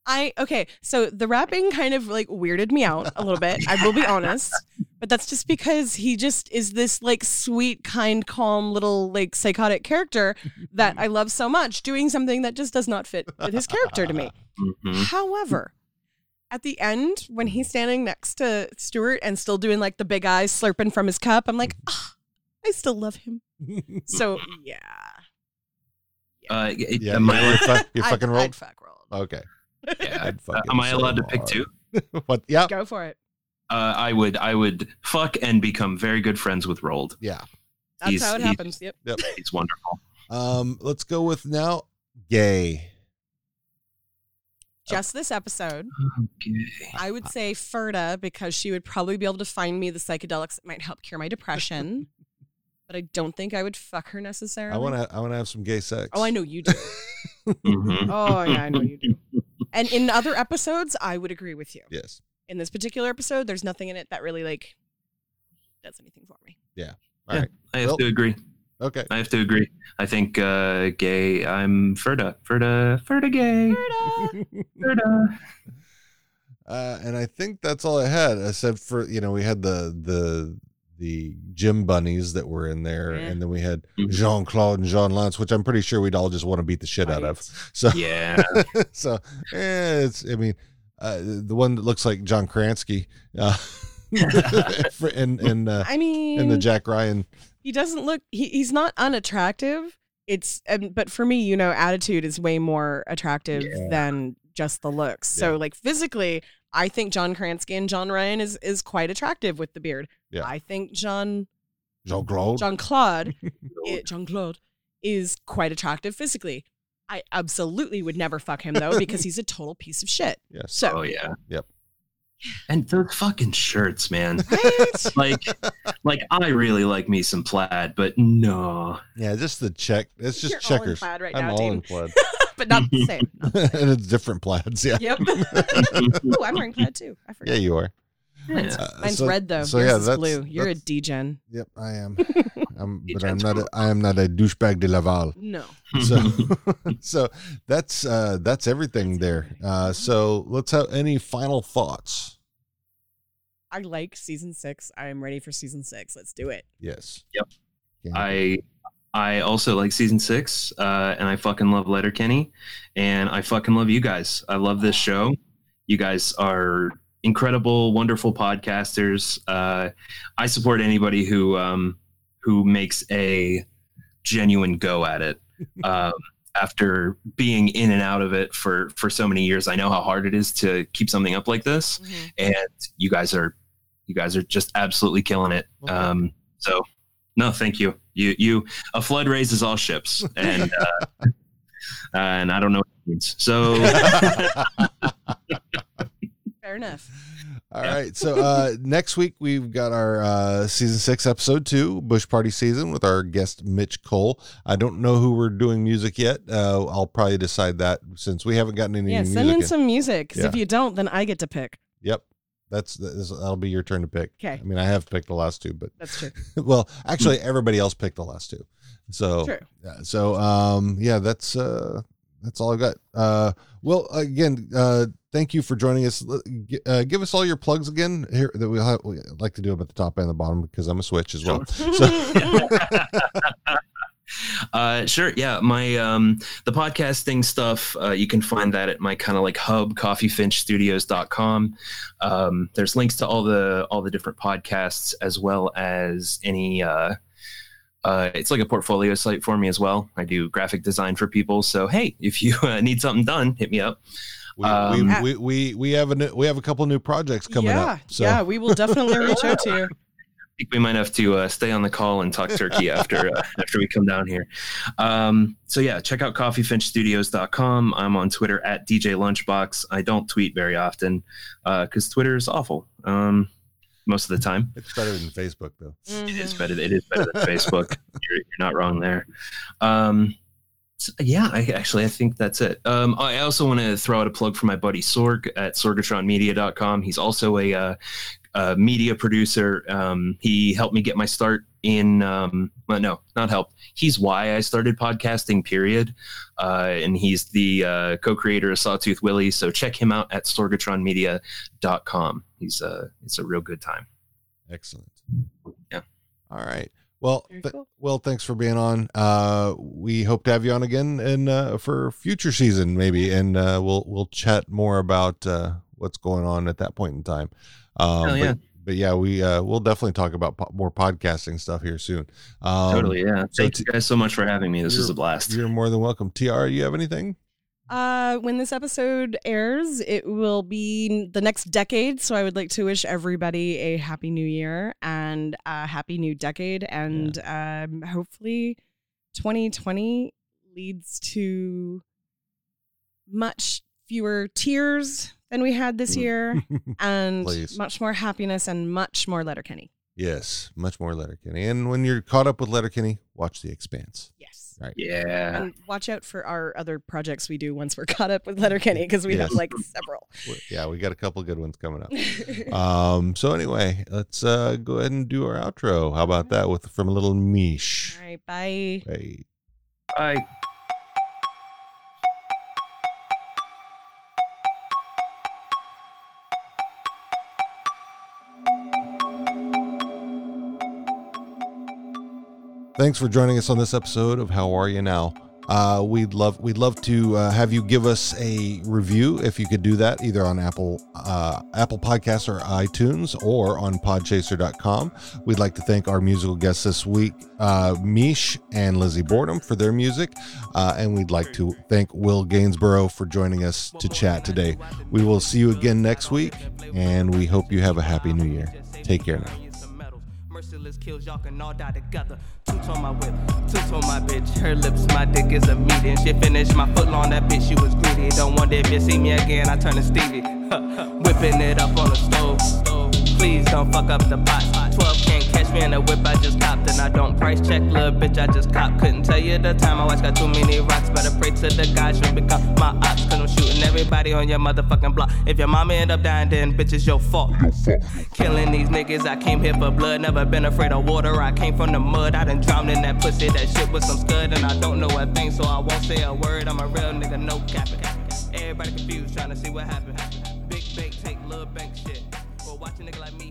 [SPEAKER 3] I okay. So the rapping kind of like weirded me out a little bit. I will be honest, but that's just because he just is this like sweet, kind, calm little like psychotic character that I love so much. Doing something that just does not fit with his character to me.
[SPEAKER 2] Mm-hmm.
[SPEAKER 4] Mhm.
[SPEAKER 3] However. At the end, when he's standing next to Stuart and still doing like the big eyes slurping from his cup, I'm like, ah, I still love him. So yeah,
[SPEAKER 4] Uh, it-
[SPEAKER 2] Yeah.
[SPEAKER 4] am I
[SPEAKER 2] You're,
[SPEAKER 4] allowed-
[SPEAKER 2] fu- you're
[SPEAKER 3] I'd-
[SPEAKER 2] fucking
[SPEAKER 3] I'd
[SPEAKER 2] rolled. Oh,
[SPEAKER 3] fuck rolled.
[SPEAKER 2] Okay.
[SPEAKER 4] yeah.
[SPEAKER 2] I'd
[SPEAKER 4] Uh,
[SPEAKER 2] fucking
[SPEAKER 4] am I
[SPEAKER 2] so
[SPEAKER 4] allowed to pick
[SPEAKER 2] hard.
[SPEAKER 4] two?
[SPEAKER 2] What? Yeah.
[SPEAKER 3] Go for it.
[SPEAKER 4] Uh, I would. I would fuck and become very good friends with Rold.
[SPEAKER 2] Yeah.
[SPEAKER 3] That's
[SPEAKER 4] He's-
[SPEAKER 3] how it
[SPEAKER 4] he's-
[SPEAKER 3] happens. Yep.
[SPEAKER 4] He's wonderful.
[SPEAKER 2] Um. Let's go with now gay.
[SPEAKER 3] Just this episode.
[SPEAKER 4] Okay.
[SPEAKER 3] I would say Ferda because she would probably be able to find me the psychedelics that might help cure my depression. but I don't think I would fuck her necessarily.
[SPEAKER 2] I want to. I want to have some gay sex.
[SPEAKER 3] Oh, I know you do.
[SPEAKER 4] Mhm.
[SPEAKER 3] Oh, yeah, I know you do. And in other episodes, I would agree with you.
[SPEAKER 2] Yes.
[SPEAKER 3] In this particular episode, there's nothing in it that really like does anything for me.
[SPEAKER 2] All
[SPEAKER 4] Yeah.
[SPEAKER 2] right.
[SPEAKER 4] I have
[SPEAKER 2] Well-
[SPEAKER 4] to agree.
[SPEAKER 2] Okay.
[SPEAKER 4] I have to agree. I think uh, gay. I'm Ferda. Ferda. Ferda gay.
[SPEAKER 3] Ferda.
[SPEAKER 4] Ferda.
[SPEAKER 2] Uh, and I think that's all I had, except for you know we had the the the Jim bunnies that were in there,
[SPEAKER 3] Yeah.
[SPEAKER 2] and then we had
[SPEAKER 4] Mhm.
[SPEAKER 2] Jean Claude and Jean Lance, which I'm pretty sure we'd all just want to beat the shit out of. So
[SPEAKER 4] Yeah.
[SPEAKER 2] so eh, it's I mean uh, the one that looks like John Kransky, uh, for- and and uh,
[SPEAKER 3] I mean,
[SPEAKER 2] and the Jack Ryan.
[SPEAKER 3] he doesn't look. He, he's not unattractive. It's um, but for me, you know, attitude is way more attractive than just the looks. So
[SPEAKER 2] Yeah.
[SPEAKER 3] like physically, I think John Kransky and John Ryan is is quite attractive with the beard.
[SPEAKER 2] Yeah.
[SPEAKER 3] I think John
[SPEAKER 2] Jean Claude.
[SPEAKER 3] John Claude John Claude is quite attractive physically. I absolutely would never fuck him though because he's a total piece of shit.
[SPEAKER 2] Yes.
[SPEAKER 3] So
[SPEAKER 4] Oh yeah.
[SPEAKER 2] Yep.
[SPEAKER 4] And those fucking shirts, man.
[SPEAKER 3] right?
[SPEAKER 4] Like, like I really like me some plaid, but no.
[SPEAKER 2] Yeah, just the check. It's just
[SPEAKER 3] You're all in
[SPEAKER 2] checkers.
[SPEAKER 3] plaid right
[SPEAKER 2] I'm
[SPEAKER 3] now,
[SPEAKER 2] all
[SPEAKER 3] Dean.
[SPEAKER 2] in plaid,
[SPEAKER 3] but not the same.
[SPEAKER 2] and it's different plaids. Yeah.
[SPEAKER 3] Yep. oh, I'm wearing plaid too. I forgot.
[SPEAKER 2] Yeah, you are.
[SPEAKER 4] Yeah.
[SPEAKER 2] Uh,
[SPEAKER 3] Mine's
[SPEAKER 2] so-
[SPEAKER 3] red though.
[SPEAKER 2] So
[SPEAKER 3] Yours
[SPEAKER 2] yeah,
[SPEAKER 3] is
[SPEAKER 2] that's
[SPEAKER 3] blue. You're a
[SPEAKER 2] that's-
[SPEAKER 3] degen.
[SPEAKER 2] Yep, I am. I'm, but I'm
[SPEAKER 4] gents
[SPEAKER 2] not.
[SPEAKER 4] rule.
[SPEAKER 2] A, I am not a douchebag de Laval.
[SPEAKER 3] No.
[SPEAKER 2] So, so that's uh, that's everything there. Uh, so let's have any final thoughts.
[SPEAKER 3] I like season six. I am ready for season six. Let's do it.
[SPEAKER 2] Yes.
[SPEAKER 4] I I also like season six, uh, and I fucking love Letterkenny, and I fucking love you guys. I love this show. You guys are incredible, wonderful podcasters. Uh, I support anybody who um, who makes a genuine go at it. Um, after being in and out of it for for so many years, I know how hard it is to keep something up like this, and you guys are you guys are just absolutely killing it. Um, so no, thank you. You you a flood raises all ships, and uh, and I don't know what it means. So
[SPEAKER 3] Fair enough.
[SPEAKER 2] All right. So uh, next week we've got our uh, season six, episode two, Bush Party season, with our guest Mitch Cole. I don't know who we're doing music yet. Uh, I'll probably decide that since we haven't gotten any
[SPEAKER 3] Yeah,
[SPEAKER 2] music.
[SPEAKER 3] send in
[SPEAKER 2] in.
[SPEAKER 3] some music. 'cause if
[SPEAKER 2] Yeah.
[SPEAKER 3] you don't, then I get to pick.
[SPEAKER 2] Yep. That's that's- that'll be your turn to pick.
[SPEAKER 3] 'Kay.
[SPEAKER 2] I mean, I have picked the last two, but
[SPEAKER 3] That's true.
[SPEAKER 2] well, actually,
[SPEAKER 3] Hmm.
[SPEAKER 2] everybody else picked the last two. So
[SPEAKER 3] True.
[SPEAKER 2] yeah, so um, yeah, that's uh, that's all I've got. Uh, well, again, uh, thank you for joining us. L- gi- Uh, give us all your plugs again here that we have, we like to do them at the top and the bottom because I'm a switch as well. So
[SPEAKER 4] Uh, sure, yeah. My um, the podcasting stuff uh, you can find that at my kind of like hub coffeefinchstudios.com. Um, there's links to all the all the different podcasts as well as any. Uh, uh, it's like a portfolio site for me as well. I do graphic design for people, so hey, if you uh, need something done, hit me up.
[SPEAKER 2] we, we, we, we we have a new, we have a couple new projects coming
[SPEAKER 3] yeah,
[SPEAKER 2] up. So
[SPEAKER 3] yeah, we will definitely reach out to you.
[SPEAKER 4] I think we might have to uh, stay on the call and talk turkey after uh, after we come down here. Um, so yeah, check out coffeefinchstudios.com. I'm on Twitter at DJ Lunchbox. I don't tweet very often because Twitter is awful um, most of the time.
[SPEAKER 2] it's better than Facebook though.
[SPEAKER 3] Mm.
[SPEAKER 4] It is better. It is better than Facebook. You're, you're not wrong there. Um, so, yeah, I actually I think that's it. Um, I also want to throw out a plug for my buddy Sorg at sorgatronmedia.com. He's also a, uh, a media producer. Um, he helped me get my start in. Um, well, no, not help. He's why I started podcasting. Period. Uh, and he's the uh, co-creator of Sawtooth Willie. So check him out at sorgatronmedia.com. He's a it's a real good time.
[SPEAKER 2] Excellent.
[SPEAKER 4] Yeah.
[SPEAKER 2] All right. Well,
[SPEAKER 3] Very
[SPEAKER 2] th-
[SPEAKER 3] cool.
[SPEAKER 2] well, thanks for being on. Uh, we hope to have you on again and uh, for future season maybe, and uh, we'll we'll chat more about uh, what's going on at that point in time. Um,
[SPEAKER 4] Hell Oh, yeah.
[SPEAKER 2] But, but yeah, we uh, we'll definitely talk about po- more podcasting stuff here soon. Um,
[SPEAKER 4] totally yeah
[SPEAKER 2] so
[SPEAKER 4] thank
[SPEAKER 2] t-
[SPEAKER 4] you guys so much for having me this
[SPEAKER 2] you're-
[SPEAKER 4] was a blast
[SPEAKER 2] You're more than welcome. Tr, you have anything?
[SPEAKER 3] Uh, when this episode airs, it will be the next decade. So I would like to wish everybody a happy new year and a happy new decade. And um, hopefully, 2020 leads to much fewer tears than we had this
[SPEAKER 2] Mm.
[SPEAKER 3] year and
[SPEAKER 2] Please.
[SPEAKER 3] much more happiness and much more Letterkenny.
[SPEAKER 2] yes, much more Letterkenny. And when you're caught up with Letterkenny, watch The Expanse.
[SPEAKER 3] Yes.
[SPEAKER 4] yeah
[SPEAKER 3] And watch out for our other projects we do once we're caught up with Letterkenny because we have
[SPEAKER 2] Yes.
[SPEAKER 3] like several.
[SPEAKER 2] We- Yeah, we got a couple good ones coming up. um so anyway let's uh go ahead and do our outro how about that with from a little mish
[SPEAKER 3] All right, bye.
[SPEAKER 2] hey
[SPEAKER 4] i
[SPEAKER 2] thanks for joining us on this episode of how are you now uh, we'd love we'd love to uh, have you give us a review if you could do that either on Apple uh, Apple Podcasts or iTunes or on Podchaser.com. We'd like to thank our musical guests this week, uh, Mish and Lizzie Boredom, for their music, uh, and we'd like to thank Will Gainsborough for joining us to chat today. We will see you again next week, and we hope you have a happy New Year. Take care now.
[SPEAKER 11] Merciless kills, y'all can all die together. Toots on my whip, toots on my bitch. Her lips, my dick is a meeting. She finished my foot long, that bitch, she was greedy. Don't want that bitch see me again, I turn to Stevie. Whipping it up on the stove. Please don't fuck up the pot. 12 can't catch me in the whip, I just copped. And I don't price check, little bitch, I just cop. Couldn't tell you the time, my watch got too many rocks. Better pray to the guys, should become my ops. Cause I'm shooting everybody on your motherfucking block. If your mama end up dying, then bitch, it's your fault. Killing these niggas, I came here for blood. Never been afraid of water. I came from the mud. I done drowned in that pussy. That shit was some scud, and I don't know a thing, so I won't say a word. I'm a real nigga, no capping. Everybody confused, trying to see what happened. Big bank take little bank shit. Well, watch a nigga like me.